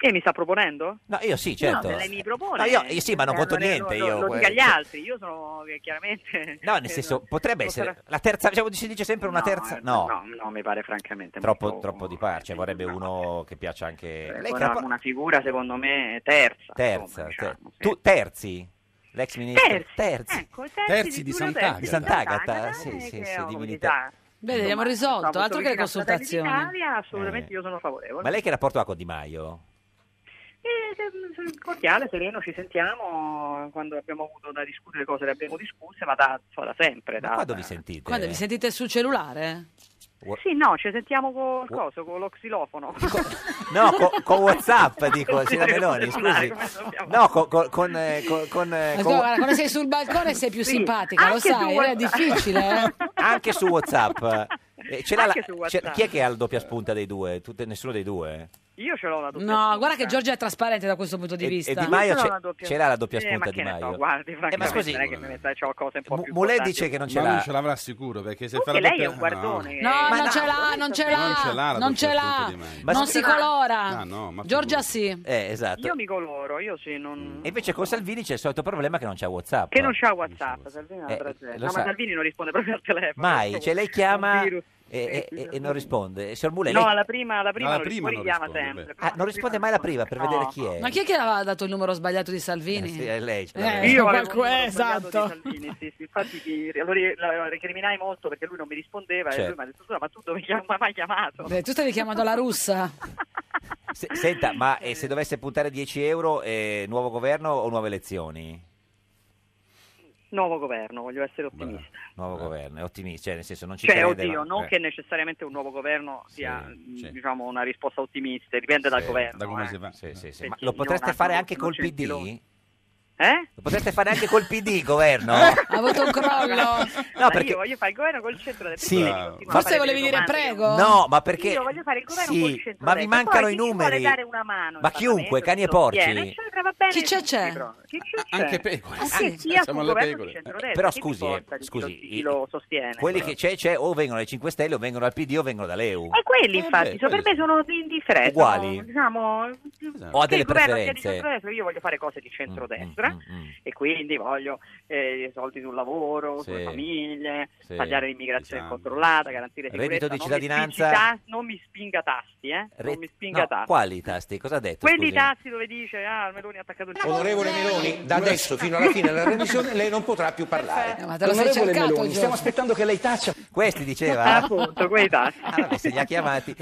[SPEAKER 17] E mi sta proponendo?
[SPEAKER 2] No, io sì, certo.
[SPEAKER 17] No, lei mi propone. Eh,
[SPEAKER 2] No, io- io sì, ma non conto niente,
[SPEAKER 17] Lo,
[SPEAKER 2] io-
[SPEAKER 17] lo dica agli altri, io sono eh, chiaramente...
[SPEAKER 2] <laughs> No, nel senso, potrebbe essere la terza, diciamo, si dice sempre una terza, no.
[SPEAKER 17] No, no, mi pare francamente
[SPEAKER 2] Troppo, troppo di
[SPEAKER 17] eh,
[SPEAKER 2] parce, vorrebbe uno che piaccia anche... Lei
[SPEAKER 17] una,
[SPEAKER 2] capo-
[SPEAKER 17] Cioè, una figura secondo me terza.
[SPEAKER 2] terza, ter- tu terzi? L'ex ministro?
[SPEAKER 17] diciamo, Terzi, ecco, terzi,
[SPEAKER 2] Terzi
[SPEAKER 17] di Sant'Agata. eh,
[SPEAKER 2] Di Sant'Agata, sì, sì, sì, di Militare.
[SPEAKER 1] Bene, abbiamo
[SPEAKER 17] No,
[SPEAKER 1] risolto,
[SPEAKER 17] molto
[SPEAKER 1] altro che le
[SPEAKER 17] vicino a Fratelli
[SPEAKER 1] consultazioni.
[SPEAKER 17] d'Italia, assolutamente io sono favorevole.
[SPEAKER 2] Eh. Ma lei che rapporto ha con Di Maio?
[SPEAKER 17] Eh, eh, cordiale, sereno, ci sentiamo quando abbiamo avuto da discutere cose le abbiamo discusse, ma da, so, da sempre. Da,
[SPEAKER 2] Quando vi sentite?
[SPEAKER 1] Quando vi sentite sul cellulare?
[SPEAKER 17] Sì, no, ci sentiamo col coso, con lo xilofono. <laughs>
[SPEAKER 2] No, co- con Whatsapp, dico, Sina
[SPEAKER 17] Sì,
[SPEAKER 2] Meloni,
[SPEAKER 17] come
[SPEAKER 2] scusi.
[SPEAKER 17] dobbiamo-
[SPEAKER 2] No, co- co- con... eh, co- con, eh,
[SPEAKER 1] Ma
[SPEAKER 2] con-
[SPEAKER 1] guarda, quando sei sul balcone sei più
[SPEAKER 17] Sì,
[SPEAKER 1] simpatica, lo
[SPEAKER 17] anche su
[SPEAKER 1] sai, è
[SPEAKER 17] WhatsApp.
[SPEAKER 2] <laughs>
[SPEAKER 1] difficile. eh?
[SPEAKER 2] Anche su Whatsapp. Eh, ce l'ha
[SPEAKER 17] Anche
[SPEAKER 2] la-
[SPEAKER 17] su WhatsApp.
[SPEAKER 2] ce- chi è che ha la doppia spunta dei due? Tutte- nessuno dei due?
[SPEAKER 17] Io ce l'ho la doppia
[SPEAKER 1] No, guarda che Giorgia è trasparente da questo punto di
[SPEAKER 2] E- e
[SPEAKER 1] vista.
[SPEAKER 2] Di Maio
[SPEAKER 17] Io ce l'ho
[SPEAKER 2] c'è-
[SPEAKER 17] la doppia-
[SPEAKER 2] ce l'ha la doppia
[SPEAKER 17] Eh,
[SPEAKER 2] spunta
[SPEAKER 17] ma
[SPEAKER 2] Di
[SPEAKER 17] che ne
[SPEAKER 2] Maio?
[SPEAKER 17] so, guardi, francamente,
[SPEAKER 2] scusi,
[SPEAKER 17] non è che mi metta, c'ho cose un po' più
[SPEAKER 2] Mulè
[SPEAKER 17] importanti.
[SPEAKER 2] dice che non ce
[SPEAKER 16] Ma
[SPEAKER 2] l'ha.
[SPEAKER 16] non ce l'avrà sicuro perché se Ah, fa
[SPEAKER 17] Perché
[SPEAKER 16] la
[SPEAKER 17] lei è
[SPEAKER 16] doppia-
[SPEAKER 17] un guardone.
[SPEAKER 1] eh, No, non ce l'ha, non ce l'ha,
[SPEAKER 16] Non ce l'ha la
[SPEAKER 1] non ce
[SPEAKER 16] doppia
[SPEAKER 1] l'ha,
[SPEAKER 16] punta di Maio.
[SPEAKER 2] Ma
[SPEAKER 1] non
[SPEAKER 2] se-
[SPEAKER 1] si colora.
[SPEAKER 2] Ah, no, ma
[SPEAKER 1] Giorgia sì.
[SPEAKER 2] Eh, esatto. Mm.
[SPEAKER 17] Io mi coloro, io sì, non...
[SPEAKER 2] E invece con Salvini c'è il solito problema che non c'è Whatsapp.
[SPEAKER 17] Che non c'ha WhatsApp, Salvini è una
[SPEAKER 2] Ah. Eh,
[SPEAKER 17] tragedia.
[SPEAKER 2] lo
[SPEAKER 17] No,
[SPEAKER 2] sa.
[SPEAKER 17] ma Salvini non risponde proprio al telefono.
[SPEAKER 2] Mai, cioè lei chiama
[SPEAKER 17] Un
[SPEAKER 2] e,
[SPEAKER 17] virus.
[SPEAKER 2] e- e- e non risponde. Signor Mulè,
[SPEAKER 17] No,
[SPEAKER 2] lei-
[SPEAKER 17] alla prima, alla prima,
[SPEAKER 2] alla
[SPEAKER 17] non
[SPEAKER 2] prima
[SPEAKER 17] risponde,
[SPEAKER 2] non
[SPEAKER 17] chiama
[SPEAKER 2] risponde,
[SPEAKER 17] sempre.
[SPEAKER 2] Ah, non risponde mai la prima per vedere chi è.
[SPEAKER 1] Ma chi è che aveva dato il numero sbagliato di Salvini?
[SPEAKER 2] Eh. Sì, è lei. cioè, ce l'aveva.
[SPEAKER 1] Eh,
[SPEAKER 17] Io avevo
[SPEAKER 1] qualcuno-
[SPEAKER 17] un sbagliato di
[SPEAKER 1] esatto.
[SPEAKER 17] Salvini, sì, sì, infatti ti- lo, ri- lo recriminai molto perché lui non mi rispondeva e
[SPEAKER 2] Certo.
[SPEAKER 17] lui mi ha detto scusa ma tu dove chiam- mi hai mai chiamato?
[SPEAKER 1] Beh, tu stavi chiamando la russa.
[SPEAKER 2] Se- senta, ma eh, se dovesse puntare 10 euro, eh, nuovo governo o nuove elezioni?
[SPEAKER 17] Nuovo governo, voglio essere ottimista.
[SPEAKER 2] Nuovo governo, è ottimista, cioè nel senso non ci
[SPEAKER 17] Cioè,
[SPEAKER 2] crede,
[SPEAKER 17] oddio,
[SPEAKER 2] ma-
[SPEAKER 17] non
[SPEAKER 2] eh.
[SPEAKER 17] che necessariamente un nuovo governo sia mh, diciamo, una risposta ottimista, dipende dal
[SPEAKER 2] Sì,
[SPEAKER 17] governo.
[SPEAKER 2] da come
[SPEAKER 17] eh.
[SPEAKER 2] si fa. Sì, sì, sì.
[SPEAKER 17] Perché
[SPEAKER 2] Ma
[SPEAKER 17] io
[SPEAKER 2] lo potreste
[SPEAKER 17] un
[SPEAKER 2] fare
[SPEAKER 17] attimo
[SPEAKER 2] anche col
[SPEAKER 17] sono
[SPEAKER 2] PD?
[SPEAKER 17] Gentiloni. Eh? Ah,
[SPEAKER 2] Lo potreste fare anche col PD, governo?
[SPEAKER 1] Eh, Ha avuto un
[SPEAKER 17] <laughs>
[SPEAKER 1] crollo.
[SPEAKER 2] Eh? No,
[SPEAKER 17] Ma
[SPEAKER 2] perché-
[SPEAKER 17] Io voglio fare il governo col centro del
[SPEAKER 2] Sì. Bravo.
[SPEAKER 1] Forse volevi dire prego?
[SPEAKER 2] No, ma perché...
[SPEAKER 17] Io voglio fare il governo
[SPEAKER 2] Sì,
[SPEAKER 17] col centro
[SPEAKER 2] ma vi mancano i numeri.
[SPEAKER 17] Vuole dare una mano.
[SPEAKER 2] Ma
[SPEAKER 17] in Parlamento,
[SPEAKER 2] chiunque, cani e
[SPEAKER 17] chi sostiene,
[SPEAKER 2] porci.
[SPEAKER 17] cioè, va bene
[SPEAKER 1] Chi c'è,
[SPEAKER 17] tutti,
[SPEAKER 1] c'è?
[SPEAKER 17] però. Chi c'è, c'è?
[SPEAKER 12] Eh.
[SPEAKER 2] Anche pecore.
[SPEAKER 17] Ah, sì,
[SPEAKER 2] Ah, sì,
[SPEAKER 17] sia
[SPEAKER 2] siamo
[SPEAKER 17] sul
[SPEAKER 2] alle
[SPEAKER 17] governo
[SPEAKER 2] pecore.
[SPEAKER 17] di centrodestra,
[SPEAKER 2] Però
[SPEAKER 17] chi
[SPEAKER 2] scusi,
[SPEAKER 17] importa
[SPEAKER 2] eh,
[SPEAKER 17] di
[SPEAKER 2] scusi,
[SPEAKER 17] chi
[SPEAKER 2] i-
[SPEAKER 17] lo sostiene.
[SPEAKER 2] Quelli che c'è, c'è, o vengono dai 5 Stelle o vengono dal PD o vengono Eh, dall'EU.
[SPEAKER 17] E quelli, infatti, so- per me sono di- indifferenti.
[SPEAKER 2] Uguali? Esatto.
[SPEAKER 17] sono, Diciamo,
[SPEAKER 2] Ho
[SPEAKER 17] che
[SPEAKER 2] delle
[SPEAKER 17] il governo sia di
[SPEAKER 2] preferenze.
[SPEAKER 17] centrodestra, io voglio fare cose di
[SPEAKER 2] Mm,
[SPEAKER 17] centrodestra e quindi voglio eh, soldi sul lavoro,
[SPEAKER 2] Sì.
[SPEAKER 17] sulle famiglie,
[SPEAKER 2] Sì. Esatto.
[SPEAKER 17] tagliare l'immigrazione controllata, garantire
[SPEAKER 2] Reddito
[SPEAKER 17] sicurezza.
[SPEAKER 2] di
[SPEAKER 17] non
[SPEAKER 2] cittadinanza.
[SPEAKER 17] mi spingi tas- Non mi spinga tasti, eh?
[SPEAKER 2] Re-
[SPEAKER 17] Non mi spinga
[SPEAKER 2] no,
[SPEAKER 17] tasti.
[SPEAKER 2] Quali tasti? Cosa ha detto?
[SPEAKER 17] Quelli Eh.
[SPEAKER 2] scusi?
[SPEAKER 17] tassi dove dice ah, Meloni ha attaccato il
[SPEAKER 18] Onorevole Meloni, da adesso fino alla fine della revisione lei non potrà più parlare.
[SPEAKER 1] Eh, ma te lo sei
[SPEAKER 18] Onorevole
[SPEAKER 1] cercato,
[SPEAKER 18] Meloni,
[SPEAKER 1] Giorgio.
[SPEAKER 18] stiamo aspettando che lei taccia.
[SPEAKER 2] Questi diceva?
[SPEAKER 18] Ah,
[SPEAKER 17] appunto, quei tassi.
[SPEAKER 2] Ah, vabbè, se li ha chiamati.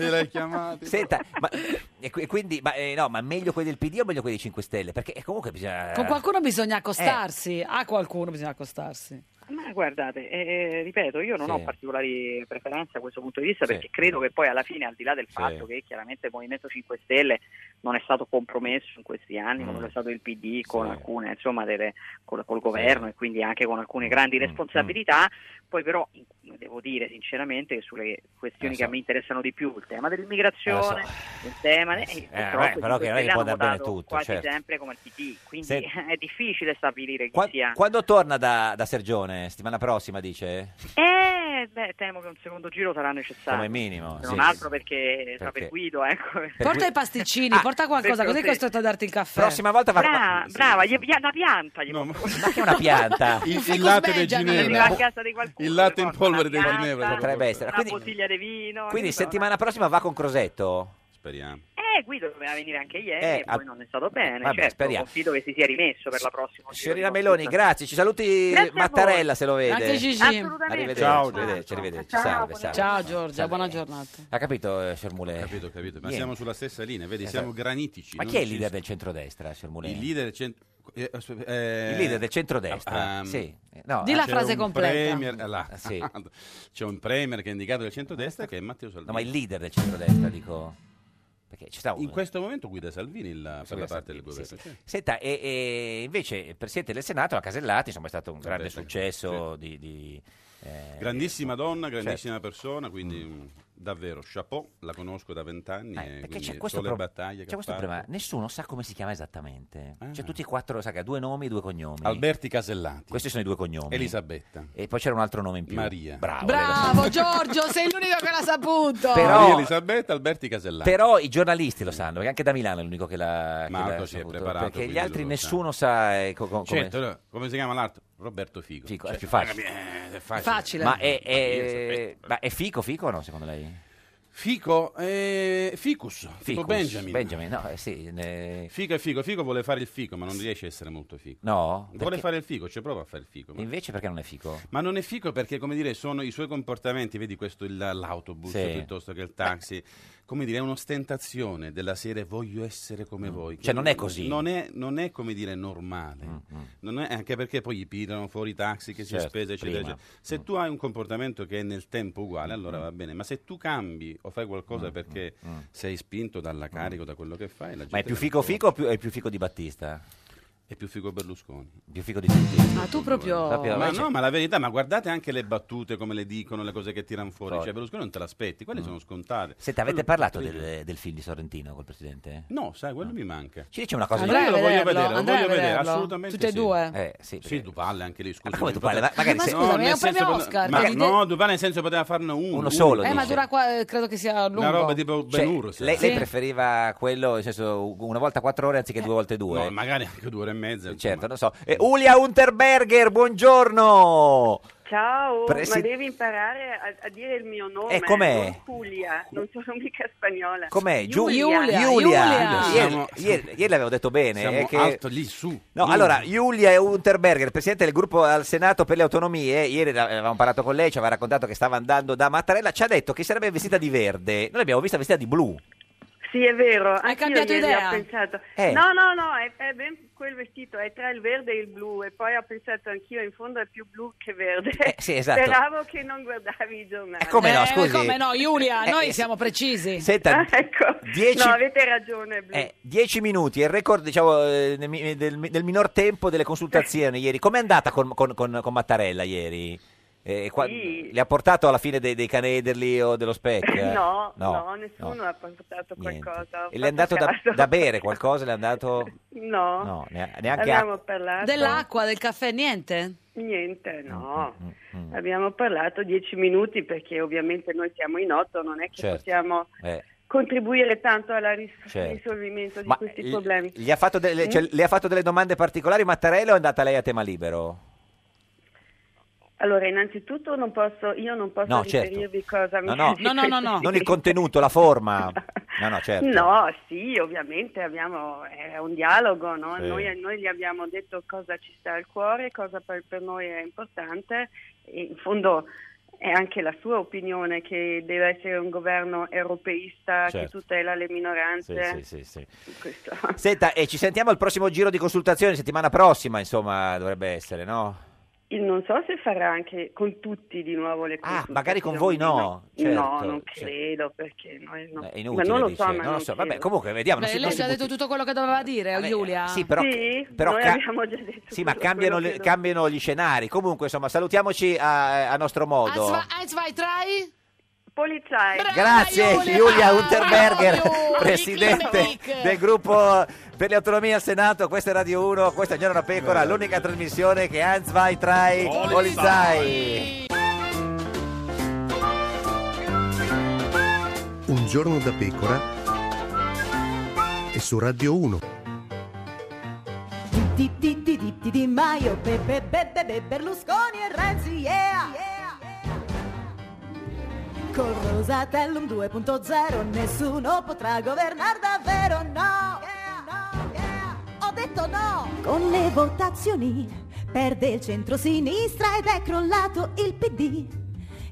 [SPEAKER 2] Senta, ma, eh, e qui- quindi, ma, eh, no, ma meglio quelli del PD o meglio quelli dei 5 Stelle? Perché eh, comunque bisogna...
[SPEAKER 1] Con qualcuno bisogna accostarsi. A qualcuno bisogna accostarsi.
[SPEAKER 17] Ma guardate, eh, eh, ripeto, io non
[SPEAKER 1] Sì.
[SPEAKER 17] ho particolari preferenze a questo punto di vista
[SPEAKER 1] Sì.
[SPEAKER 17] perché credo che poi alla fine, al di là del fatto che chiaramente il Movimento 5 Stelle non è stato compromesso in questi anni,
[SPEAKER 2] Mm.
[SPEAKER 17] come lo è stato il PD con alcune, insomma, delle, col, col governo e quindi anche con
[SPEAKER 2] Mm.
[SPEAKER 17] alcune grandi responsabilità, poi però devo dire sinceramente che sulle questioni
[SPEAKER 2] Eh,
[SPEAKER 17] che a
[SPEAKER 2] so.
[SPEAKER 17] me interessano di più, il tema dell'immigrazione, il tema... Eh,
[SPEAKER 2] sì. Eh,
[SPEAKER 17] purtroppo
[SPEAKER 2] vabbè,
[SPEAKER 17] i 5
[SPEAKER 2] però che non è che
[SPEAKER 17] Stelle
[SPEAKER 2] può
[SPEAKER 17] hanno
[SPEAKER 2] andare bene
[SPEAKER 17] votato
[SPEAKER 2] tutto,
[SPEAKER 17] quasi
[SPEAKER 2] certo.
[SPEAKER 17] sempre come il PD, quindi
[SPEAKER 2] Sent-
[SPEAKER 17] <laughs> è difficile stabilire chi
[SPEAKER 2] Qua-
[SPEAKER 17] sia...
[SPEAKER 2] quando torna da, da Sergione? Settimana prossima, dice?
[SPEAKER 17] Eh, beh, temo che un secondo giro sarà necessario.
[SPEAKER 2] Come minimo,
[SPEAKER 17] Se
[SPEAKER 2] sì.
[SPEAKER 17] non Esatto. altro perché, sa,
[SPEAKER 2] Perché-
[SPEAKER 17] per Guido, ecco.
[SPEAKER 1] Porta i pasticcini,
[SPEAKER 2] Ah,
[SPEAKER 1] porta qualcosa,
[SPEAKER 17] perché
[SPEAKER 1] così è
[SPEAKER 17] sì.
[SPEAKER 1] costretto a darti il caffè.
[SPEAKER 2] Prossima volta Ah, va-
[SPEAKER 17] Bra- brava, gli, gli- una pianta gli Ecco, posso-
[SPEAKER 2] Ma che è una
[SPEAKER 17] <laughs>
[SPEAKER 2] pianta?
[SPEAKER 16] Il- il latte del
[SPEAKER 17] Andrà
[SPEAKER 16] Ginevra.
[SPEAKER 17] a casa di qualcuno.
[SPEAKER 16] Il latte in polvere del
[SPEAKER 17] una pianta,
[SPEAKER 16] Ginevra.
[SPEAKER 2] Potrebbe essere.
[SPEAKER 17] Una
[SPEAKER 2] Quindi,
[SPEAKER 17] bottiglia di vino.
[SPEAKER 2] quindi
[SPEAKER 17] che ne so.
[SPEAKER 2] settimana prossima va con Crosetto? Speriamo.
[SPEAKER 17] Eh, Guido doveva venire anche ieri
[SPEAKER 2] Eh,
[SPEAKER 17] e poi
[SPEAKER 2] a-
[SPEAKER 17] non è stato bene.
[SPEAKER 2] vabbè,
[SPEAKER 17] certo,
[SPEAKER 2] speriamo.
[SPEAKER 17] confido che si sia rimesso per la prossima.
[SPEAKER 2] Signorina Meloni, grazie. Ci saluti
[SPEAKER 17] Grazie a voi.
[SPEAKER 2] Mattarella se lo vede.
[SPEAKER 1] Anche Gigi. Assolutamente.
[SPEAKER 2] Arrivederci,
[SPEAKER 1] Ciao.
[SPEAKER 2] arrivederci, arrivederci.
[SPEAKER 1] Ciao,
[SPEAKER 2] salve, salve.
[SPEAKER 1] Ciao Giorgia,
[SPEAKER 2] Salve.
[SPEAKER 1] buona giornata.
[SPEAKER 2] Ha capito, eh, signor Mulè?
[SPEAKER 16] Capito, capito. Ma
[SPEAKER 2] Niente.
[SPEAKER 16] siamo sulla stessa linea, vedi,
[SPEAKER 2] Esatto.
[SPEAKER 16] siamo granitici.
[SPEAKER 2] Ma
[SPEAKER 16] non
[SPEAKER 2] chi è il
[SPEAKER 16] ci-
[SPEAKER 2] leader del centrodestra, signor Mulè?
[SPEAKER 16] Il leader del cent- eh, aspe- eh,
[SPEAKER 2] Il leader del centrodestra,
[SPEAKER 16] ah,
[SPEAKER 2] sì. No, ah,
[SPEAKER 1] Di la
[SPEAKER 16] c'è
[SPEAKER 1] frase
[SPEAKER 16] un
[SPEAKER 1] completa.
[SPEAKER 16] premier- eh, là.
[SPEAKER 2] Sì.
[SPEAKER 16] <laughs> C'è un premier che è indicato del centrodestra che è Matteo Salvini.
[SPEAKER 2] No, ma il leader del centrodestra, dico. Perché ci sta uno.
[SPEAKER 16] In questo momento guida Salvini il- per la
[SPEAKER 2] Guida
[SPEAKER 16] parte del
[SPEAKER 2] Salvini,
[SPEAKER 16] governo.
[SPEAKER 2] sì, sì. Senta, e, e invece il Presidente del Senato, la Casellati, insomma è stato un grande successo di, eh, ecco, certo. di-
[SPEAKER 16] grandissima donna, grandissima persona, quindi mh, davvero chapeau, la conosco da vent'anni. e
[SPEAKER 2] Mm. Eh, Perché
[SPEAKER 16] Eh, quindi
[SPEAKER 2] c'è questo,
[SPEAKER 16] solo le
[SPEAKER 2] pro-
[SPEAKER 16] battaglie che
[SPEAKER 2] c'è
[SPEAKER 16] ha
[SPEAKER 2] questo
[SPEAKER 16] fatto.
[SPEAKER 2] problema, nessuno sa come si chiama esattamente. C'è tutti e quattro, sa che ha due nomi e due cognomi.
[SPEAKER 16] Alberti Casellati.
[SPEAKER 2] Questi sono i due cognomi.
[SPEAKER 16] Elisabetta.
[SPEAKER 2] E poi c'era un altro nome in più.
[SPEAKER 16] Maria.
[SPEAKER 2] Bravo. lei lo sa.
[SPEAKER 11] Bravo Giorgio, sei l'unico che l'ha saputo.
[SPEAKER 2] Però-
[SPEAKER 16] Maria Elisabetta Alberti Casellati.
[SPEAKER 2] Però i giornalisti lo sanno, perché anche da Milano è l'unico che l'ha che
[SPEAKER 16] Marco
[SPEAKER 2] l'ha
[SPEAKER 16] si è
[SPEAKER 2] saputo,
[SPEAKER 16] preparato,
[SPEAKER 2] Perché gli
[SPEAKER 16] quindi
[SPEAKER 2] altri
[SPEAKER 16] lo
[SPEAKER 2] nessuno sa eh, co- co- come...
[SPEAKER 16] Certo, allora, come si chiama l'altro? Roberto Fico. Fico,
[SPEAKER 2] è più facile.
[SPEAKER 16] è
[SPEAKER 2] Facile. Ma è- è- ma è fico, fico o no, secondo lei?
[SPEAKER 16] Fico, eh, Ficus, Fico
[SPEAKER 2] Ficus,
[SPEAKER 16] Benjamin.
[SPEAKER 2] Benjamin, no, eh, sì. ne-
[SPEAKER 16] Fico è figo, figo vuole fare il figo, ma non riesce a essere molto figo.
[SPEAKER 2] No?
[SPEAKER 16] Vuole
[SPEAKER 2] Perché-
[SPEAKER 16] fare il figo, ci prova a fare il figo. Ma...
[SPEAKER 2] Invece perché non è fico?
[SPEAKER 16] ma non è figo perché, come dire, sono i suoi comportamenti, vedi questo il- l'autobus
[SPEAKER 2] Sì.
[SPEAKER 16] piuttosto che il taxi, come dire, è un'ostentazione della serie voglio essere come voi.
[SPEAKER 2] Cioè, non è così. Mm,
[SPEAKER 16] Non è, non è, come dire normale, Non è- anche perché poi gli pirano fuori i taxi che si
[SPEAKER 2] Certo,
[SPEAKER 16] spese, eccetera,
[SPEAKER 2] prima. Mm.
[SPEAKER 16] eccetera. Se tu hai un comportamento che è nel tempo uguale, allora va bene, ma se tu cambi o fai
[SPEAKER 2] Mm,
[SPEAKER 16] qualcosa perché sei spinto dalla carica, o da quello che fai, la gente
[SPEAKER 2] Ma è più
[SPEAKER 16] la
[SPEAKER 2] fico
[SPEAKER 16] ricorda.
[SPEAKER 2] fico o più- è più fico di Battista?
[SPEAKER 16] È più figo Berlusconi.
[SPEAKER 2] Più fico di tutti.
[SPEAKER 11] Ma tu proprio...
[SPEAKER 16] Ma no, ma la verità, ma guardate anche le battute, come le dicono, le cose che tirano fuori. Cioè, Berlusconi non te l'aspetti, quelle sono scontate.
[SPEAKER 2] Senti, avete
[SPEAKER 16] Quello-
[SPEAKER 2] parlato del, del film di Sorrentino col presidente?
[SPEAKER 16] No, sai, quello mi manca.
[SPEAKER 2] Ci dice una cosa
[SPEAKER 11] Andrai
[SPEAKER 16] Io
[SPEAKER 11] a
[SPEAKER 16] lo voglio
[SPEAKER 11] vederlo,
[SPEAKER 16] vedere, lo
[SPEAKER 11] andrai a
[SPEAKER 16] voglio vedere,
[SPEAKER 11] vederlo.
[SPEAKER 16] assolutamente.
[SPEAKER 11] Tutte e
[SPEAKER 16] sì.
[SPEAKER 11] due?
[SPEAKER 2] Eh, sì, Ah,
[SPEAKER 16] Sì, Dupalle anche lì, scusa.
[SPEAKER 2] come Dupale? Ma- magari
[SPEAKER 11] Ma se- scusami, è un
[SPEAKER 16] nel senso
[SPEAKER 11] premio
[SPEAKER 16] pot-
[SPEAKER 11] Oscar,
[SPEAKER 16] Ma,
[SPEAKER 11] devi
[SPEAKER 16] no, Dupale nel senso poteva farne uno.
[SPEAKER 2] Uno solo,
[SPEAKER 11] Eh, ma
[SPEAKER 2] dice.
[SPEAKER 11] dura qua, eh, credo che sia lungo.
[SPEAKER 16] Una roba tipo
[SPEAKER 2] Cioè,
[SPEAKER 16] Ben Urus.
[SPEAKER 2] lei, lei preferiva quello, nel senso, una volta quattro ore anziché due volte due?
[SPEAKER 16] Eh. No, magari anche due ore e mezza.
[SPEAKER 2] Certo, non so. Eh, Ulia Unterberger, buongiorno!
[SPEAKER 19] Ciao,
[SPEAKER 2] Presi-
[SPEAKER 19] ma devi imparare a, a dire il mio nome.
[SPEAKER 2] E com'è?
[SPEAKER 19] Non Giulia, non sono mica spagnola.
[SPEAKER 2] Com'è? Giu-
[SPEAKER 19] Giulia.
[SPEAKER 2] Giulia. Ieri,
[SPEAKER 16] Siamo-
[SPEAKER 2] ieri- ieri l'avevo detto bene.
[SPEAKER 16] Siamo
[SPEAKER 2] è che-
[SPEAKER 16] alto lì su.
[SPEAKER 2] No,
[SPEAKER 16] Giulia.
[SPEAKER 2] allora, Giulia Unterberger, presidente del gruppo al Senato per le autonomie, ieri la- avevamo parlato con lei, ci aveva raccontato che stava andando da Mattarella, ci ha detto che sarebbe vestita di verde, noi l'abbiamo vista vestita di blu.
[SPEAKER 19] Sì, è vero. Hai
[SPEAKER 11] cambiato idea?
[SPEAKER 19] Ho pensato.
[SPEAKER 2] Eh.
[SPEAKER 19] No, no, no, è, è ben quel vestito, è tra il verde e il blu. E poi ho pensato anch'io, in fondo è più blu che verde.
[SPEAKER 2] sì, esatto.
[SPEAKER 19] Speravo che non guardavi i giornali.
[SPEAKER 2] Eh, come no,
[SPEAKER 11] Eh,
[SPEAKER 2] scusi.
[SPEAKER 11] come no, Giulia,
[SPEAKER 2] Eh,
[SPEAKER 11] Ah, noi
[SPEAKER 2] eh,
[SPEAKER 11] siamo precisi.
[SPEAKER 2] Senta, dieci,
[SPEAKER 19] No, avete ragione, blu.
[SPEAKER 2] eh, dieci minuti, è il record diciamo, eh, nel mi- del, del minor tempo
[SPEAKER 19] <laughs>
[SPEAKER 2] delle consultazioni ieri. Com'è andata con, con- con- con Mattarella ieri? Eh, qua-
[SPEAKER 19] Sì.
[SPEAKER 2] Le ha portato alla fine dei, dei canederli o dello specchio?
[SPEAKER 19] <laughs> <laughs> No, no, nessuno ha portato
[SPEAKER 2] eh, niente.
[SPEAKER 19] qualcosa. ho
[SPEAKER 2] E le è andato
[SPEAKER 19] fatto
[SPEAKER 2] da,
[SPEAKER 19] caso.
[SPEAKER 2] da bere qualcosa? Le è andato...
[SPEAKER 19] <laughs> No,
[SPEAKER 2] No, ne- neanche
[SPEAKER 19] abbiamo
[SPEAKER 2] acqua.
[SPEAKER 19] parlato.
[SPEAKER 11] Dell'acqua, del caffè, niente?
[SPEAKER 19] Niente,
[SPEAKER 2] Mm,
[SPEAKER 19] no. Abbiamo parlato dieci minuti perché ovviamente noi siamo in otto, non è che
[SPEAKER 2] Certo.
[SPEAKER 19] possiamo
[SPEAKER 2] Eh,
[SPEAKER 19] contribuire tanto alla ris-
[SPEAKER 2] Certo.
[SPEAKER 19] risolvimento di
[SPEAKER 2] Ma
[SPEAKER 19] questi
[SPEAKER 2] l-
[SPEAKER 19] problemi.
[SPEAKER 2] gli ha fatto delle, cioè,
[SPEAKER 19] Mm?
[SPEAKER 2] le ha fatto delle domande particolari Mattarella o è andata lei a tema libero?
[SPEAKER 19] Allora, innanzitutto non posso, io non posso
[SPEAKER 2] No, certo.
[SPEAKER 19] riferirvi cosa mi
[SPEAKER 2] No,
[SPEAKER 19] <laughs>
[SPEAKER 2] no, non il contenuto, la forma. No, no, certo.
[SPEAKER 19] No, sì, ovviamente abbiamo, è un dialogo, no?
[SPEAKER 2] Sì.
[SPEAKER 19] noi, noi gli abbiamo detto cosa ci sta al cuore, cosa per, per noi è importante e in fondo è anche la sua opinione che deve essere un governo europeista che
[SPEAKER 2] Certo.
[SPEAKER 19] tutela le minoranze.
[SPEAKER 2] Sì, sì, sì, sì.
[SPEAKER 19] Questo.
[SPEAKER 2] Senta, e ci sentiamo al prossimo giro di consultazioni, settimana prossima, insomma, dovrebbe essere, no?
[SPEAKER 19] Io non so se farà anche con tutti di nuovo le consultazioni.
[SPEAKER 2] Ah, magari con voi no,
[SPEAKER 19] No,
[SPEAKER 2] certo,
[SPEAKER 19] non
[SPEAKER 2] certo.
[SPEAKER 19] credo perché noi no.
[SPEAKER 2] È
[SPEAKER 19] ma
[SPEAKER 2] inutile,
[SPEAKER 19] non lo
[SPEAKER 2] dice.
[SPEAKER 19] so, ma
[SPEAKER 2] Non lo
[SPEAKER 19] non
[SPEAKER 2] so.
[SPEAKER 19] credo.
[SPEAKER 2] Vabbè, comunque vediamo, non
[SPEAKER 11] Beh,
[SPEAKER 2] si- non
[SPEAKER 11] lei
[SPEAKER 2] si
[SPEAKER 11] già ha detto
[SPEAKER 2] butti-
[SPEAKER 11] tutto quello che doveva dire,
[SPEAKER 2] Vabbè, eh,
[SPEAKER 11] Giulia.
[SPEAKER 2] sì, però-
[SPEAKER 19] Sì,
[SPEAKER 2] però
[SPEAKER 19] noi
[SPEAKER 2] ca-
[SPEAKER 19] abbiamo già detto
[SPEAKER 2] Sì, ma
[SPEAKER 19] quello-
[SPEAKER 2] cambiano,
[SPEAKER 19] quello
[SPEAKER 2] le-
[SPEAKER 19] che-
[SPEAKER 2] cambiano gli scenari. Comunque, insomma, salutiamoci a, a nostro modo.
[SPEAKER 11] Eins, vai, trai?
[SPEAKER 19] Polizai.
[SPEAKER 11] Ah,
[SPEAKER 2] Grazie Giulia Unterberger, presidente del gruppo per le autonomie al Senato. Questa è Radio 1, questa è Giorno da Pecora, l'unica trasmissione che Hans vai trai Polizai.
[SPEAKER 13] Un giorno da pecora e su Radio 1.
[SPEAKER 12] Di, di, di, di, di, Di Maio, be, be, be, be, be, Berlusconi e Renzi, yeah! Col Rosatellum 2.0 nessuno potrà governare davvero, no! Ho detto no! Con le votazioni perde il centro-sinistra ed è crollato il PD.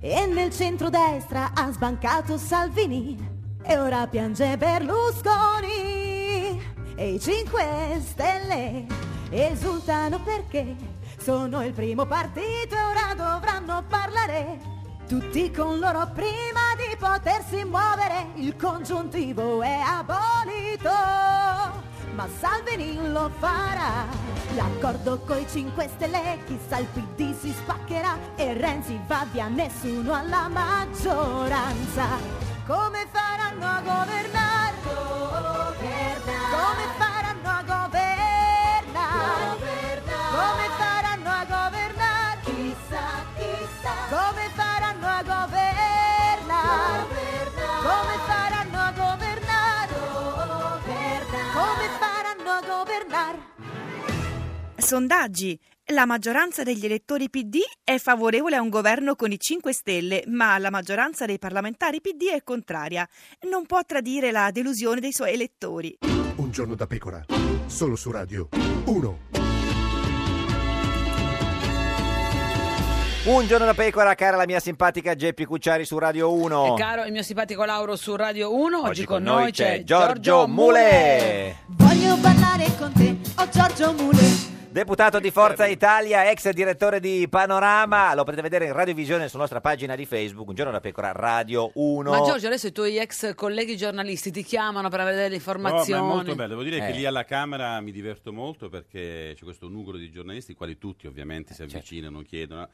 [SPEAKER 12] E nel centro-destra ha sbancato Salvini. E ora piange Berlusconi. E i 5 Stelle esultano perché sono il primo partito e ora dovranno parlare. Tutti con loro prima di potersi muovere, il congiuntivo è abolito. ma Salvini lo farà. L'accordo coi 5 Stelle, chissà il PD si spaccherà e Renzi va via, nessuno alla maggioranza. Come faranno a governare? Come faranno a governare? Come faranno a governare? Chissà, chissà. Come faranno a governare? Come faranno a governare? Come faranno a governare?
[SPEAKER 14] Sondaggi. La maggioranza degli elettori PD è favorevole a un governo con i 5 Stelle, ma la maggioranza dei parlamentari PD è contraria. Non può tradire la delusione dei suoi elettori.
[SPEAKER 13] Un giorno da pecora, solo su Radio 1.
[SPEAKER 2] Un giorno da pecora, cara la mia simpatica Geppi Cucciari su Radio 1.
[SPEAKER 1] E caro il mio simpatico Lauro su Radio 1, oggi,
[SPEAKER 2] con noi c'è Giorgio Mule,
[SPEAKER 12] Voglio parlare con te, oh Giorgio Mule.
[SPEAKER 2] deputato di Forza Italia, ex direttore di Panorama. Lo potete vedere in radiovisione sulla nostra pagina di Facebook. Un giorno da pecora, Radio 1.
[SPEAKER 1] Ma Giorgio, adesso i tuoi ex colleghi giornalisti ti chiamano per avere le
[SPEAKER 16] No, ma è
[SPEAKER 1] informazioni.
[SPEAKER 16] molto bello, devo dire che
[SPEAKER 1] Eh.
[SPEAKER 16] lì alla Camera mi diverto molto perché c'è questo nugolo di giornalisti, i quali tutti ovviamente si avvicinano, chiedono,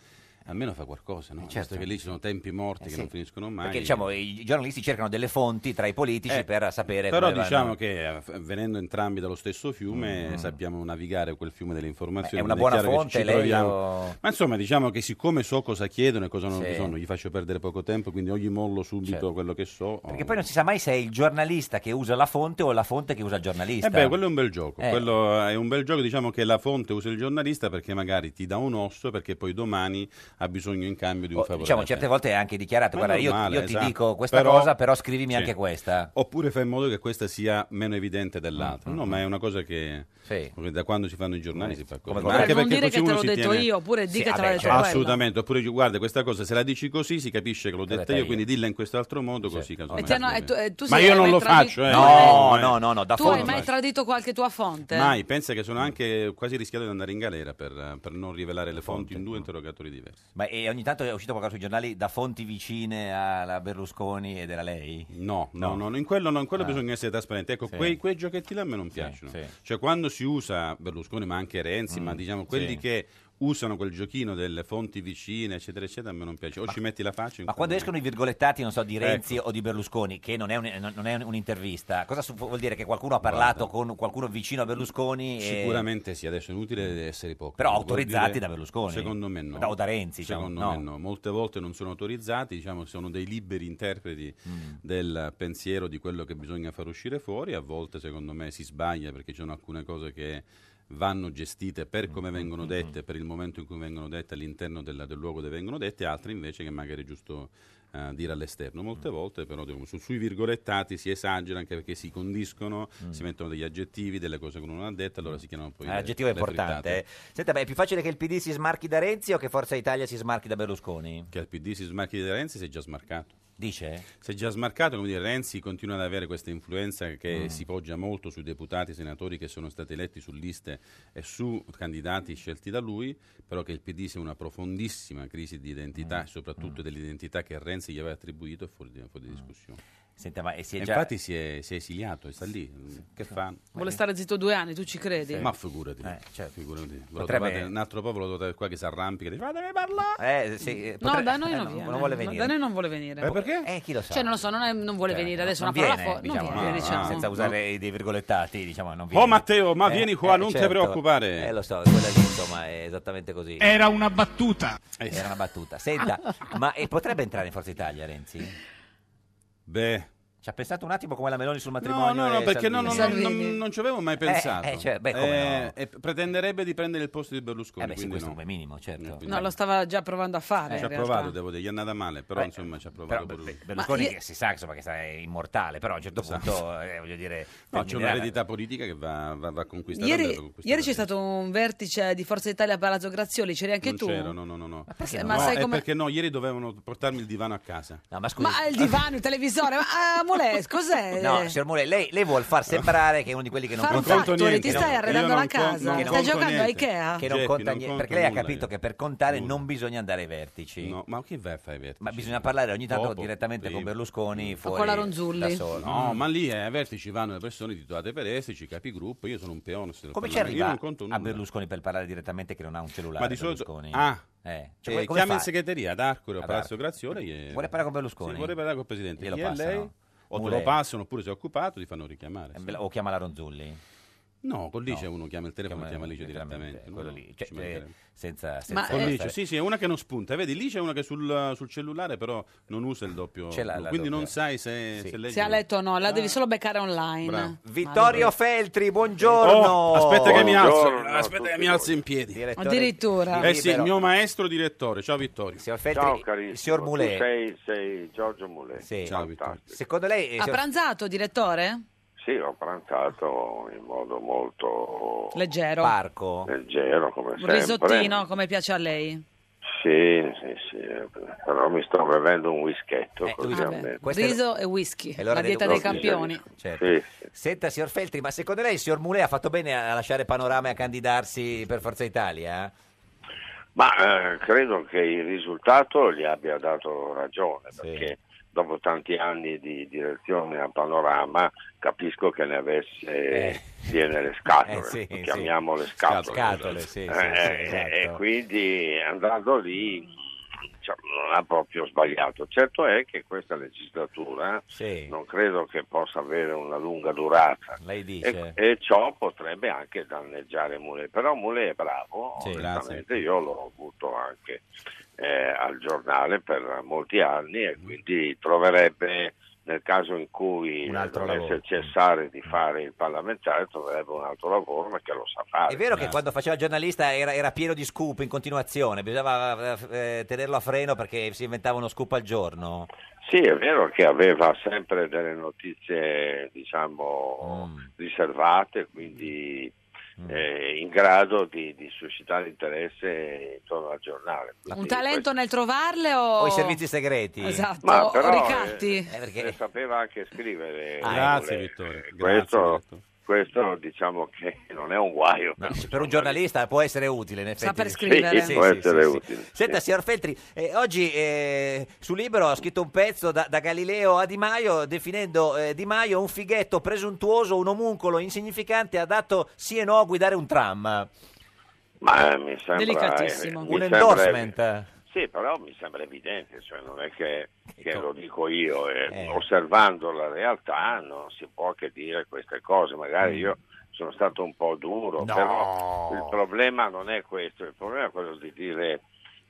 [SPEAKER 16] almeno fa qualcosa, no?
[SPEAKER 2] Eh, certo.
[SPEAKER 16] Visto che lì ci sono tempi morti
[SPEAKER 2] Eh,
[SPEAKER 16] che
[SPEAKER 2] sì.
[SPEAKER 16] non finiscono mai.
[SPEAKER 2] Perché diciamo, i giornalisti cercano delle fonti tra i politici
[SPEAKER 16] Eh,
[SPEAKER 2] per sapere
[SPEAKER 16] Però
[SPEAKER 2] come vanno.
[SPEAKER 16] diciamo che eh, f- venendo entrambi dallo stesso fiume
[SPEAKER 2] Mm.
[SPEAKER 16] sappiamo navigare quel fiume delle informazioni.
[SPEAKER 2] Beh, è una
[SPEAKER 16] quindi
[SPEAKER 2] buona
[SPEAKER 16] chiaro che
[SPEAKER 2] fonte,
[SPEAKER 16] ci
[SPEAKER 2] lei
[SPEAKER 16] troviamo.
[SPEAKER 2] lo-
[SPEAKER 16] Ma insomma diciamo che siccome so cosa chiedono e cosa non
[SPEAKER 2] Sì.
[SPEAKER 16] sono, gli faccio perdere poco tempo, quindi o gli mollo subito
[SPEAKER 2] Certo.
[SPEAKER 16] quello che so.
[SPEAKER 2] Perché poi non si sa mai se è il giornalista che usa la fonte o la fonte che usa il giornalista.
[SPEAKER 16] Eh beh, quello è un bel gioco.
[SPEAKER 2] Eh.
[SPEAKER 16] Quello è un bel gioco, diciamo che la fonte usa il giornalista perché magari ti dà un osso perché poi domani ha bisogno in cambio di un
[SPEAKER 2] O,
[SPEAKER 16] favore.
[SPEAKER 2] diciamo,
[SPEAKER 16] da
[SPEAKER 2] certe
[SPEAKER 16] te.
[SPEAKER 2] volte è anche dichiarato,
[SPEAKER 16] Ma è
[SPEAKER 2] Eh, guarda, io-
[SPEAKER 16] normale,
[SPEAKER 2] io ti
[SPEAKER 16] esatto.
[SPEAKER 2] dico questa cosa, però scrivimi anche questa.
[SPEAKER 16] Oppure fai in modo che questa sia meno evidente dell'altra.
[SPEAKER 2] Mm,
[SPEAKER 16] No,
[SPEAKER 2] mm,
[SPEAKER 16] ma è una cosa che che da quando si fanno i giornali si fa così.
[SPEAKER 2] Come
[SPEAKER 16] Ma
[SPEAKER 2] cosa-
[SPEAKER 16] anche
[SPEAKER 2] Non
[SPEAKER 16] perché
[SPEAKER 1] dire
[SPEAKER 16] così
[SPEAKER 1] che te
[SPEAKER 16] uno
[SPEAKER 1] l'ho
[SPEAKER 16] si
[SPEAKER 1] detto
[SPEAKER 16] tiene-
[SPEAKER 1] io, oppure di
[SPEAKER 2] Sì,
[SPEAKER 1] che te
[SPEAKER 2] vabbè, certo.
[SPEAKER 1] l'ho detto
[SPEAKER 16] Cioè,
[SPEAKER 1] quello.
[SPEAKER 16] assolutamente, oppure guarda questa cosa se la dici così si capisce che l'ho detta
[SPEAKER 2] detta
[SPEAKER 16] io,
[SPEAKER 2] io.
[SPEAKER 16] quindi dilla in quest'altro modo così casomai.
[SPEAKER 1] E ti hanno- e tu- e tu
[SPEAKER 16] Ma
[SPEAKER 1] sei-
[SPEAKER 16] io
[SPEAKER 1] hai
[SPEAKER 16] non
[SPEAKER 1] mai
[SPEAKER 16] lo
[SPEAKER 1] tradi-
[SPEAKER 16] faccio, eh.
[SPEAKER 2] No,
[SPEAKER 16] eh.
[SPEAKER 2] no, no, no, da
[SPEAKER 1] Tu hai mai tradito qualche tua fonte?
[SPEAKER 16] Mai, pensa che sono anche quasi rischiato di andare in galera per, eh, per non rivelare le fonti in due interrogatori diversi.
[SPEAKER 2] Ma e ogni tanto è uscito qualcosa sui giornali da fonti vicine alla Berlusconi ed era lei?
[SPEAKER 16] No, No, no, no, in quello, no, in quello
[SPEAKER 2] Ah.
[SPEAKER 16] bisogna essere trasparenti. Ecco,
[SPEAKER 2] Sì.
[SPEAKER 16] quei, quei giochetti là a me non piacciono. Cioè, quando si usa Berlusconi, ma anche Renzi,
[SPEAKER 2] Mm,
[SPEAKER 16] ma diciamo quelli
[SPEAKER 2] sì.
[SPEAKER 16] che usano quel giochino delle fonti vicine, eccetera, eccetera, a me non piace. O ci metti la faccia in
[SPEAKER 2] Ma
[SPEAKER 16] quello-
[SPEAKER 2] quando escono i virgolettati, non so, di Renzi
[SPEAKER 16] Ecco.
[SPEAKER 2] o di Berlusconi, che non è, un- non- non è un'intervista, cosa su- vuol dire? Che qualcuno ha parlato con qualcuno vicino a Berlusconi? e-
[SPEAKER 16] Sicuramente sì, adesso è inutile essere ipocriti.
[SPEAKER 2] eh. Però
[SPEAKER 16] Vuol
[SPEAKER 2] autorizzati
[SPEAKER 16] dire-
[SPEAKER 2] da Berlusconi?
[SPEAKER 16] Secondo me no.
[SPEAKER 2] Da- o da Renzi, diciamo,
[SPEAKER 16] Secondo
[SPEAKER 2] no.
[SPEAKER 16] me no. Molte volte non sono autorizzati, diciamo che sono dei liberi interpreti
[SPEAKER 2] Mm.
[SPEAKER 16] del pensiero di quello che bisogna far uscire fuori. A volte secondo me si sbaglia perché ci sono alcune cose che vanno gestite
[SPEAKER 2] Mm,
[SPEAKER 16] per come vengono dette, per il momento in cui vengono dette all'interno della- del luogo dove vengono dette, altre invece che magari è giusto eh, dire all'esterno.
[SPEAKER 2] Mm.
[SPEAKER 16] Molte volte però diciamo, su- sui virgolettati si esagera anche perché si condiscono,
[SPEAKER 2] Mm.
[SPEAKER 16] si mettono degli aggettivi, delle cose che uno non ha detto, allora si chiamano poi...
[SPEAKER 2] Ah,
[SPEAKER 16] le-
[SPEAKER 2] L'aggettivo è
[SPEAKER 16] le
[SPEAKER 2] importante.
[SPEAKER 16] frittate.
[SPEAKER 2] eh. Senta, ma è più facile che il PD si smarchi da Renzi o che Forza Italia si smarchi da Berlusconi?
[SPEAKER 16] Che al PD si smarchi da Renzi si è già smarcato.
[SPEAKER 2] Dice?
[SPEAKER 16] Si è già smarcato, come dire, Renzi continua ad avere questa influenza che
[SPEAKER 2] Mm.
[SPEAKER 16] si poggia molto sui deputati e senatori che sono stati eletti su liste e su candidati scelti da lui, però che il PD sia una profondissima crisi di
[SPEAKER 2] Mm.
[SPEAKER 16] identità e soprattutto dell'identità che Renzi gli aveva attribuito è fuori di, fuori di discussione.
[SPEAKER 2] Mm. Senta, ma si è
[SPEAKER 16] E
[SPEAKER 2] già-
[SPEAKER 16] Infatti si è, si è esiliato, e sta lì. Che fa?
[SPEAKER 1] Vuole stare zitto due anni, tu ci credi?
[SPEAKER 16] Ma figurati, figurati. Ve lo
[SPEAKER 2] Eh, certo. Potrebbe-
[SPEAKER 16] trovate- un altro popolo lo trovate qua che si arrampica. e dice, "Ah!" "Fatemi
[SPEAKER 2] Eh, sì, eh,
[SPEAKER 1] No,
[SPEAKER 2] potre-
[SPEAKER 1] da noi
[SPEAKER 2] eh,
[SPEAKER 1] non,
[SPEAKER 2] no,
[SPEAKER 1] viene.
[SPEAKER 2] non vuole
[SPEAKER 1] No,
[SPEAKER 2] venire.
[SPEAKER 1] Da noi non vuole venire.
[SPEAKER 2] Eh, perché? Eh, chi lo sa.
[SPEAKER 1] Cioè, non lo so, non, è- non vuole venire. Adesso è
[SPEAKER 2] non
[SPEAKER 1] una parola
[SPEAKER 2] viene,
[SPEAKER 1] forte. Non
[SPEAKER 2] diciamo,
[SPEAKER 1] viene,
[SPEAKER 2] no,
[SPEAKER 1] diciamo.
[SPEAKER 2] senza usare dei virgolettati, diciamo, non viene.
[SPEAKER 16] Oh Matteo, ma
[SPEAKER 2] Eh,
[SPEAKER 16] vieni qua,
[SPEAKER 2] eh,
[SPEAKER 16] non
[SPEAKER 2] certo.
[SPEAKER 16] ti preoccupare.
[SPEAKER 2] Eh, lo so, quella lì, insomma, è esattamente così.
[SPEAKER 20] Era una battuta.
[SPEAKER 1] Esatto.
[SPEAKER 2] Era una battuta.
[SPEAKER 1] <laughs>
[SPEAKER 2] Senta, ma eh, potrebbe entrare in Forza Italia Renzi?
[SPEAKER 16] Beh.
[SPEAKER 2] Ci ha pensato un attimo come la Meloni sul
[SPEAKER 16] No,
[SPEAKER 2] matrimonio.
[SPEAKER 16] no, no,
[SPEAKER 2] e
[SPEAKER 16] perché no, no, no,
[SPEAKER 2] Salvini.
[SPEAKER 16] non, non ci avevo mai
[SPEAKER 2] Eh,
[SPEAKER 16] pensato.
[SPEAKER 2] eh, cioè, beh, come
[SPEAKER 16] Eh,
[SPEAKER 2] no?
[SPEAKER 16] e pretenderebbe di prendere il posto di Berlusconi.
[SPEAKER 2] Eh beh, sì,
[SPEAKER 16] quindi
[SPEAKER 2] questo
[SPEAKER 16] no.
[SPEAKER 2] come minimo, certo.
[SPEAKER 16] quindi Eh,
[SPEAKER 1] No, lo stava già provando a fare.
[SPEAKER 16] ci
[SPEAKER 1] in
[SPEAKER 16] ha
[SPEAKER 1] realtà.
[SPEAKER 16] provato, devo dire, gli è andata male, però
[SPEAKER 2] Beh,
[SPEAKER 16] insomma ci ha provato
[SPEAKER 2] però
[SPEAKER 16] pure lui. Esatto.
[SPEAKER 2] Berlusconi
[SPEAKER 1] Ma io-
[SPEAKER 2] che si sa insomma, che sarà immortale, però a un certo punto, eh, voglio dire...
[SPEAKER 16] No, c'è
[SPEAKER 2] terminerà-
[SPEAKER 16] un'eredità politica che va, va, va conquistata.
[SPEAKER 1] Ieri,
[SPEAKER 16] va conquistata.
[SPEAKER 1] ieri c'è stato un vertice di Forza Italia a Palazzo Grazioli, c'eri anche
[SPEAKER 16] non
[SPEAKER 1] tu?
[SPEAKER 16] c'ero, no, no, no. no.
[SPEAKER 1] perché
[SPEAKER 16] No,
[SPEAKER 1] no? Ma sai
[SPEAKER 16] è
[SPEAKER 1] come-
[SPEAKER 16] perché no, ieri dovevano portarmi il divano a casa.
[SPEAKER 2] No, ma
[SPEAKER 1] Ma il divano, il televisore, ma ah, Mulè, cos'è?
[SPEAKER 2] No, signor Mule, lei, lei vuol far sembrare che è uno di quelli che non
[SPEAKER 1] Fare un
[SPEAKER 2] conta
[SPEAKER 1] factory,
[SPEAKER 2] niente.
[SPEAKER 1] ti stai
[SPEAKER 2] Che non-
[SPEAKER 1] arredando
[SPEAKER 2] che non
[SPEAKER 1] la casa,
[SPEAKER 2] conta- che non
[SPEAKER 1] stai
[SPEAKER 2] conta
[SPEAKER 1] giocando a
[SPEAKER 2] niente.
[SPEAKER 1] Ikea?
[SPEAKER 2] Che non
[SPEAKER 1] Geppi,
[SPEAKER 2] conta
[SPEAKER 1] non
[SPEAKER 2] niente,
[SPEAKER 1] conta
[SPEAKER 2] perché lei ha
[SPEAKER 1] nulla,
[SPEAKER 2] capito
[SPEAKER 1] io.
[SPEAKER 2] che per contare non bisogna andare ai vertici.
[SPEAKER 16] eh. No, ma che vai ai vertici?
[SPEAKER 2] Ma bisogna parlare ogni tanto
[SPEAKER 16] Dopo,
[SPEAKER 2] direttamente
[SPEAKER 16] prima.
[SPEAKER 2] con Berlusconi fuori
[SPEAKER 1] con la Ronzulli.
[SPEAKER 2] da solo. Mm.
[SPEAKER 16] No, ma lì eh, ai vertici vanno le persone titolate per estici, capigruppo, io sono un peone. se devo
[SPEAKER 2] Come ci
[SPEAKER 16] parlare. Io
[SPEAKER 2] arriva
[SPEAKER 16] non conto
[SPEAKER 2] a
[SPEAKER 16] nulla.
[SPEAKER 2] Berlusconi per parlare direttamente che non ha un cellulare?
[SPEAKER 16] Ma di solito...
[SPEAKER 2] Berlusconi?
[SPEAKER 16] Ah,
[SPEAKER 2] Eh, cioè,
[SPEAKER 16] eh,
[SPEAKER 2] come
[SPEAKER 16] chiama
[SPEAKER 2] fa?
[SPEAKER 16] in segreteria ad Arcore o
[SPEAKER 2] Ad
[SPEAKER 16] Palazzo
[SPEAKER 2] Arcore.
[SPEAKER 16] Grazione. gli-
[SPEAKER 2] Vuole parlare con Berlusconi?
[SPEAKER 16] Sì, vuole parlare con il Presidente.
[SPEAKER 2] Glielo
[SPEAKER 16] Chi è
[SPEAKER 2] passano?
[SPEAKER 16] lei? O te
[SPEAKER 2] Mulè.
[SPEAKER 16] lo passano oppure sei occupato, ti fanno richiamare. sì.
[SPEAKER 2] Eh, O chiama la Ronzulli?
[SPEAKER 16] No, con lì
[SPEAKER 2] No.
[SPEAKER 16] c'è uno chiama il telefono,
[SPEAKER 2] Chiama-
[SPEAKER 16] chiama Lice direttamente.
[SPEAKER 2] quello
[SPEAKER 16] no,
[SPEAKER 2] lì,
[SPEAKER 16] no,
[SPEAKER 2] cioè,
[SPEAKER 16] ci mancherebbe.
[SPEAKER 2] eh, senza- senza
[SPEAKER 16] Ma, con
[SPEAKER 2] eh,
[SPEAKER 16] Lice,
[SPEAKER 2] stare-
[SPEAKER 16] sì, sì, è una che non spunta. Vedi, lì c'è una che sul, sul cellulare però non usa il doppio.
[SPEAKER 2] Ce l'ha la
[SPEAKER 16] quindi non
[SPEAKER 2] doppia.
[SPEAKER 16] sai se, se leggi.
[SPEAKER 1] Se ha letto o no, la devi solo beccare online.
[SPEAKER 16] Eh. Bravo.
[SPEAKER 2] Vittorio Feltri, buongiorno.
[SPEAKER 16] Oh, aspetta che mi alzo.
[SPEAKER 2] Buongiorno,
[SPEAKER 16] aspetta che mi alzo in piedi.
[SPEAKER 1] Addirittura.
[SPEAKER 16] Eh sì, il
[SPEAKER 2] Libero.
[SPEAKER 16] mio maestro direttore. Ciao Vittorio. Signor
[SPEAKER 2] Feltri, carissimo. signor Mulè. Tu
[SPEAKER 16] Sei, Giorgio Mulè.
[SPEAKER 2] Ciao Vittorio. Secondo lei... eh,
[SPEAKER 1] Ha
[SPEAKER 2] signor-
[SPEAKER 1] pranzato, direttore?
[SPEAKER 15] Sì, ho pranzato in modo molto
[SPEAKER 1] Leggero.
[SPEAKER 2] parco.
[SPEAKER 15] leggero come
[SPEAKER 1] Un
[SPEAKER 15] sempre.
[SPEAKER 1] risottino, come piace a lei.
[SPEAKER 15] Sì, sì, sì, però mi sto bevendo un whisketto
[SPEAKER 2] Eh,
[SPEAKER 15] così a me.
[SPEAKER 2] Questa è-
[SPEAKER 1] Riso e whisky,
[SPEAKER 2] è l'ora
[SPEAKER 1] la
[SPEAKER 2] dei
[SPEAKER 1] dieta dei
[SPEAKER 2] gusti.
[SPEAKER 1] campioni.
[SPEAKER 2] Certo. Senta, signor Feltri, ma secondo lei il signor Mulè ha fatto bene a lasciare Panorama e a candidarsi per Forza Italia?
[SPEAKER 15] Ma eh, credo che il risultato gli abbia dato ragione, perché dopo tanti anni di direzione a panorama capisco che ne avesse piene le scatole,
[SPEAKER 2] Eh, sì,
[SPEAKER 15] chiamiamole
[SPEAKER 2] sì.
[SPEAKER 15] scatole.
[SPEAKER 2] Scatole, sì, sì,
[SPEAKER 15] Eh,
[SPEAKER 2] sì,
[SPEAKER 15] eh,
[SPEAKER 2] esatto.
[SPEAKER 15] E quindi andando lì diciamo, non ha proprio sbagliato. Certo è che questa legislatura non credo che possa avere una lunga durata.
[SPEAKER 2] Lei
[SPEAKER 15] E,
[SPEAKER 2] dice.
[SPEAKER 15] e ciò potrebbe anche danneggiare Mule, però Mule è bravo,
[SPEAKER 2] Sì,
[SPEAKER 15] onestamente. io l'ho avuto anche eh, al giornale per molti anni e quindi troverebbe nel caso in cui
[SPEAKER 2] Un altro
[SPEAKER 15] dovesse cessare di fare il parlamentare troverebbe un altro lavoro perché lo sa fare.
[SPEAKER 2] È vero che quando faceva il giornalista era, era pieno di scoop in continuazione, bisognava eh, tenerlo a freno perché si inventava uno scoop al giorno.
[SPEAKER 15] Sì, è vero che aveva sempre delle notizie, diciamo,
[SPEAKER 2] Mm.
[SPEAKER 15] riservate, quindi eh, in grado di, di suscitare interesse intorno al giornale.
[SPEAKER 1] Un
[SPEAKER 15] Quindi
[SPEAKER 1] talento nel trovarle o...
[SPEAKER 2] O i servizi segreti.
[SPEAKER 1] Esatto,
[SPEAKER 15] Ma
[SPEAKER 1] o-
[SPEAKER 15] però,
[SPEAKER 1] o ricatti.
[SPEAKER 15] eh, eh, sapeva anche scrivere.
[SPEAKER 2] Ah, grazie,
[SPEAKER 15] Eh,
[SPEAKER 2] Vittorio, grazie,
[SPEAKER 15] Questo, questo diciamo che non è un guaio.
[SPEAKER 2] <laughs> Per un giornalista può essere utile, in effetti.
[SPEAKER 1] Saper
[SPEAKER 2] Sì,
[SPEAKER 1] scrivere.
[SPEAKER 15] Sì, può essere utile.
[SPEAKER 2] Senta,
[SPEAKER 15] Sì.
[SPEAKER 2] signor Feltri, eh, oggi eh, su Libero ha scritto un pezzo da, da Galileo a Di Maio definendo eh, Di Maio un fighetto presuntuoso, un omuncolo insignificante adatto sì e no a guidare un tram.
[SPEAKER 15] Ma eh, mi sembra,
[SPEAKER 2] Delicatissimo.
[SPEAKER 15] eh, mi
[SPEAKER 2] Un
[SPEAKER 15] sembra-
[SPEAKER 2] endorsement.
[SPEAKER 15] Sì, però mi sembra evidente, cioè non è che, che lo dico io, eh, osservando la realtà non si può che dire queste cose, magari io sono stato un po' duro,
[SPEAKER 21] No.
[SPEAKER 15] però il problema non è questo, il problema è quello di dire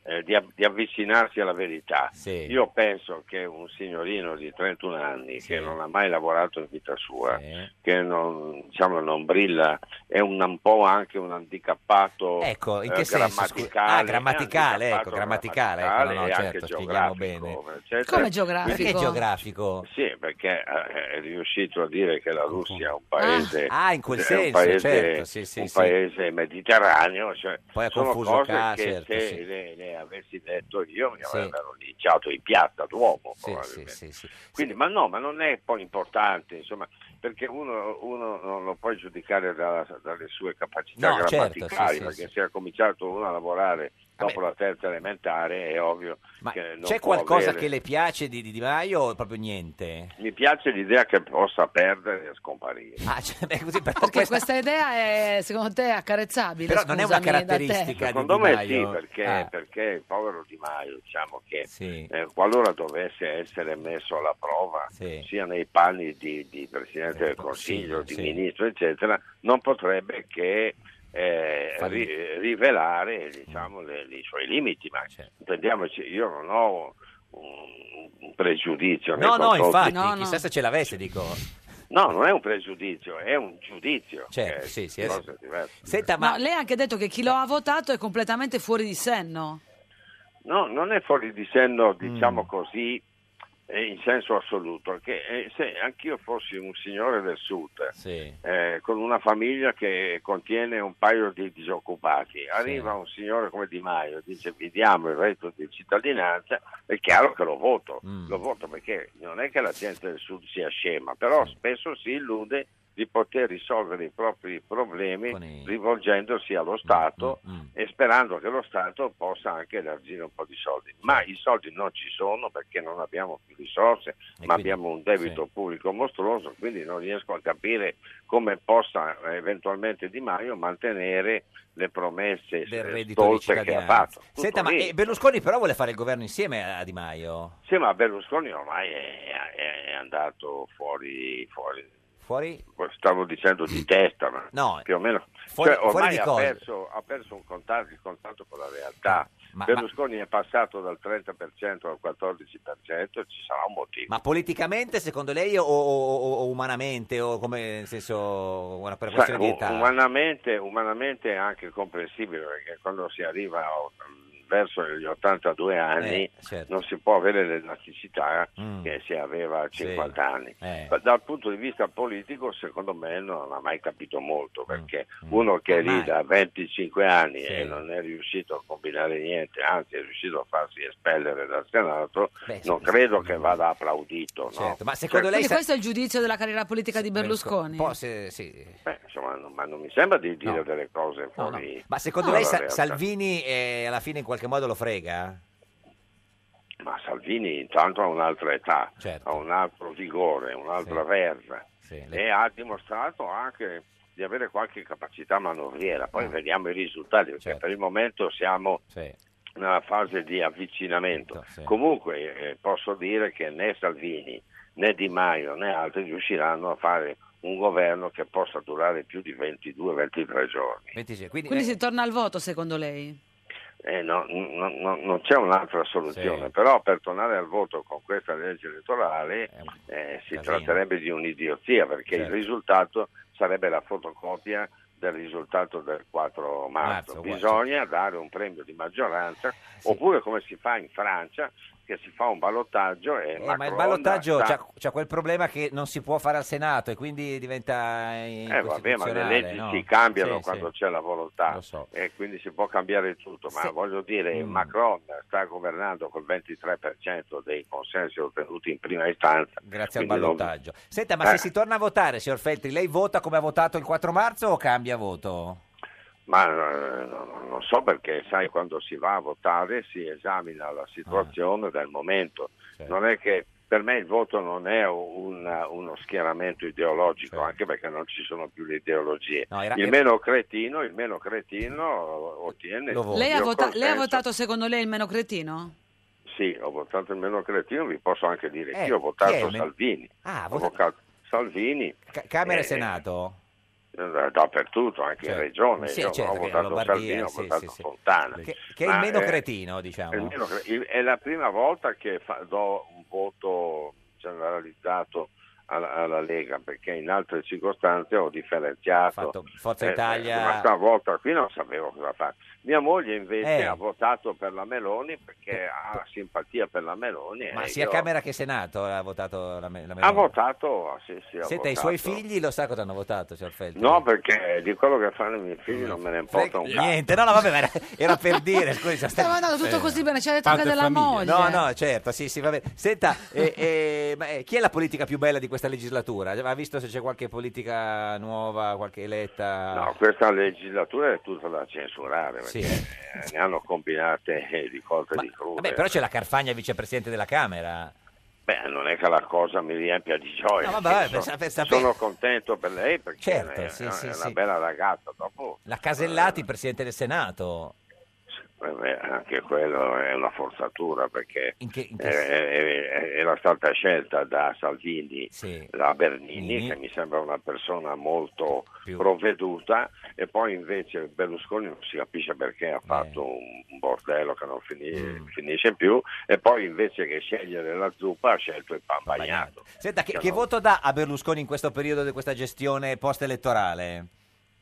[SPEAKER 15] eh, di, av- di avvicinarsi alla verità. Io penso che un signorino di 31 anni che non ha mai lavorato in vita sua, che non, diciamo, non brilla, è un, un po' anche un handicappato
[SPEAKER 2] Ecco, in
[SPEAKER 15] eh,
[SPEAKER 2] che senso? scusi?
[SPEAKER 15] grammaticale,
[SPEAKER 2] ah, grammaticale,
[SPEAKER 15] è
[SPEAKER 2] ecco,
[SPEAKER 15] handicappato
[SPEAKER 2] grammaticale,
[SPEAKER 15] grammaticale
[SPEAKER 2] ecco, no, no,
[SPEAKER 15] e
[SPEAKER 2] certo,
[SPEAKER 15] anche
[SPEAKER 2] spieghiamo bene.
[SPEAKER 15] geografico, eccetera.
[SPEAKER 1] Come geografico?
[SPEAKER 2] Perché geografico?
[SPEAKER 15] Sì, perché eh, è riuscito a dire che la Russia è un paese,
[SPEAKER 2] Ah, ah, in quel
[SPEAKER 15] è un
[SPEAKER 2] senso,
[SPEAKER 15] paese-
[SPEAKER 2] certo, sì, sì,
[SPEAKER 15] un
[SPEAKER 2] sì.
[SPEAKER 15] paese mediterraneo. Cioè,
[SPEAKER 2] Poi ha
[SPEAKER 15] sono
[SPEAKER 2] confuso
[SPEAKER 15] cose
[SPEAKER 2] ca-
[SPEAKER 15] che
[SPEAKER 2] certo,
[SPEAKER 15] se
[SPEAKER 2] sì.
[SPEAKER 15] le, le avessi detto io mi
[SPEAKER 2] Sì.
[SPEAKER 15] avrebbero linciato in piazza d'uomo.
[SPEAKER 2] Sì, sì,
[SPEAKER 15] probabilmente.
[SPEAKER 2] sì, sì.
[SPEAKER 15] Quindi, ma no, ma non è poi importante, insomma, perché uno, uno non lo puoi giudicare dalla- dalle sue capacità
[SPEAKER 2] No, certo,
[SPEAKER 15] grammaticali,
[SPEAKER 2] sì, sì,
[SPEAKER 15] perché
[SPEAKER 2] sì.
[SPEAKER 15] se ha cominciato uno a lavorare dopo la terza elementare è ovvio
[SPEAKER 2] Ma
[SPEAKER 15] che non
[SPEAKER 2] C'è
[SPEAKER 15] può
[SPEAKER 2] qualcosa
[SPEAKER 15] avere-
[SPEAKER 2] che le piace di Di, Di Maio o proprio niente?
[SPEAKER 15] Mi piace l'idea che possa perdere e scomparire.
[SPEAKER 2] Ah, cioè, beh, così, però
[SPEAKER 1] Perché
[SPEAKER 2] questa-
[SPEAKER 1] questa idea è, secondo te, accarezzabile?
[SPEAKER 2] Però non è una
[SPEAKER 1] scusami, da te?
[SPEAKER 2] caratteristica di
[SPEAKER 15] Secondo
[SPEAKER 2] Di
[SPEAKER 15] me
[SPEAKER 2] Maio.
[SPEAKER 15] sì, perché,
[SPEAKER 2] Ah.
[SPEAKER 15] perché il povero Di Maio, diciamo che eh, qualora dovesse essere messo alla prova, sia nei panni di, di
[SPEAKER 2] Eh,
[SPEAKER 15] Presidente del Consiglio, di Ministro, eccetera, non potrebbe che eh,
[SPEAKER 2] Fare- Mm.
[SPEAKER 15] ri- rivelare diciamo, le- i suoi limiti. Ma
[SPEAKER 2] Certo.
[SPEAKER 15] intendiamoci, io non ho un, un pregiudizio. nei
[SPEAKER 2] No, no,
[SPEAKER 15] confronti-
[SPEAKER 2] infatti, chissà se ce l'avesse, dico.
[SPEAKER 15] No, non è un pregiudizio, è un giudizio. eh,
[SPEAKER 2] Certo,
[SPEAKER 15] che è
[SPEAKER 2] sì, sì,
[SPEAKER 15] una
[SPEAKER 2] è-
[SPEAKER 15] cosa diversa.
[SPEAKER 2] Senta, ma
[SPEAKER 1] No, lei ha anche detto che chi lo ha votato è completamente fuori di senno.
[SPEAKER 15] No, non è fuori di senno, diciamo così, eh, in senso assoluto, perché eh, se anch'io fossi un signore del sud, eh, con una famiglia che contiene un paio di disoccupati, arriva un signore come Di Maio e dice vi diamo il reddito di cittadinanza, è chiaro che lo voto, lo voto perché non è che la gente del sud sia scema, però spesso si illude di poter risolvere i propri problemi rivolgendosi
[SPEAKER 2] Mm,
[SPEAKER 15] allo Stato e sperando che lo Stato possa anche elargire un po' di soldi. Ma
[SPEAKER 2] Certo.
[SPEAKER 15] i soldi non ci sono perché non abbiamo più risorse, ma abbiamo un debito pubblico mostruoso, quindi non riesco a capire come possa eh, eventualmente Di Maio mantenere le promesse
[SPEAKER 2] del reddito di
[SPEAKER 15] stolte Eh, che ha
[SPEAKER 2] cittadinanza.
[SPEAKER 15] fatto. Tutto
[SPEAKER 2] Senta, ma
[SPEAKER 15] lì.
[SPEAKER 2] eh, Berlusconi però vuole fare il governo insieme a Di Maio?
[SPEAKER 15] Sì, ma Berlusconi ormai è, è- è andato fuori, fuori,
[SPEAKER 2] Fuori?
[SPEAKER 15] stavo dicendo di testa, ma
[SPEAKER 2] No.
[SPEAKER 15] più o meno.
[SPEAKER 2] Fuori-
[SPEAKER 15] Cioè, ormai
[SPEAKER 2] fuori di
[SPEAKER 15] ha,
[SPEAKER 2] cosa? Ah,
[SPEAKER 15] perso, ha perso un contatto, il contatto con la realtà.
[SPEAKER 2] Ma-
[SPEAKER 15] Berlusconi è passato dal 30% al 14%, ci sarà un motivo.
[SPEAKER 2] Ma politicamente secondo lei o, o- o- o umanamente o come nel senso una per
[SPEAKER 15] Sai,
[SPEAKER 2] questione di età?
[SPEAKER 15] Cioè, u- umanamente, umanamente è anche comprensibile perché quando si arriva a- verso gli 82 anni
[SPEAKER 2] Eh, certo. Mm.
[SPEAKER 15] non si può avere l'elasticità che si aveva a 50 anni.
[SPEAKER 2] Eh.
[SPEAKER 15] Ma Dal punto di vista politico, secondo me, non ha mai capito
[SPEAKER 2] Mm.
[SPEAKER 15] molto perché uno che è lì
[SPEAKER 2] Mai.
[SPEAKER 15] da 25 anni
[SPEAKER 2] Sì.
[SPEAKER 15] e non è riuscito a combinare niente, anzi, è riuscito a farsi espellere dal Senato,
[SPEAKER 2] Beh,
[SPEAKER 15] non credo che vada applaudito. no?
[SPEAKER 2] Certo, ma secondo
[SPEAKER 15] Cioè,
[SPEAKER 2] lei
[SPEAKER 1] Quindi questo è il giudizio della carriera politica di Berlusconi?
[SPEAKER 15] Beh, insomma, non, ma non mi sembra di dire delle cose
[SPEAKER 2] No, no.
[SPEAKER 15] fuori.
[SPEAKER 2] Ma secondo
[SPEAKER 15] dalla
[SPEAKER 2] lei Sa-
[SPEAKER 15] realtà.
[SPEAKER 2] Salvini eh, alla fine in qualche modo lo frega?
[SPEAKER 15] Ma Salvini intanto ha un'altra età, ha un altro vigore, un'altra verve e ha dimostrato anche di avere qualche capacità manovriera. Poi vediamo i risultati, perché per il momento siamo nella fase di avvicinamento. Comunque eh, posso dire che né Salvini né Di Maio né altri riusciranno a fare un governo che possa durare più di 22-23 giorni.
[SPEAKER 2] 26, quindi,
[SPEAKER 1] Quindi si torna al voto secondo lei?
[SPEAKER 15] Eh, no, no, no, non c'è un'altra soluzione, però per tornare al voto con questa legge elettorale eh, si tratterebbe di un'idiozia perché
[SPEAKER 2] Certo.
[SPEAKER 15] il risultato sarebbe la fotocopia del risultato del 4 marzo.
[SPEAKER 2] Marzo, guarda.
[SPEAKER 15] Bisogna dare un premio di maggioranza oppure come si fa in Francia che si fa un ballottaggio e
[SPEAKER 2] Eh, ma il ballottaggio c'ha, c'ha quel problema che non si può fare al Senato e quindi diventa
[SPEAKER 15] Eh, vabbè, ma le
[SPEAKER 2] incostituzionale,
[SPEAKER 15] leggi
[SPEAKER 2] no?
[SPEAKER 15] si cambiano
[SPEAKER 2] Sì,
[SPEAKER 15] quando
[SPEAKER 2] sì.
[SPEAKER 15] c'è la volontà e quindi si può cambiare tutto, ma voglio dire,
[SPEAKER 2] Mm.
[SPEAKER 15] Macron sta governando col 23% dei consensi ottenuti in prima istanza.
[SPEAKER 2] Grazie al
[SPEAKER 15] quindi non-
[SPEAKER 2] ballottaggio. Senta, ma
[SPEAKER 15] Eh.
[SPEAKER 2] se si torna a votare, signor Feltri, lei vota come ha votato il 4 marzo o cambia voto?
[SPEAKER 15] Ma eh, no, no, non so perché, sai, quando si va a votare si esamina la situazione del momento.
[SPEAKER 2] Certo.
[SPEAKER 15] Non è che per me il voto non è un- uno schieramento ideologico, anche perché non ci sono più le ideologie.
[SPEAKER 2] Certo. era-
[SPEAKER 15] il meno cretino, il meno cretino ottiene il
[SPEAKER 1] Lei ha,
[SPEAKER 15] mio
[SPEAKER 1] vota- lei ha
[SPEAKER 15] consenso.
[SPEAKER 1] votato secondo lei il meno cretino?
[SPEAKER 15] Sì, ho votato il meno cretino, vi posso anche dire
[SPEAKER 2] Eh,
[SPEAKER 15] che io ho
[SPEAKER 2] chi è
[SPEAKER 15] votato
[SPEAKER 2] il men-
[SPEAKER 15] Salvini.
[SPEAKER 2] Ah,
[SPEAKER 15] Ho
[SPEAKER 2] vota-
[SPEAKER 15] votato Salvini.
[SPEAKER 2] Ca- Camera
[SPEAKER 15] Eh,
[SPEAKER 2] e Senato?
[SPEAKER 15] eh, Dappertutto, anche in
[SPEAKER 2] Certo.
[SPEAKER 15] regione.
[SPEAKER 2] Sì,
[SPEAKER 15] Io
[SPEAKER 2] certo,
[SPEAKER 15] ho
[SPEAKER 2] perché
[SPEAKER 15] votato
[SPEAKER 2] Lombardia,
[SPEAKER 15] Salvini, ho
[SPEAKER 2] sì,
[SPEAKER 15] votato
[SPEAKER 2] sì, sì.
[SPEAKER 15] Fontana.
[SPEAKER 2] Che, che è il
[SPEAKER 15] Ma,
[SPEAKER 2] meno
[SPEAKER 15] eh,
[SPEAKER 2] cretino, diciamo.
[SPEAKER 15] è il meno cre- il- È la prima volta che fa- do un voto generalizzato alla, alla Lega, perché in altre circostanze ho differenziato. Eh,
[SPEAKER 2] Forza Italia-
[SPEAKER 15] ma questa volta qui non sapevo cosa fare. Mia moglie invece
[SPEAKER 2] Eh.
[SPEAKER 15] ha votato per la Meloni perché ha simpatia per la Meloni.
[SPEAKER 2] Ma
[SPEAKER 15] e
[SPEAKER 2] sia
[SPEAKER 15] io-
[SPEAKER 2] Camera che Senato ha votato la, me-
[SPEAKER 15] Ha
[SPEAKER 2] la Meloni.
[SPEAKER 15] votato, sì, sì, ha
[SPEAKER 2] Senta, i
[SPEAKER 15] votato.
[SPEAKER 2] suoi figli lo sa cosa hanno votato, signor Feltri?
[SPEAKER 15] No, perché di quello che fanno i miei figli non me ne importa un cazzo.
[SPEAKER 2] Niente, no, no, vabbè, ma era, era per dire, scusi. signor
[SPEAKER 1] Stava
[SPEAKER 2] Feltri.
[SPEAKER 1] andando tutto
[SPEAKER 2] Eh.
[SPEAKER 1] così bene, c'è detto anche della moglie.
[SPEAKER 2] No, no, certo, sì, sì, va bene. Senta, eh, eh, ma, eh, chi è la politica più bella di questa legislatura? Ha visto se c'è qualche politica nuova, qualche eletta?
[SPEAKER 15] No, questa legislatura è tutta da censurare, perché eh, ne hanno combinate eh, di cose di crude.
[SPEAKER 2] Vabbè, però c'è la Carfagna vicepresidente della Camera.
[SPEAKER 15] Beh, non è che la cosa mi riempia di gioia.
[SPEAKER 2] No, vabbè,
[SPEAKER 15] Sono-
[SPEAKER 2] per- per sapere-
[SPEAKER 15] sono contento per lei perché
[SPEAKER 2] Certo,
[SPEAKER 15] è,
[SPEAKER 2] sì,
[SPEAKER 15] è
[SPEAKER 2] sì,
[SPEAKER 15] una
[SPEAKER 2] sì.
[SPEAKER 15] bella ragazza. Dopo,
[SPEAKER 2] La Casellati, presidente del Senato.
[SPEAKER 15] eh, beh, anche quello è una forzatura perché
[SPEAKER 2] In che- in
[SPEAKER 15] eh,
[SPEAKER 2] che-
[SPEAKER 15] eh, eh, era stata scelta da Salvini,
[SPEAKER 2] Sì.
[SPEAKER 15] da Bernini,
[SPEAKER 2] Nini.
[SPEAKER 15] che mi sembra una persona molto provveduta, e poi invece Berlusconi non si capisce perché
[SPEAKER 2] Eh.
[SPEAKER 15] ha fatto un un bordello che non fini-
[SPEAKER 2] Mm.
[SPEAKER 15] finisce più, e poi invece che scegliere la zuppa ha scelto il pan bagnato.
[SPEAKER 2] Senta, che,
[SPEAKER 15] Che
[SPEAKER 2] che
[SPEAKER 15] non-
[SPEAKER 2] voto dà a Berlusconi in questo periodo di questa gestione post-elettorale?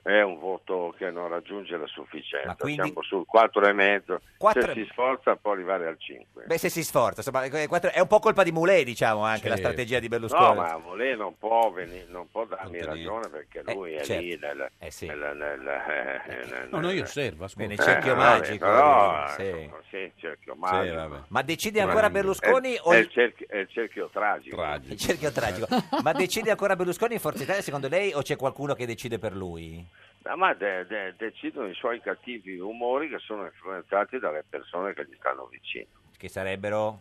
[SPEAKER 15] Eh, è un voto che non raggiunge la sufficienza,
[SPEAKER 2] quindi-
[SPEAKER 15] siamo sul 4,5,
[SPEAKER 2] Quattro-
[SPEAKER 15] se si sforza può arrivare al 5.
[SPEAKER 2] Beh, se si sforza, insomma, eh, quattro- è un po' colpa di Moulet, diciamo, anche la strategia di
[SPEAKER 15] Eh, No,
[SPEAKER 2] Berlusconi.
[SPEAKER 15] ma Molè non può, veni- non può darmi ragione perché lui è
[SPEAKER 2] certo.
[SPEAKER 15] lì nel... nel- nel- eh, nel-
[SPEAKER 16] No, no, io
[SPEAKER 15] nel-
[SPEAKER 16] osservo, ascolto.
[SPEAKER 2] Bene, cerchio
[SPEAKER 15] Eh, vabbè,
[SPEAKER 2] magico. eh,
[SPEAKER 15] però,
[SPEAKER 2] sì.
[SPEAKER 15] ecco, sì, cerchio magico.
[SPEAKER 2] vabbè. Ma decide ancora Berlusconi
[SPEAKER 15] È,
[SPEAKER 2] o-
[SPEAKER 15] è il cerchio, è il cerchio tragico.
[SPEAKER 2] <laughs> Il cerchio tragico. <laughs>
[SPEAKER 15] <laughs>
[SPEAKER 2] Ma decide ancora Berlusconi in Forza Italia, secondo lei, o c'è qualcuno che decide per lui?
[SPEAKER 15] No, ma de- de- decidono i suoi cattivi umori che sono influenzati dalle persone che gli stanno vicino.
[SPEAKER 2] Che sarebbero?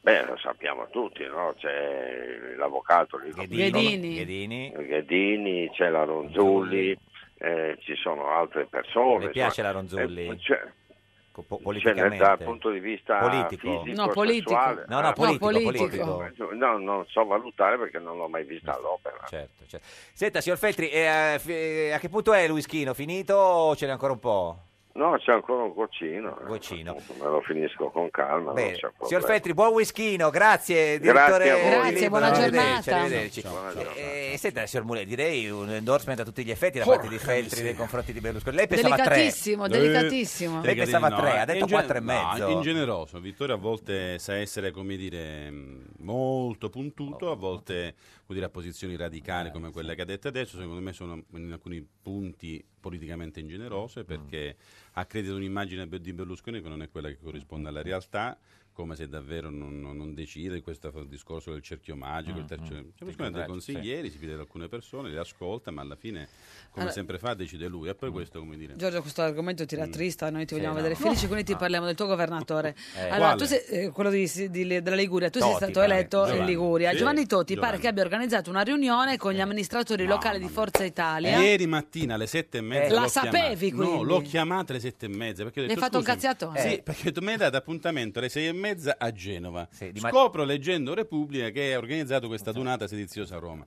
[SPEAKER 15] Beh, lo sappiamo tutti, no? C'è l'avvocato lì,
[SPEAKER 2] Ghedini.
[SPEAKER 15] Ghedini, c'è la Ronzulli, eh, ci sono altre persone.
[SPEAKER 2] Le piace
[SPEAKER 15] insomma.
[SPEAKER 2] la Ronzulli?
[SPEAKER 15] Eh, c'è-
[SPEAKER 2] Co- po-
[SPEAKER 15] Cioè,
[SPEAKER 2] politicamente?
[SPEAKER 15] nel- dal punto di vista
[SPEAKER 2] Politico.
[SPEAKER 15] fisico,
[SPEAKER 1] No, politico.
[SPEAKER 15] sessuale.
[SPEAKER 2] No, no,
[SPEAKER 15] Ah,
[SPEAKER 2] politico, No, politico.
[SPEAKER 15] No, non so valutare perché non l'ho mai vista all'opera.
[SPEAKER 2] Certo, certo. Senta, signor Feltri, eh, fi- eh, a che punto è Luischino? Finito o ce n'è ancora un po'?
[SPEAKER 15] No, c'è ancora un goccino. eh, Me lo finisco con calma.
[SPEAKER 2] Bene.
[SPEAKER 15] non c'è problema.
[SPEAKER 2] Signor Feltri, buon whiskyino,
[SPEAKER 15] Grazie
[SPEAKER 2] grazie
[SPEAKER 15] a
[SPEAKER 2] direttore.
[SPEAKER 15] voi. Grazie,
[SPEAKER 2] Libero,
[SPEAKER 15] buona
[SPEAKER 2] arrivederci,
[SPEAKER 15] giornata.
[SPEAKER 2] arrivederci.
[SPEAKER 15] Ciao, buona giornata.
[SPEAKER 2] Eh, senta, signor Mule, direi un endorsement a tutti gli effetti da parte di Feltri nei confronti di Berlusconi. Lei pensava a tre.
[SPEAKER 1] Delicatissimo, delicatissimo.
[SPEAKER 2] Lei pensava a tre, ha detto quattro e
[SPEAKER 16] Eh, No,
[SPEAKER 2] mezzo.
[SPEAKER 16] ingeneroso. Vittorio a volte sa essere, come dire, mh, molto puntuto, a volte vuol dire, a posizioni radicali
[SPEAKER 2] Eh,
[SPEAKER 16] come quelle che ha detto adesso. Secondo me sono in alcuni punti politicamente
[SPEAKER 2] Mm.
[SPEAKER 16] ingenerose perché accredita un'immagine be- di Berlusconi che non è quella che corrisponde alla realtà. Come se davvero non, non- non decide questo fa- discorso del cerchio magico,
[SPEAKER 2] Mm,
[SPEAKER 16] il terzo. Cioè, Berlusconi ha dei
[SPEAKER 21] Contrario, sì.
[SPEAKER 16] consiglieri, si pide da alcune persone, le ascolta, ma alla fine, come
[SPEAKER 1] Allora-
[SPEAKER 16] sempre fa, decide lui. E poi
[SPEAKER 2] Mm.
[SPEAKER 16] questo, come dire.
[SPEAKER 1] Giorgio, questo argomento ti rattrista, noi ti
[SPEAKER 16] Mm. Sì,
[SPEAKER 1] vogliamo
[SPEAKER 16] no.
[SPEAKER 1] vedere
[SPEAKER 16] No.
[SPEAKER 1] felici, quindi ti parliamo del tuo governatore.
[SPEAKER 16] <laughs> Eh.
[SPEAKER 1] allora,
[SPEAKER 16] Quale?
[SPEAKER 1] tu sei, eh, quello di- di- della Liguria, tu sei
[SPEAKER 16] Toti,
[SPEAKER 1] stato
[SPEAKER 16] pare.
[SPEAKER 1] eletto in
[SPEAKER 16] Giovanni.
[SPEAKER 1] Liguria.
[SPEAKER 16] Sì.
[SPEAKER 1] Giovanni Totti pare
[SPEAKER 16] Giovanni. Eh.
[SPEAKER 1] che abbia organizzato una riunione con gli amministratori locali di Forza Italia.
[SPEAKER 16] Ieri mattina alle sette e mezza.
[SPEAKER 1] Eh, la
[SPEAKER 16] l'ho
[SPEAKER 1] sapevi,
[SPEAKER 16] chiamata.
[SPEAKER 1] quindi?
[SPEAKER 16] No, l'ho chiamata alle sette e mezza. Perché ho
[SPEAKER 1] Ne
[SPEAKER 16] detto,
[SPEAKER 1] hai fatto un
[SPEAKER 16] "Scusami".
[SPEAKER 1] cazziatone.
[SPEAKER 16] Sì,
[SPEAKER 1] Eh.
[SPEAKER 16] perché ho detto, mi hai dato appuntamento alle sei e mezza a Genova.
[SPEAKER 2] ma-
[SPEAKER 16] Scopro leggendo Repubblica che ha organizzato questa adunata sediziosa a Roma.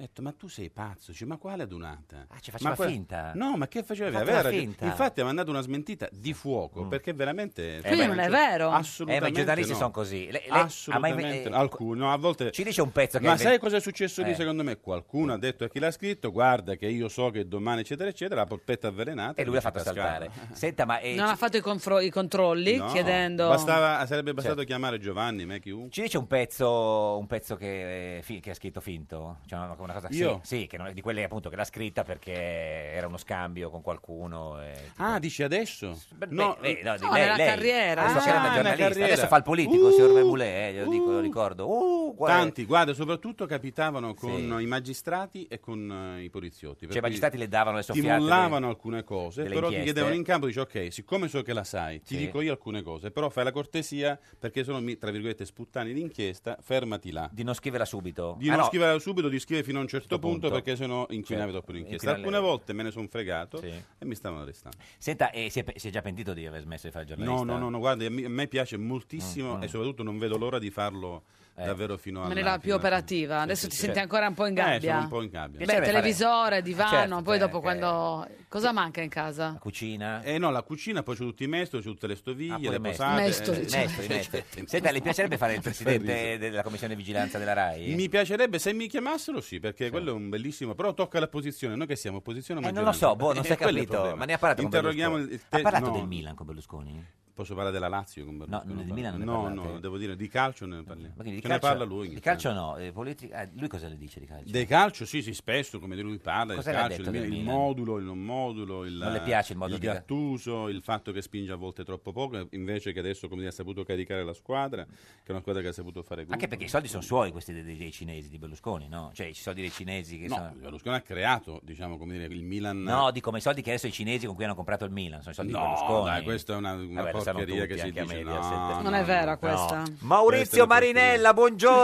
[SPEAKER 16] Ho detto, ma tu sei pazzo, Dice, ma quale adunata? Ah,
[SPEAKER 2] Eh. ci faceva
[SPEAKER 16] ma qua-
[SPEAKER 2] finta?
[SPEAKER 16] No, ma che faceva?
[SPEAKER 2] Fatela
[SPEAKER 16] Aveva ragione.
[SPEAKER 2] finta.
[SPEAKER 16] Infatti ha mandato una smentita di fuoco, perché veramente...
[SPEAKER 2] Quindi non
[SPEAKER 16] cioè,
[SPEAKER 2] è vero?
[SPEAKER 16] Assolutamente
[SPEAKER 2] Eh, ma i giornalisti
[SPEAKER 16] no.
[SPEAKER 2] sono così. Lei- lei ha mai-
[SPEAKER 16] assolutamente
[SPEAKER 2] eh,
[SPEAKER 16] no. Alcuni, no, a volte...
[SPEAKER 2] Ci dice un pezzo che
[SPEAKER 16] Ma
[SPEAKER 2] hai
[SPEAKER 16] sai
[SPEAKER 2] invent-
[SPEAKER 16] cosa è successo lì?
[SPEAKER 2] Eh.
[SPEAKER 16] Secondo me qualcuno ha detto a chi l'ha scritto, guarda che io so che domani eccetera eccetera, la polpetta avvelenata.
[SPEAKER 2] E lui l'ha fatto saltare. Senta, ma... eh,
[SPEAKER 1] non ha fatto i, confro- i controlli
[SPEAKER 16] No,
[SPEAKER 1] chiedendo...
[SPEAKER 16] bastava- sarebbe bastato
[SPEAKER 2] Certo.
[SPEAKER 16] chiamare Giovanni, me chiunque.
[SPEAKER 2] Ci dice un pezzo, un pezzo che, eh, fi- che ha scritto finto? Cioè una, una cosa
[SPEAKER 16] Io?
[SPEAKER 2] Sì, sì, che non è di quelle appunto che l'ha scritta perché era uno scambio con qualcuno. eh, e-
[SPEAKER 16] Ah, dici adesso?
[SPEAKER 2] no, lei, eh, no, eh. di
[SPEAKER 1] No,
[SPEAKER 2] lei,
[SPEAKER 1] nella
[SPEAKER 2] lei.
[SPEAKER 1] carriera.
[SPEAKER 2] Adesso
[SPEAKER 1] Ah,
[SPEAKER 2] che era una
[SPEAKER 1] nella
[SPEAKER 2] giornalista,
[SPEAKER 16] carriera. Uh!
[SPEAKER 2] adesso fa il politico, signor Memulè, eh, glielo dico, lo ricordo. Uh, guarda-
[SPEAKER 16] Tanti, guarda, soprattutto capitavano con
[SPEAKER 2] Sì.
[SPEAKER 16] i magistrati e con eh, i poliziotti.
[SPEAKER 2] Cioè, i magistrati le davano le
[SPEAKER 16] Ti
[SPEAKER 2] soffiate
[SPEAKER 16] mollavano
[SPEAKER 2] delle-
[SPEAKER 16] alcune cose,
[SPEAKER 2] delle
[SPEAKER 16] però
[SPEAKER 2] inchieste.
[SPEAKER 16] ti chiedevano in campo, dici ok, siccome so che la sai, ti
[SPEAKER 2] Sì.
[SPEAKER 16] dico io alcune cose, però fai la cortesia perché sono, mi- tra virgolette, sputtani d'inchiesta, fermati là.
[SPEAKER 2] Di non scriverla subito.
[SPEAKER 16] Di
[SPEAKER 2] Ah,
[SPEAKER 16] non
[SPEAKER 2] no.
[SPEAKER 16] scriverla subito, di scrivere fino a un certo punto,
[SPEAKER 2] punto.
[SPEAKER 16] perché sennò inquinavi
[SPEAKER 2] Certo,
[SPEAKER 16] dopo l'inchiesta.
[SPEAKER 2] inquinare le-
[SPEAKER 16] Alcune volte me ne sono fregato
[SPEAKER 2] Sì.
[SPEAKER 16] e mi stavano arrestando.
[SPEAKER 2] Senta, e si, è, pe- si è già pentito di aver smesso di fare il
[SPEAKER 16] No,
[SPEAKER 2] giornalista?
[SPEAKER 16] no, no, no, guarda, a me- a me piace moltissimo
[SPEAKER 2] Mm, Eh. mm.
[SPEAKER 16] e soprattutto non vedo l'ora di farlo davvero fino a...
[SPEAKER 1] Maniera più operativa. Adesso ti senti ancora un po' in
[SPEAKER 16] Eh,
[SPEAKER 1] gabbia.
[SPEAKER 16] sono un po' in gabbia.
[SPEAKER 1] Beh,
[SPEAKER 16] Piacerebbe fare-
[SPEAKER 1] televisore, divano,
[SPEAKER 16] Certo,
[SPEAKER 1] poi
[SPEAKER 16] eh,
[SPEAKER 1] dopo
[SPEAKER 16] che-
[SPEAKER 1] quando... Cosa manca in casa?
[SPEAKER 2] Cucina? Ah,
[SPEAKER 16] Eh no, la cucina, poi c'è tutti i mestoli, c'è tutte le stoviglie,
[SPEAKER 2] pure
[SPEAKER 16] le
[SPEAKER 2] i mestoli.
[SPEAKER 16] posate.
[SPEAKER 1] Mestoli,
[SPEAKER 16] eh,
[SPEAKER 1] cioè.
[SPEAKER 2] Mestoli, mestoli. Senta, le
[SPEAKER 1] <laughs>
[SPEAKER 2] piacerebbe fare
[SPEAKER 16] <laughs>
[SPEAKER 2] il presidente della commissione di vigilanza della RAI?
[SPEAKER 16] Mi piacerebbe se mi chiamassero, sì, perché quello è un bellissimo. Però tocca all'opposizione. Noi che siamo opposizione o
[SPEAKER 2] Eh, non lo
[SPEAKER 16] maggioranza?
[SPEAKER 2] so, boh, non
[SPEAKER 16] Eh,
[SPEAKER 2] si è
[SPEAKER 16] <laughs> quello il
[SPEAKER 2] capito.
[SPEAKER 16] problema.
[SPEAKER 2] Ma ne ha parlato con
[SPEAKER 16] Interroghiamo
[SPEAKER 2] Berlusconi?
[SPEAKER 16] il te-
[SPEAKER 2] Ha parlato
[SPEAKER 16] no.
[SPEAKER 2] del Milan con Berlusconi?
[SPEAKER 16] Posso parlare della Lazio con Berlusconi?
[SPEAKER 2] del Milan non ne
[SPEAKER 16] No,
[SPEAKER 2] parlate?
[SPEAKER 16] no, devo dire, di calcio ne parliamo.
[SPEAKER 2] Ma quindi
[SPEAKER 16] Ce
[SPEAKER 2] di
[SPEAKER 16] ne
[SPEAKER 2] calcio-
[SPEAKER 16] parla lui.
[SPEAKER 2] Di calcio no, eh, politica- ah, lui cosa le dice di calcio?
[SPEAKER 16] Di calcio, sì, sì, spesso come lui parla,
[SPEAKER 2] Cosa
[SPEAKER 16] il
[SPEAKER 2] le ha
[SPEAKER 16] calcio,
[SPEAKER 2] detto
[SPEAKER 16] il,
[SPEAKER 2] del
[SPEAKER 16] il
[SPEAKER 2] Milan?
[SPEAKER 16] modulo, il non modulo, il,
[SPEAKER 2] Non le piace il modulo di-
[SPEAKER 16] gattuso, il fatto che spinge a volte troppo poco, invece che adesso come dire, ha saputo caricare la squadra, che è una squadra che ha saputo fare gruppo.
[SPEAKER 2] Anche perché i soldi sono suoi questi dei, dei- dei cinesi di Berlusconi, no? Cioè i soldi dei cinesi che
[SPEAKER 16] No,
[SPEAKER 2] sono...
[SPEAKER 16] Berlusconi ha creato, diciamo, come dire, il Milan...
[SPEAKER 2] No, dico, ma i soldi che adesso i cinesi con cui hanno comprato il Milan sono i soldi
[SPEAKER 16] No,
[SPEAKER 2] di Berlusconi.
[SPEAKER 16] dai, questa è una- una
[SPEAKER 2] Vabbè, lo sanno
[SPEAKER 16] porcheria
[SPEAKER 2] tutti,
[SPEAKER 16] che si
[SPEAKER 2] anche a
[SPEAKER 16] dice,
[SPEAKER 2] Mediaset.
[SPEAKER 16] no,
[SPEAKER 1] Non è vera questa.
[SPEAKER 2] Maurizio Marinella,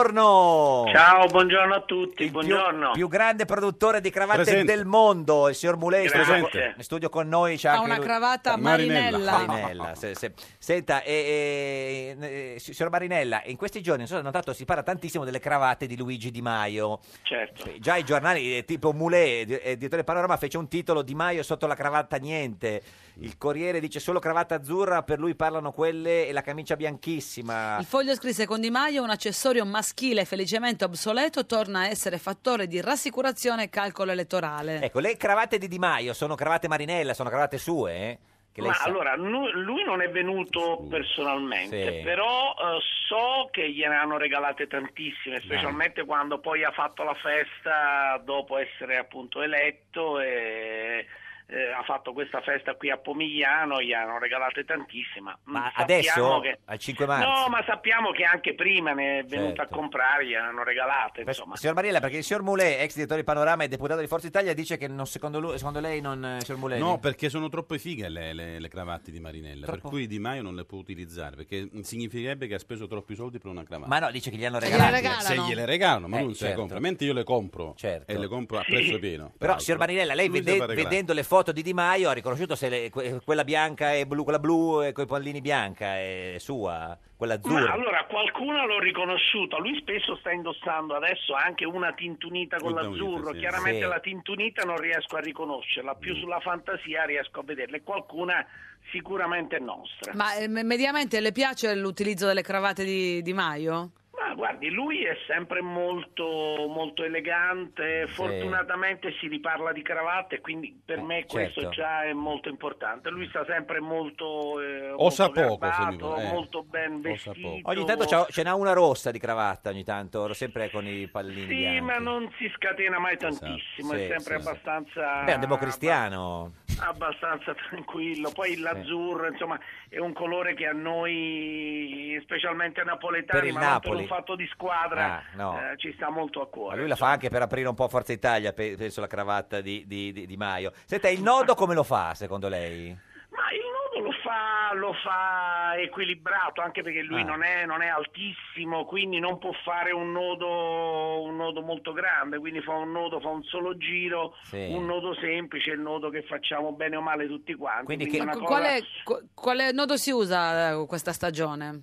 [SPEAKER 2] buongiorno.
[SPEAKER 22] Ciao, buongiorno a tutti, buongiorno.
[SPEAKER 2] Più, più grande produttore di cravatte
[SPEAKER 22] Presente.
[SPEAKER 2] del mondo, il signor Mulestro.
[SPEAKER 22] Presente.
[SPEAKER 2] In studio con noi c'è
[SPEAKER 1] Ha
[SPEAKER 2] anche
[SPEAKER 1] una
[SPEAKER 2] lui. Ah,
[SPEAKER 1] cravatta Marinella.
[SPEAKER 2] Marinella, se- se- Senta, eh, eh, eh, signor Marinella, in questi giorni, non so se ho notato, si parla tantissimo delle cravatte di Luigi Di Maio.
[SPEAKER 22] Certo.
[SPEAKER 2] Eh, Già i giornali, eh, tipo Moulet, eh, direttore Panorama, fece un titolo Di Maio sotto la cravatta niente. Il Corriere dice solo cravatta azzurra per lui lui parlano quelle e la camicia bianchissima.
[SPEAKER 1] Il foglio scrisse con Di Maio un accessorio maschile felicemente obsoleto torna a essere fattore di rassicurazione e calcolo elettorale.
[SPEAKER 2] Ecco, le cravatte di Di Maio sono cravatte Marinella, sono cravatte sue? eh? Che lei
[SPEAKER 22] Ma
[SPEAKER 2] sa.
[SPEAKER 22] allora, nu- lui non è venuto personalmente,
[SPEAKER 2] Sì.
[SPEAKER 22] però eh, so che gliene hanno regalate tantissime, specialmente quando poi ha fatto la festa dopo essere appunto eletto e eh, ha fatto questa festa qui a Pomigliano, gli hanno regalate tantissime.
[SPEAKER 2] Ma
[SPEAKER 22] Sappiamo
[SPEAKER 2] adesso?
[SPEAKER 22] che-
[SPEAKER 2] Al 5 marzo?
[SPEAKER 22] No, ma sappiamo che anche prima ne è venuto
[SPEAKER 2] Certo.
[SPEAKER 22] a comprare, gliene hanno regalate,
[SPEAKER 2] Per-
[SPEAKER 22] insomma.
[SPEAKER 2] Signor Mariella, perché il signor Moulet, ex direttore di Panorama e deputato di Forza Italia, dice che non- secondo, lui- secondo lei non... eh, Signor Moulet,
[SPEAKER 16] No, perché sono troppo fighe le, le- le cravatte di Marinella,
[SPEAKER 2] Troppo.
[SPEAKER 16] per cui Di Maio non le può utilizzare, perché significherebbe che ha speso troppi soldi per una cravatta.
[SPEAKER 2] Ma no, dice che gli hanno regalate.
[SPEAKER 16] Eh, Se gliele regalano, ma
[SPEAKER 2] Eh,
[SPEAKER 16] non se le
[SPEAKER 2] certo.
[SPEAKER 16] compra. Mentre io le compro e le compro a prezzo
[SPEAKER 2] Sì.
[SPEAKER 16] pieno.
[SPEAKER 2] Però,
[SPEAKER 16] peraltro.
[SPEAKER 2] signor Marinella, lei
[SPEAKER 16] Lui le
[SPEAKER 2] vede-
[SPEAKER 16] va regalate.
[SPEAKER 2] vedendo le foto di Di Maio ha riconosciuto se le- que- quella bianca e blu, quella blu e coi pallini bianca è sua, quella
[SPEAKER 22] Ma
[SPEAKER 2] azzurra.
[SPEAKER 22] allora qualcuno l'ho riconosciuto, lui spesso sta indossando adesso anche una tintunita con
[SPEAKER 16] Tintunita,
[SPEAKER 22] l'azzurro,
[SPEAKER 16] sì.
[SPEAKER 22] chiaramente
[SPEAKER 16] Sì.
[SPEAKER 22] la tintunita non riesco a riconoscerla, più sulla fantasia riesco a vederla e qualcuna sicuramente è nostra.
[SPEAKER 1] Ma eh, me- mediamente le piace l'utilizzo delle cravatte di, di Maio?
[SPEAKER 22] Ma guardi, lui è sempre molto, molto elegante, fortunatamente si riparla di cravatte, quindi
[SPEAKER 2] Eh,
[SPEAKER 22] per me questo
[SPEAKER 16] certo.
[SPEAKER 22] già è molto importante. Lui sta sempre molto... Eh,
[SPEAKER 2] Osa
[SPEAKER 22] molto
[SPEAKER 2] poco, se mi
[SPEAKER 22] garbato,
[SPEAKER 2] vuole, eh.
[SPEAKER 22] molto ben vestito.
[SPEAKER 2] Ogni tanto c'ha- ce n'ha una rossa di cravatta, ogni tanto, sempre con i pallini
[SPEAKER 22] Sì,
[SPEAKER 2] bianchi.
[SPEAKER 22] ma non si scatena mai tantissimo,
[SPEAKER 2] Sì,
[SPEAKER 22] è sempre
[SPEAKER 2] sì.
[SPEAKER 22] abbastanza,
[SPEAKER 2] Beh, è un democristiano.
[SPEAKER 22] abbastanza tranquillo.
[SPEAKER 2] Eh.
[SPEAKER 22] Poi l'azzurro, insomma, è un colore che a noi, specialmente
[SPEAKER 2] Per
[SPEAKER 22] napoletani,
[SPEAKER 2] il
[SPEAKER 22] ma non per
[SPEAKER 2] Napoli.
[SPEAKER 22] un fatto di squadra,
[SPEAKER 2] Ah, no.
[SPEAKER 22] eh, ci sta molto a
[SPEAKER 2] Ma
[SPEAKER 22] cuore.
[SPEAKER 2] lui la fa anche per aprire un po' Forza Italia, pe- penso la cravatta di, di- di- di Maio. Senta, il nodo come lo fa, secondo lei?
[SPEAKER 22] Ma il nodo lo fa, lo fa equilibrato, anche perché lui
[SPEAKER 2] Ah.
[SPEAKER 22] non, è, non è altissimo, quindi non può fare un nodo, un nodo molto grande, quindi fa un nodo, fa un solo giro,
[SPEAKER 2] Sì.
[SPEAKER 22] un nodo semplice, il nodo che facciamo bene o male tutti quanti.
[SPEAKER 2] Quindi
[SPEAKER 22] quindi
[SPEAKER 1] Ma
[SPEAKER 22] una
[SPEAKER 1] co-
[SPEAKER 22] cosa-
[SPEAKER 1] quale, co- quale nodo si usa eh, questa stagione?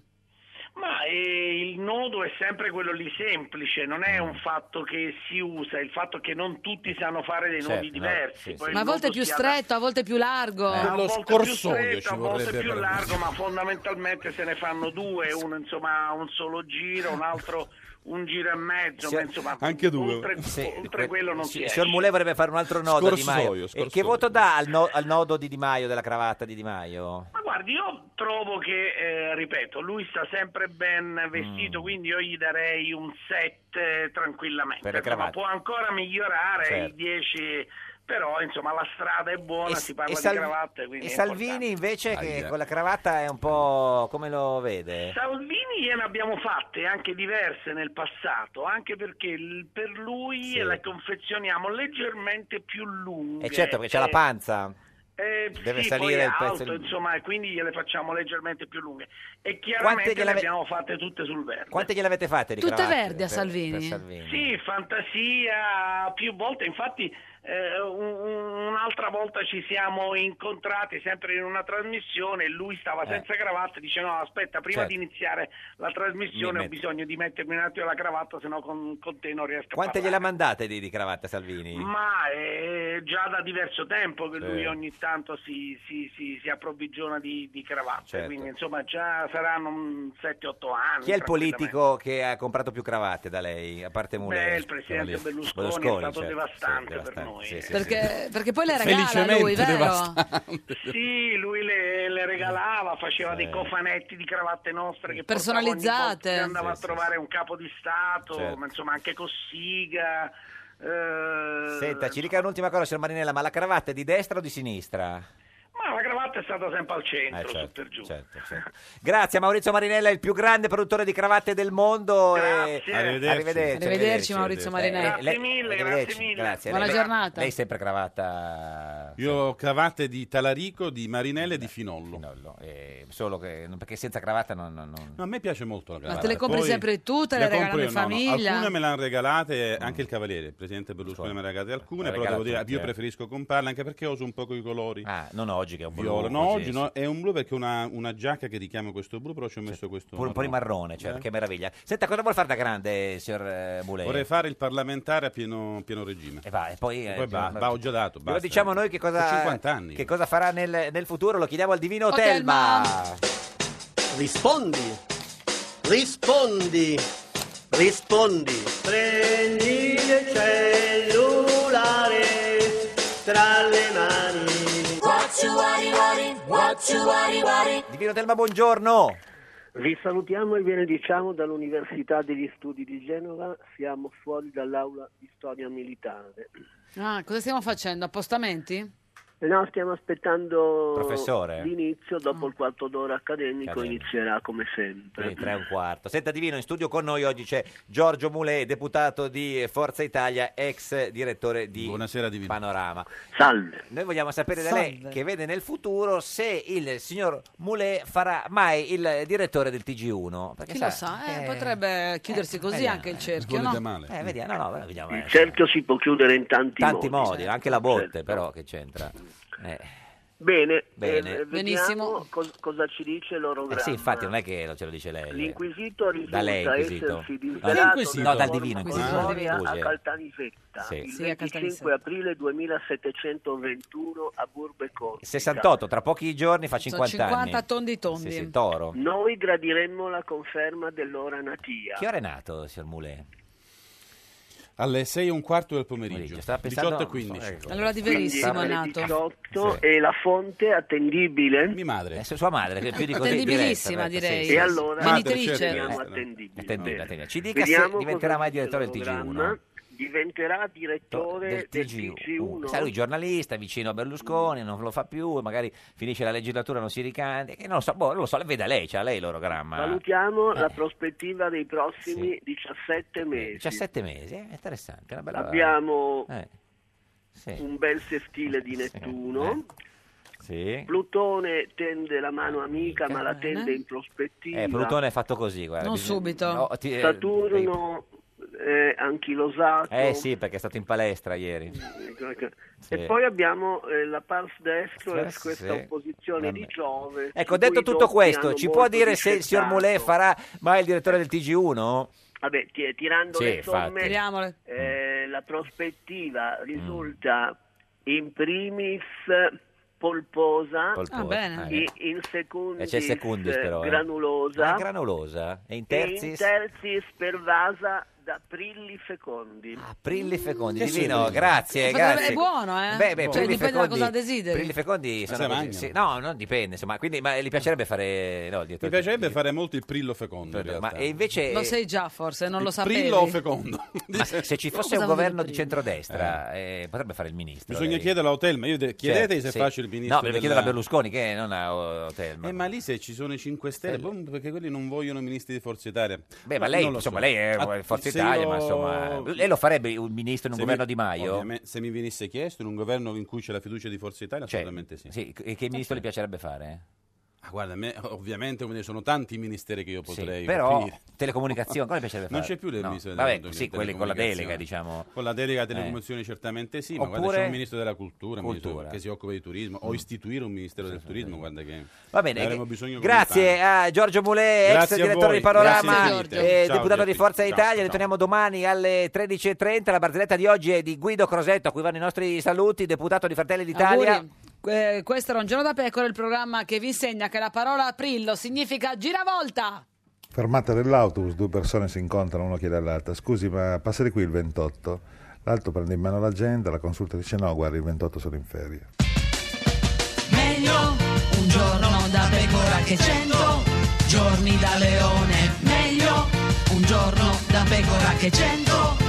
[SPEAKER 22] Ma eh, il nodo è sempre quello lì semplice, non è un fatto che si usa, è il fatto che non tutti sanno fare dei
[SPEAKER 16] Certo,
[SPEAKER 22] nodi
[SPEAKER 16] no,
[SPEAKER 22] diversi.
[SPEAKER 16] sì,
[SPEAKER 22] Poi il
[SPEAKER 1] Ma a volte
[SPEAKER 22] nodo
[SPEAKER 1] più
[SPEAKER 22] si
[SPEAKER 1] stretto, a volte più largo.
[SPEAKER 22] a
[SPEAKER 16] Lo
[SPEAKER 22] volte
[SPEAKER 16] scorsoio
[SPEAKER 22] più
[SPEAKER 16] ci
[SPEAKER 22] stretto, a volte
[SPEAKER 16] vorrebbe
[SPEAKER 22] più
[SPEAKER 16] per-
[SPEAKER 22] largo, ma fondamentalmente se ne fanno due, uno insomma ha un solo giro, un altro un giro e mezzo,
[SPEAKER 2] Sì,
[SPEAKER 22] ma, insomma,
[SPEAKER 2] anche due.
[SPEAKER 22] Oltre,
[SPEAKER 2] Sì,
[SPEAKER 22] oltre quello non
[SPEAKER 2] Sì,
[SPEAKER 22] si
[SPEAKER 2] Il
[SPEAKER 22] esce.
[SPEAKER 2] signor Moulet vorrebbe fare un altro nodo a Di
[SPEAKER 16] Scorsoio,
[SPEAKER 2] Maio. E che
[SPEAKER 16] scorsoio.
[SPEAKER 2] voto dà al, no- al nodo di Di Maio, della cravatta di Di Maio?
[SPEAKER 22] Ma guardi, io trovo che, eh, ripeto, lui sta sempre ben
[SPEAKER 2] Mm.
[SPEAKER 22] vestito, quindi io gli darei un 7 tranquillamente.
[SPEAKER 2] Per le
[SPEAKER 22] Insomma,
[SPEAKER 2] cravatte.
[SPEAKER 22] può ancora migliorare
[SPEAKER 2] Certo.
[SPEAKER 22] i 10, però insomma la strada è buona, si parla
[SPEAKER 2] Salvi-
[SPEAKER 22] di cravatte, quindi
[SPEAKER 2] e
[SPEAKER 22] è
[SPEAKER 2] Salvini invece che
[SPEAKER 22] Ahia.
[SPEAKER 2] con la cravatta è un po' come lo vede?
[SPEAKER 22] Salvini gliene abbiamo fatte anche diverse nel passato, anche perché il- per lui
[SPEAKER 2] Sì.
[SPEAKER 22] le confezioniamo leggermente più lunghe.
[SPEAKER 2] E certo perché c'ha la
[SPEAKER 22] Eh,
[SPEAKER 2] panza.
[SPEAKER 22] eh,
[SPEAKER 2] Deve
[SPEAKER 22] sì, poi
[SPEAKER 2] salire
[SPEAKER 22] è
[SPEAKER 2] il pezzo
[SPEAKER 22] alto,
[SPEAKER 2] di-
[SPEAKER 22] insomma, e quindi gliele facciamo leggermente più lunghe. E chiaramente
[SPEAKER 2] gliel'ave-
[SPEAKER 22] le abbiamo fatte tutte sul verde.
[SPEAKER 2] Quante gliel'avete fatte di
[SPEAKER 22] Tutte
[SPEAKER 2] cravatte
[SPEAKER 22] verdi a
[SPEAKER 2] per-
[SPEAKER 22] Salvini?
[SPEAKER 2] per Salvini?
[SPEAKER 22] Sì, fantasia, più volte, infatti eh, un- un- un'altra volta ci siamo incontrati sempre in una trasmissione, lui stava
[SPEAKER 2] Eh.
[SPEAKER 22] senza cravatta, dice no aspetta prima
[SPEAKER 2] Certo.
[SPEAKER 22] di iniziare la trasmissione
[SPEAKER 2] Mi
[SPEAKER 22] ho
[SPEAKER 2] metto-
[SPEAKER 22] bisogno di mettermi un attimo la cravatta, sennò con, con te non riesco
[SPEAKER 2] Quante
[SPEAKER 22] a parlare.
[SPEAKER 2] gliela mandate di, di cravatta Salvini?
[SPEAKER 22] Ma è già da diverso tempo che
[SPEAKER 2] Sì.
[SPEAKER 22] lui ogni tanto si, si, si, si approvvigiona di, di cravatte,
[SPEAKER 2] Certo.
[SPEAKER 22] quindi insomma già saranno 7-8 anni.
[SPEAKER 2] Chi è il
[SPEAKER 22] tranquillamente.
[SPEAKER 2] politico che ha comprato più cravatte da lei, a parte Mulè?
[SPEAKER 22] Beh, il presidente Berlusconi è
[SPEAKER 2] certo,
[SPEAKER 22] stato devastante per noi, eh.
[SPEAKER 1] Perché, perché poi le regala
[SPEAKER 16] Felicemente
[SPEAKER 1] lui, vero?
[SPEAKER 16] devastante.
[SPEAKER 22] <laughs> Sì, lui le, le regalava, faceva dei cofanetti di cravatte nostre che
[SPEAKER 1] Personalizzate.
[SPEAKER 22] portava ogni volta che andava
[SPEAKER 1] Sì,
[SPEAKER 22] a trovare un capo di Stato,
[SPEAKER 2] Certo.
[SPEAKER 22] ma insomma anche Cossiga. eh,
[SPEAKER 2] Senta, ci dica un'ultima cosa, signor Marinella, ma la cravatta è di destra o di sinistra?
[SPEAKER 22] Ma la cravatta è stata sempre al centro,
[SPEAKER 2] Eh, certo,
[SPEAKER 22] su per giù.
[SPEAKER 2] certo, certo. Grazie a Maurizio Marinella, il più grande produttore di cravatte del mondo. E...
[SPEAKER 22] Grazie. Arrivederci.
[SPEAKER 2] Arrivederci,
[SPEAKER 1] Arrivederci, Maurizio Marinella.
[SPEAKER 2] Eh,
[SPEAKER 1] Grazie
[SPEAKER 22] mille,
[SPEAKER 2] arrivederci,
[SPEAKER 22] grazie mille.
[SPEAKER 16] Buona
[SPEAKER 2] Lei-
[SPEAKER 1] giornata.
[SPEAKER 2] Lei sempre cravatta...
[SPEAKER 16] Io ho cravate di Talarico, di Marinella e di Finollo.
[SPEAKER 2] eh, solo che, perché senza cravatta non... non- non-
[SPEAKER 16] No, a me piace molto la cravatta.
[SPEAKER 1] te le compri
[SPEAKER 16] Poi
[SPEAKER 1] sempre tu, te le regalano
[SPEAKER 16] compro io,
[SPEAKER 1] in
[SPEAKER 16] no, no.
[SPEAKER 1] famiglia?
[SPEAKER 16] Alcune me le hanno regalate, eh, anche il Cavaliere, il presidente Berlusconi me le ha regalate alcune,
[SPEAKER 2] Mm. Le
[SPEAKER 16] però
[SPEAKER 2] regala
[SPEAKER 16] devo dire,
[SPEAKER 2] tutti,
[SPEAKER 16] io
[SPEAKER 2] eh.
[SPEAKER 16] preferisco comprarle anche perché uso un poco i colori.
[SPEAKER 2] Ah, non oggi che è un po'
[SPEAKER 16] Viola,
[SPEAKER 2] blu,
[SPEAKER 16] no,
[SPEAKER 2] così,
[SPEAKER 16] oggi no, è un blu perché ho una, una giacca che richiama questo blu, però ci ho messo questo.
[SPEAKER 2] Pure un po' di marrone, cioè,
[SPEAKER 16] Eh?
[SPEAKER 2] che meraviglia. Senta, cosa vuol fare da grande, signor eh, Mulè?
[SPEAKER 16] Vorrei fare il parlamentare a pieno, pieno regime. E,
[SPEAKER 2] va, e poi, eh,
[SPEAKER 16] va,
[SPEAKER 2] insomma,
[SPEAKER 16] va, ho già dato.
[SPEAKER 2] Glielo
[SPEAKER 16] basta.
[SPEAKER 2] diciamo noi che cosa,
[SPEAKER 16] Ho 50 anni.
[SPEAKER 2] che cosa farà nel, nel futuro, lo chiediamo al divino
[SPEAKER 23] Oh,
[SPEAKER 2] Telma.
[SPEAKER 23] Telma. Rispondi, rispondi, rispondi. Prendi il cellulare tra le mani.
[SPEAKER 2] Divino Telma, buongiorno.
[SPEAKER 23] Vi salutiamo e benediciamo dall'Università degli Studi di Genova, siamo fuori dall'aula di storia militare.
[SPEAKER 1] Ah, cosa stiamo facendo? Appostamenti?
[SPEAKER 23] No, stiamo aspettando
[SPEAKER 2] Professore.
[SPEAKER 23] l'inizio,
[SPEAKER 1] Mm.
[SPEAKER 23] dopo il quarto d'ora accademico
[SPEAKER 2] Accademico.
[SPEAKER 23] inizierà come sempre.
[SPEAKER 2] Quindi tre e un quarto. Senta Divino, in studio con noi oggi c'è Giorgio Mulè, deputato di Forza Italia, ex direttore di Panorama.
[SPEAKER 23] Salve.
[SPEAKER 2] Noi vogliamo sapere da
[SPEAKER 23] Salve.
[SPEAKER 2] lei, che vede nel futuro, se il signor Mulè farà mai il direttore del TG1. Perché
[SPEAKER 1] Chi
[SPEAKER 2] sa-
[SPEAKER 1] lo sa? eh, potrebbe chiudersi così
[SPEAKER 2] vediamo.
[SPEAKER 1] anche il cerchio, no?
[SPEAKER 2] Eh, vediamo, no, no, vediamo.
[SPEAKER 23] Il
[SPEAKER 2] eh.
[SPEAKER 23] cerchio si può chiudere in tanti,
[SPEAKER 2] Tanti modi,
[SPEAKER 23] modi certo,
[SPEAKER 2] anche la botte però che c'entra. Eh,
[SPEAKER 23] Bene,
[SPEAKER 2] Bene.
[SPEAKER 23] eh, vediamo
[SPEAKER 1] Benissimo.
[SPEAKER 23] cos- cosa ci dice
[SPEAKER 2] eh
[SPEAKER 23] l'orogramma.
[SPEAKER 2] sì, infatti non è che lo- ce lo dice lei.
[SPEAKER 23] L'inquisito risulta
[SPEAKER 2] Da lei, inquisito.
[SPEAKER 23] essersi
[SPEAKER 2] No,
[SPEAKER 23] rivelato
[SPEAKER 2] l'inquisito. No, dal
[SPEAKER 23] nella
[SPEAKER 2] divino
[SPEAKER 23] forma
[SPEAKER 2] inquisito.
[SPEAKER 23] corporea
[SPEAKER 2] Scusi,
[SPEAKER 23] a
[SPEAKER 2] eh.
[SPEAKER 23] Caltanissetta
[SPEAKER 2] Sì.
[SPEAKER 23] il
[SPEAKER 2] Sì,
[SPEAKER 1] a
[SPEAKER 23] 25
[SPEAKER 1] Caltanissetta.
[SPEAKER 23] aprile 2721 a Burbe Corsica.
[SPEAKER 2] 68, tra pochi giorni fa 50, anni.
[SPEAKER 23] 50 tondi tondi.
[SPEAKER 2] Sì, sì, toro.
[SPEAKER 23] Noi gradiremmo la conferma dell'ora natia.
[SPEAKER 2] Che ora è nato, signor Mulè?
[SPEAKER 16] Alle 6 e un quarto del pomeriggio,
[SPEAKER 2] pensando-
[SPEAKER 16] 18 e 15.
[SPEAKER 2] Ecco.
[SPEAKER 1] Allora di verissimo è
[SPEAKER 23] Quindi alle
[SPEAKER 1] nato.
[SPEAKER 23] 18 e la fonte attendibile.
[SPEAKER 16] Mia madre.
[SPEAKER 2] È Eh, sua madre, che è più di così.
[SPEAKER 1] Attendibilissima,
[SPEAKER 2] diretta,
[SPEAKER 1] direi.
[SPEAKER 2] sì,
[SPEAKER 23] E
[SPEAKER 2] sì, sì.
[SPEAKER 23] allora
[SPEAKER 1] Genitrice.
[SPEAKER 16] certo.
[SPEAKER 23] siamo attendibili.
[SPEAKER 2] Attendibile, attendibile. Ci dica
[SPEAKER 23] Vediamo
[SPEAKER 2] se diventerà
[SPEAKER 23] cosa
[SPEAKER 2] mai
[SPEAKER 23] dice
[SPEAKER 2] direttore del
[SPEAKER 23] l'orogramma.
[SPEAKER 2] TG1.
[SPEAKER 23] Diventerà direttore del
[SPEAKER 2] TG1.
[SPEAKER 23] TG1.
[SPEAKER 2] Sa, lui giornalista, vicino a Berlusconi, non lo fa più, magari finisce la legislatura, non si ricandida. Che non lo so, boh, non lo so, veda lei, c'ha lei l'orogramma.
[SPEAKER 23] Valutiamo
[SPEAKER 2] eh.
[SPEAKER 23] la prospettiva dei prossimi 17 mesi.
[SPEAKER 2] 17 mesi, eh, interessante, una bella
[SPEAKER 23] Abbiamo
[SPEAKER 2] Eh, sì. eh,
[SPEAKER 23] un bel sestile di Nettuno.
[SPEAKER 2] Sì.
[SPEAKER 23] Plutone tende la mano amica, ma la tende in prospettiva.
[SPEAKER 2] Eh, Plutone è fatto così, guarda.
[SPEAKER 23] Non
[SPEAKER 2] subito.
[SPEAKER 23] Saturno eh, anchilosato.
[SPEAKER 2] Eh sì, perché è stato in palestra ieri.
[SPEAKER 23] E
[SPEAKER 2] Sì.
[SPEAKER 23] poi abbiamo eh, la pars destra,
[SPEAKER 2] Sì.
[SPEAKER 23] questa opposizione di Giove.
[SPEAKER 2] Ecco,
[SPEAKER 23] su cui
[SPEAKER 2] detto
[SPEAKER 23] i
[SPEAKER 2] tutto
[SPEAKER 23] doppi
[SPEAKER 2] questo,
[SPEAKER 23] hanno
[SPEAKER 2] ci può
[SPEAKER 23] molto
[SPEAKER 2] dire se il signor
[SPEAKER 23] discettato.
[SPEAKER 2] Molè farà mai il direttore del TG1?
[SPEAKER 23] Vabbè, ti- tirando
[SPEAKER 2] Sì,
[SPEAKER 23] le somme,
[SPEAKER 2] infatti. Mm.
[SPEAKER 23] eh, la prospettiva risulta in primis polposa,
[SPEAKER 2] Polposa, Ah, bene. eh.
[SPEAKER 23] i- in secundis,
[SPEAKER 2] E c'è secundis
[SPEAKER 23] eh,
[SPEAKER 2] però. eh.
[SPEAKER 23] granulosa
[SPEAKER 2] Ah, granulosa.
[SPEAKER 23] e
[SPEAKER 2] E in
[SPEAKER 23] in
[SPEAKER 2] terzis?
[SPEAKER 23] terzis pervasa da prilli fecondi.
[SPEAKER 2] Ah, Prilli fecondi,
[SPEAKER 23] Che
[SPEAKER 2] divino,
[SPEAKER 23] sono?
[SPEAKER 2] grazie,
[SPEAKER 23] Potrebbe-
[SPEAKER 2] grazie.
[SPEAKER 23] è buono, eh?
[SPEAKER 2] Beh, beh,
[SPEAKER 23] Cioè,
[SPEAKER 2] Prilli
[SPEAKER 23] dipende da
[SPEAKER 2] fecondi-
[SPEAKER 23] cosa desideri.
[SPEAKER 2] Prilli fecondi
[SPEAKER 16] Ma
[SPEAKER 2] sono
[SPEAKER 16] se
[SPEAKER 2] così,
[SPEAKER 16] mangiano.
[SPEAKER 2] sì. No, non dipende, insomma, quindi ma gli piacerebbe fare no, il
[SPEAKER 16] Mi
[SPEAKER 2] direttore del
[SPEAKER 16] piacerebbe fare molto il prillo fecondo. in
[SPEAKER 2] TG1. Ma
[SPEAKER 16] realtà.
[SPEAKER 2] e invece
[SPEAKER 1] eh, Lo sei già forse, non lo sapevi.
[SPEAKER 16] Prillo o fecondo? <laughs>
[SPEAKER 2] ma se se ci fosse un
[SPEAKER 1] Cosa vuol dire
[SPEAKER 2] governo di centrodestra, eh, potrebbe fare il ministro.
[SPEAKER 16] Bisogna
[SPEAKER 2] lei.
[SPEAKER 16] chiederlo a Hotel, ma io de- chiedete se
[SPEAKER 2] sì.
[SPEAKER 16] è facile il ministro.
[SPEAKER 2] No, bisogna chiedere a Berlusconi che non ha oh, Telma.
[SPEAKER 16] Eh, ma lì se ci sono i 5 Stelle, boh, perché quelli non vogliono ministri di Forza Italia.
[SPEAKER 2] Beh, ma
[SPEAKER 16] No,
[SPEAKER 2] lei,
[SPEAKER 16] non lo
[SPEAKER 2] insomma,
[SPEAKER 16] so.
[SPEAKER 2] lei è
[SPEAKER 16] Ah, se
[SPEAKER 2] Forza Italia,
[SPEAKER 16] io-
[SPEAKER 2] ma insomma, lei lo farebbe un ministro in un
[SPEAKER 16] Se
[SPEAKER 2] governo
[SPEAKER 16] mi-
[SPEAKER 2] di Maio?
[SPEAKER 16] ovviamente, Se mi venisse chiesto in un governo in cui c'è la fiducia di Forza Italia, assolutamente sì.
[SPEAKER 2] Cioè,
[SPEAKER 16] Certo.
[SPEAKER 2] Sì, e che ministro le piacerebbe fare?
[SPEAKER 16] Ah, guarda, a me, ovviamente come ne sono tanti i ministeri che io
[SPEAKER 2] Sì,
[SPEAKER 16] potrei
[SPEAKER 2] però
[SPEAKER 16] colpire.
[SPEAKER 2] telecomunicazioni, cosa le piacerebbe
[SPEAKER 16] Non
[SPEAKER 2] fare?
[SPEAKER 16] c'è più del
[SPEAKER 2] No,
[SPEAKER 16] ministro
[SPEAKER 2] vabbè,
[SPEAKER 16] delle-
[SPEAKER 2] sì,
[SPEAKER 16] delle
[SPEAKER 2] quelli con la delega,
[SPEAKER 16] telecomunicazioni.
[SPEAKER 2] diciamo.
[SPEAKER 16] Con la delega
[SPEAKER 2] Eh.
[SPEAKER 16] delle comunicazioni certamente sì, ma guarda,
[SPEAKER 2] Oppure-
[SPEAKER 16] c'è un ministro della cultura, un ministro
[SPEAKER 2] Cultura. Mm.
[SPEAKER 16] che si occupa di turismo, o istituire un ministero del turismo, guarda che
[SPEAKER 2] Va bene,
[SPEAKER 16] ne avremo
[SPEAKER 2] che-
[SPEAKER 16] bisogno come pane.
[SPEAKER 2] grazie a Giorgio Mulè, ex
[SPEAKER 16] Grazie a
[SPEAKER 2] direttore
[SPEAKER 16] voi,
[SPEAKER 2] di Panorama,
[SPEAKER 16] grazie infinite.
[SPEAKER 2] eh,
[SPEAKER 16] Ciao,
[SPEAKER 2] deputato di
[SPEAKER 16] Giorgio.
[SPEAKER 2] Forza
[SPEAKER 16] Ciao,
[SPEAKER 2] Italia.
[SPEAKER 16] ciao.
[SPEAKER 2] Ritorniamo domani alle 13.30. La barzelletta di oggi è di Guido Crosetto, a cui vanno i nostri saluti, deputato di Fratelli d'Italia.
[SPEAKER 1] Auguri. Eh, questo era un giorno da pecora, il programma che vi insegna che la parola aprillo significa giravolta.
[SPEAKER 21] Fermata dell'autobus, due persone si incontrano, uno chiede all'altra, scusi ma passa di qui il 28? L'altro prende in mano l'agenda, la consulta e dice no, guarda il 28 sono in ferie.
[SPEAKER 1] Meglio un giorno da pecora che cento giorni da leone. Meglio un giorno da pecora che cento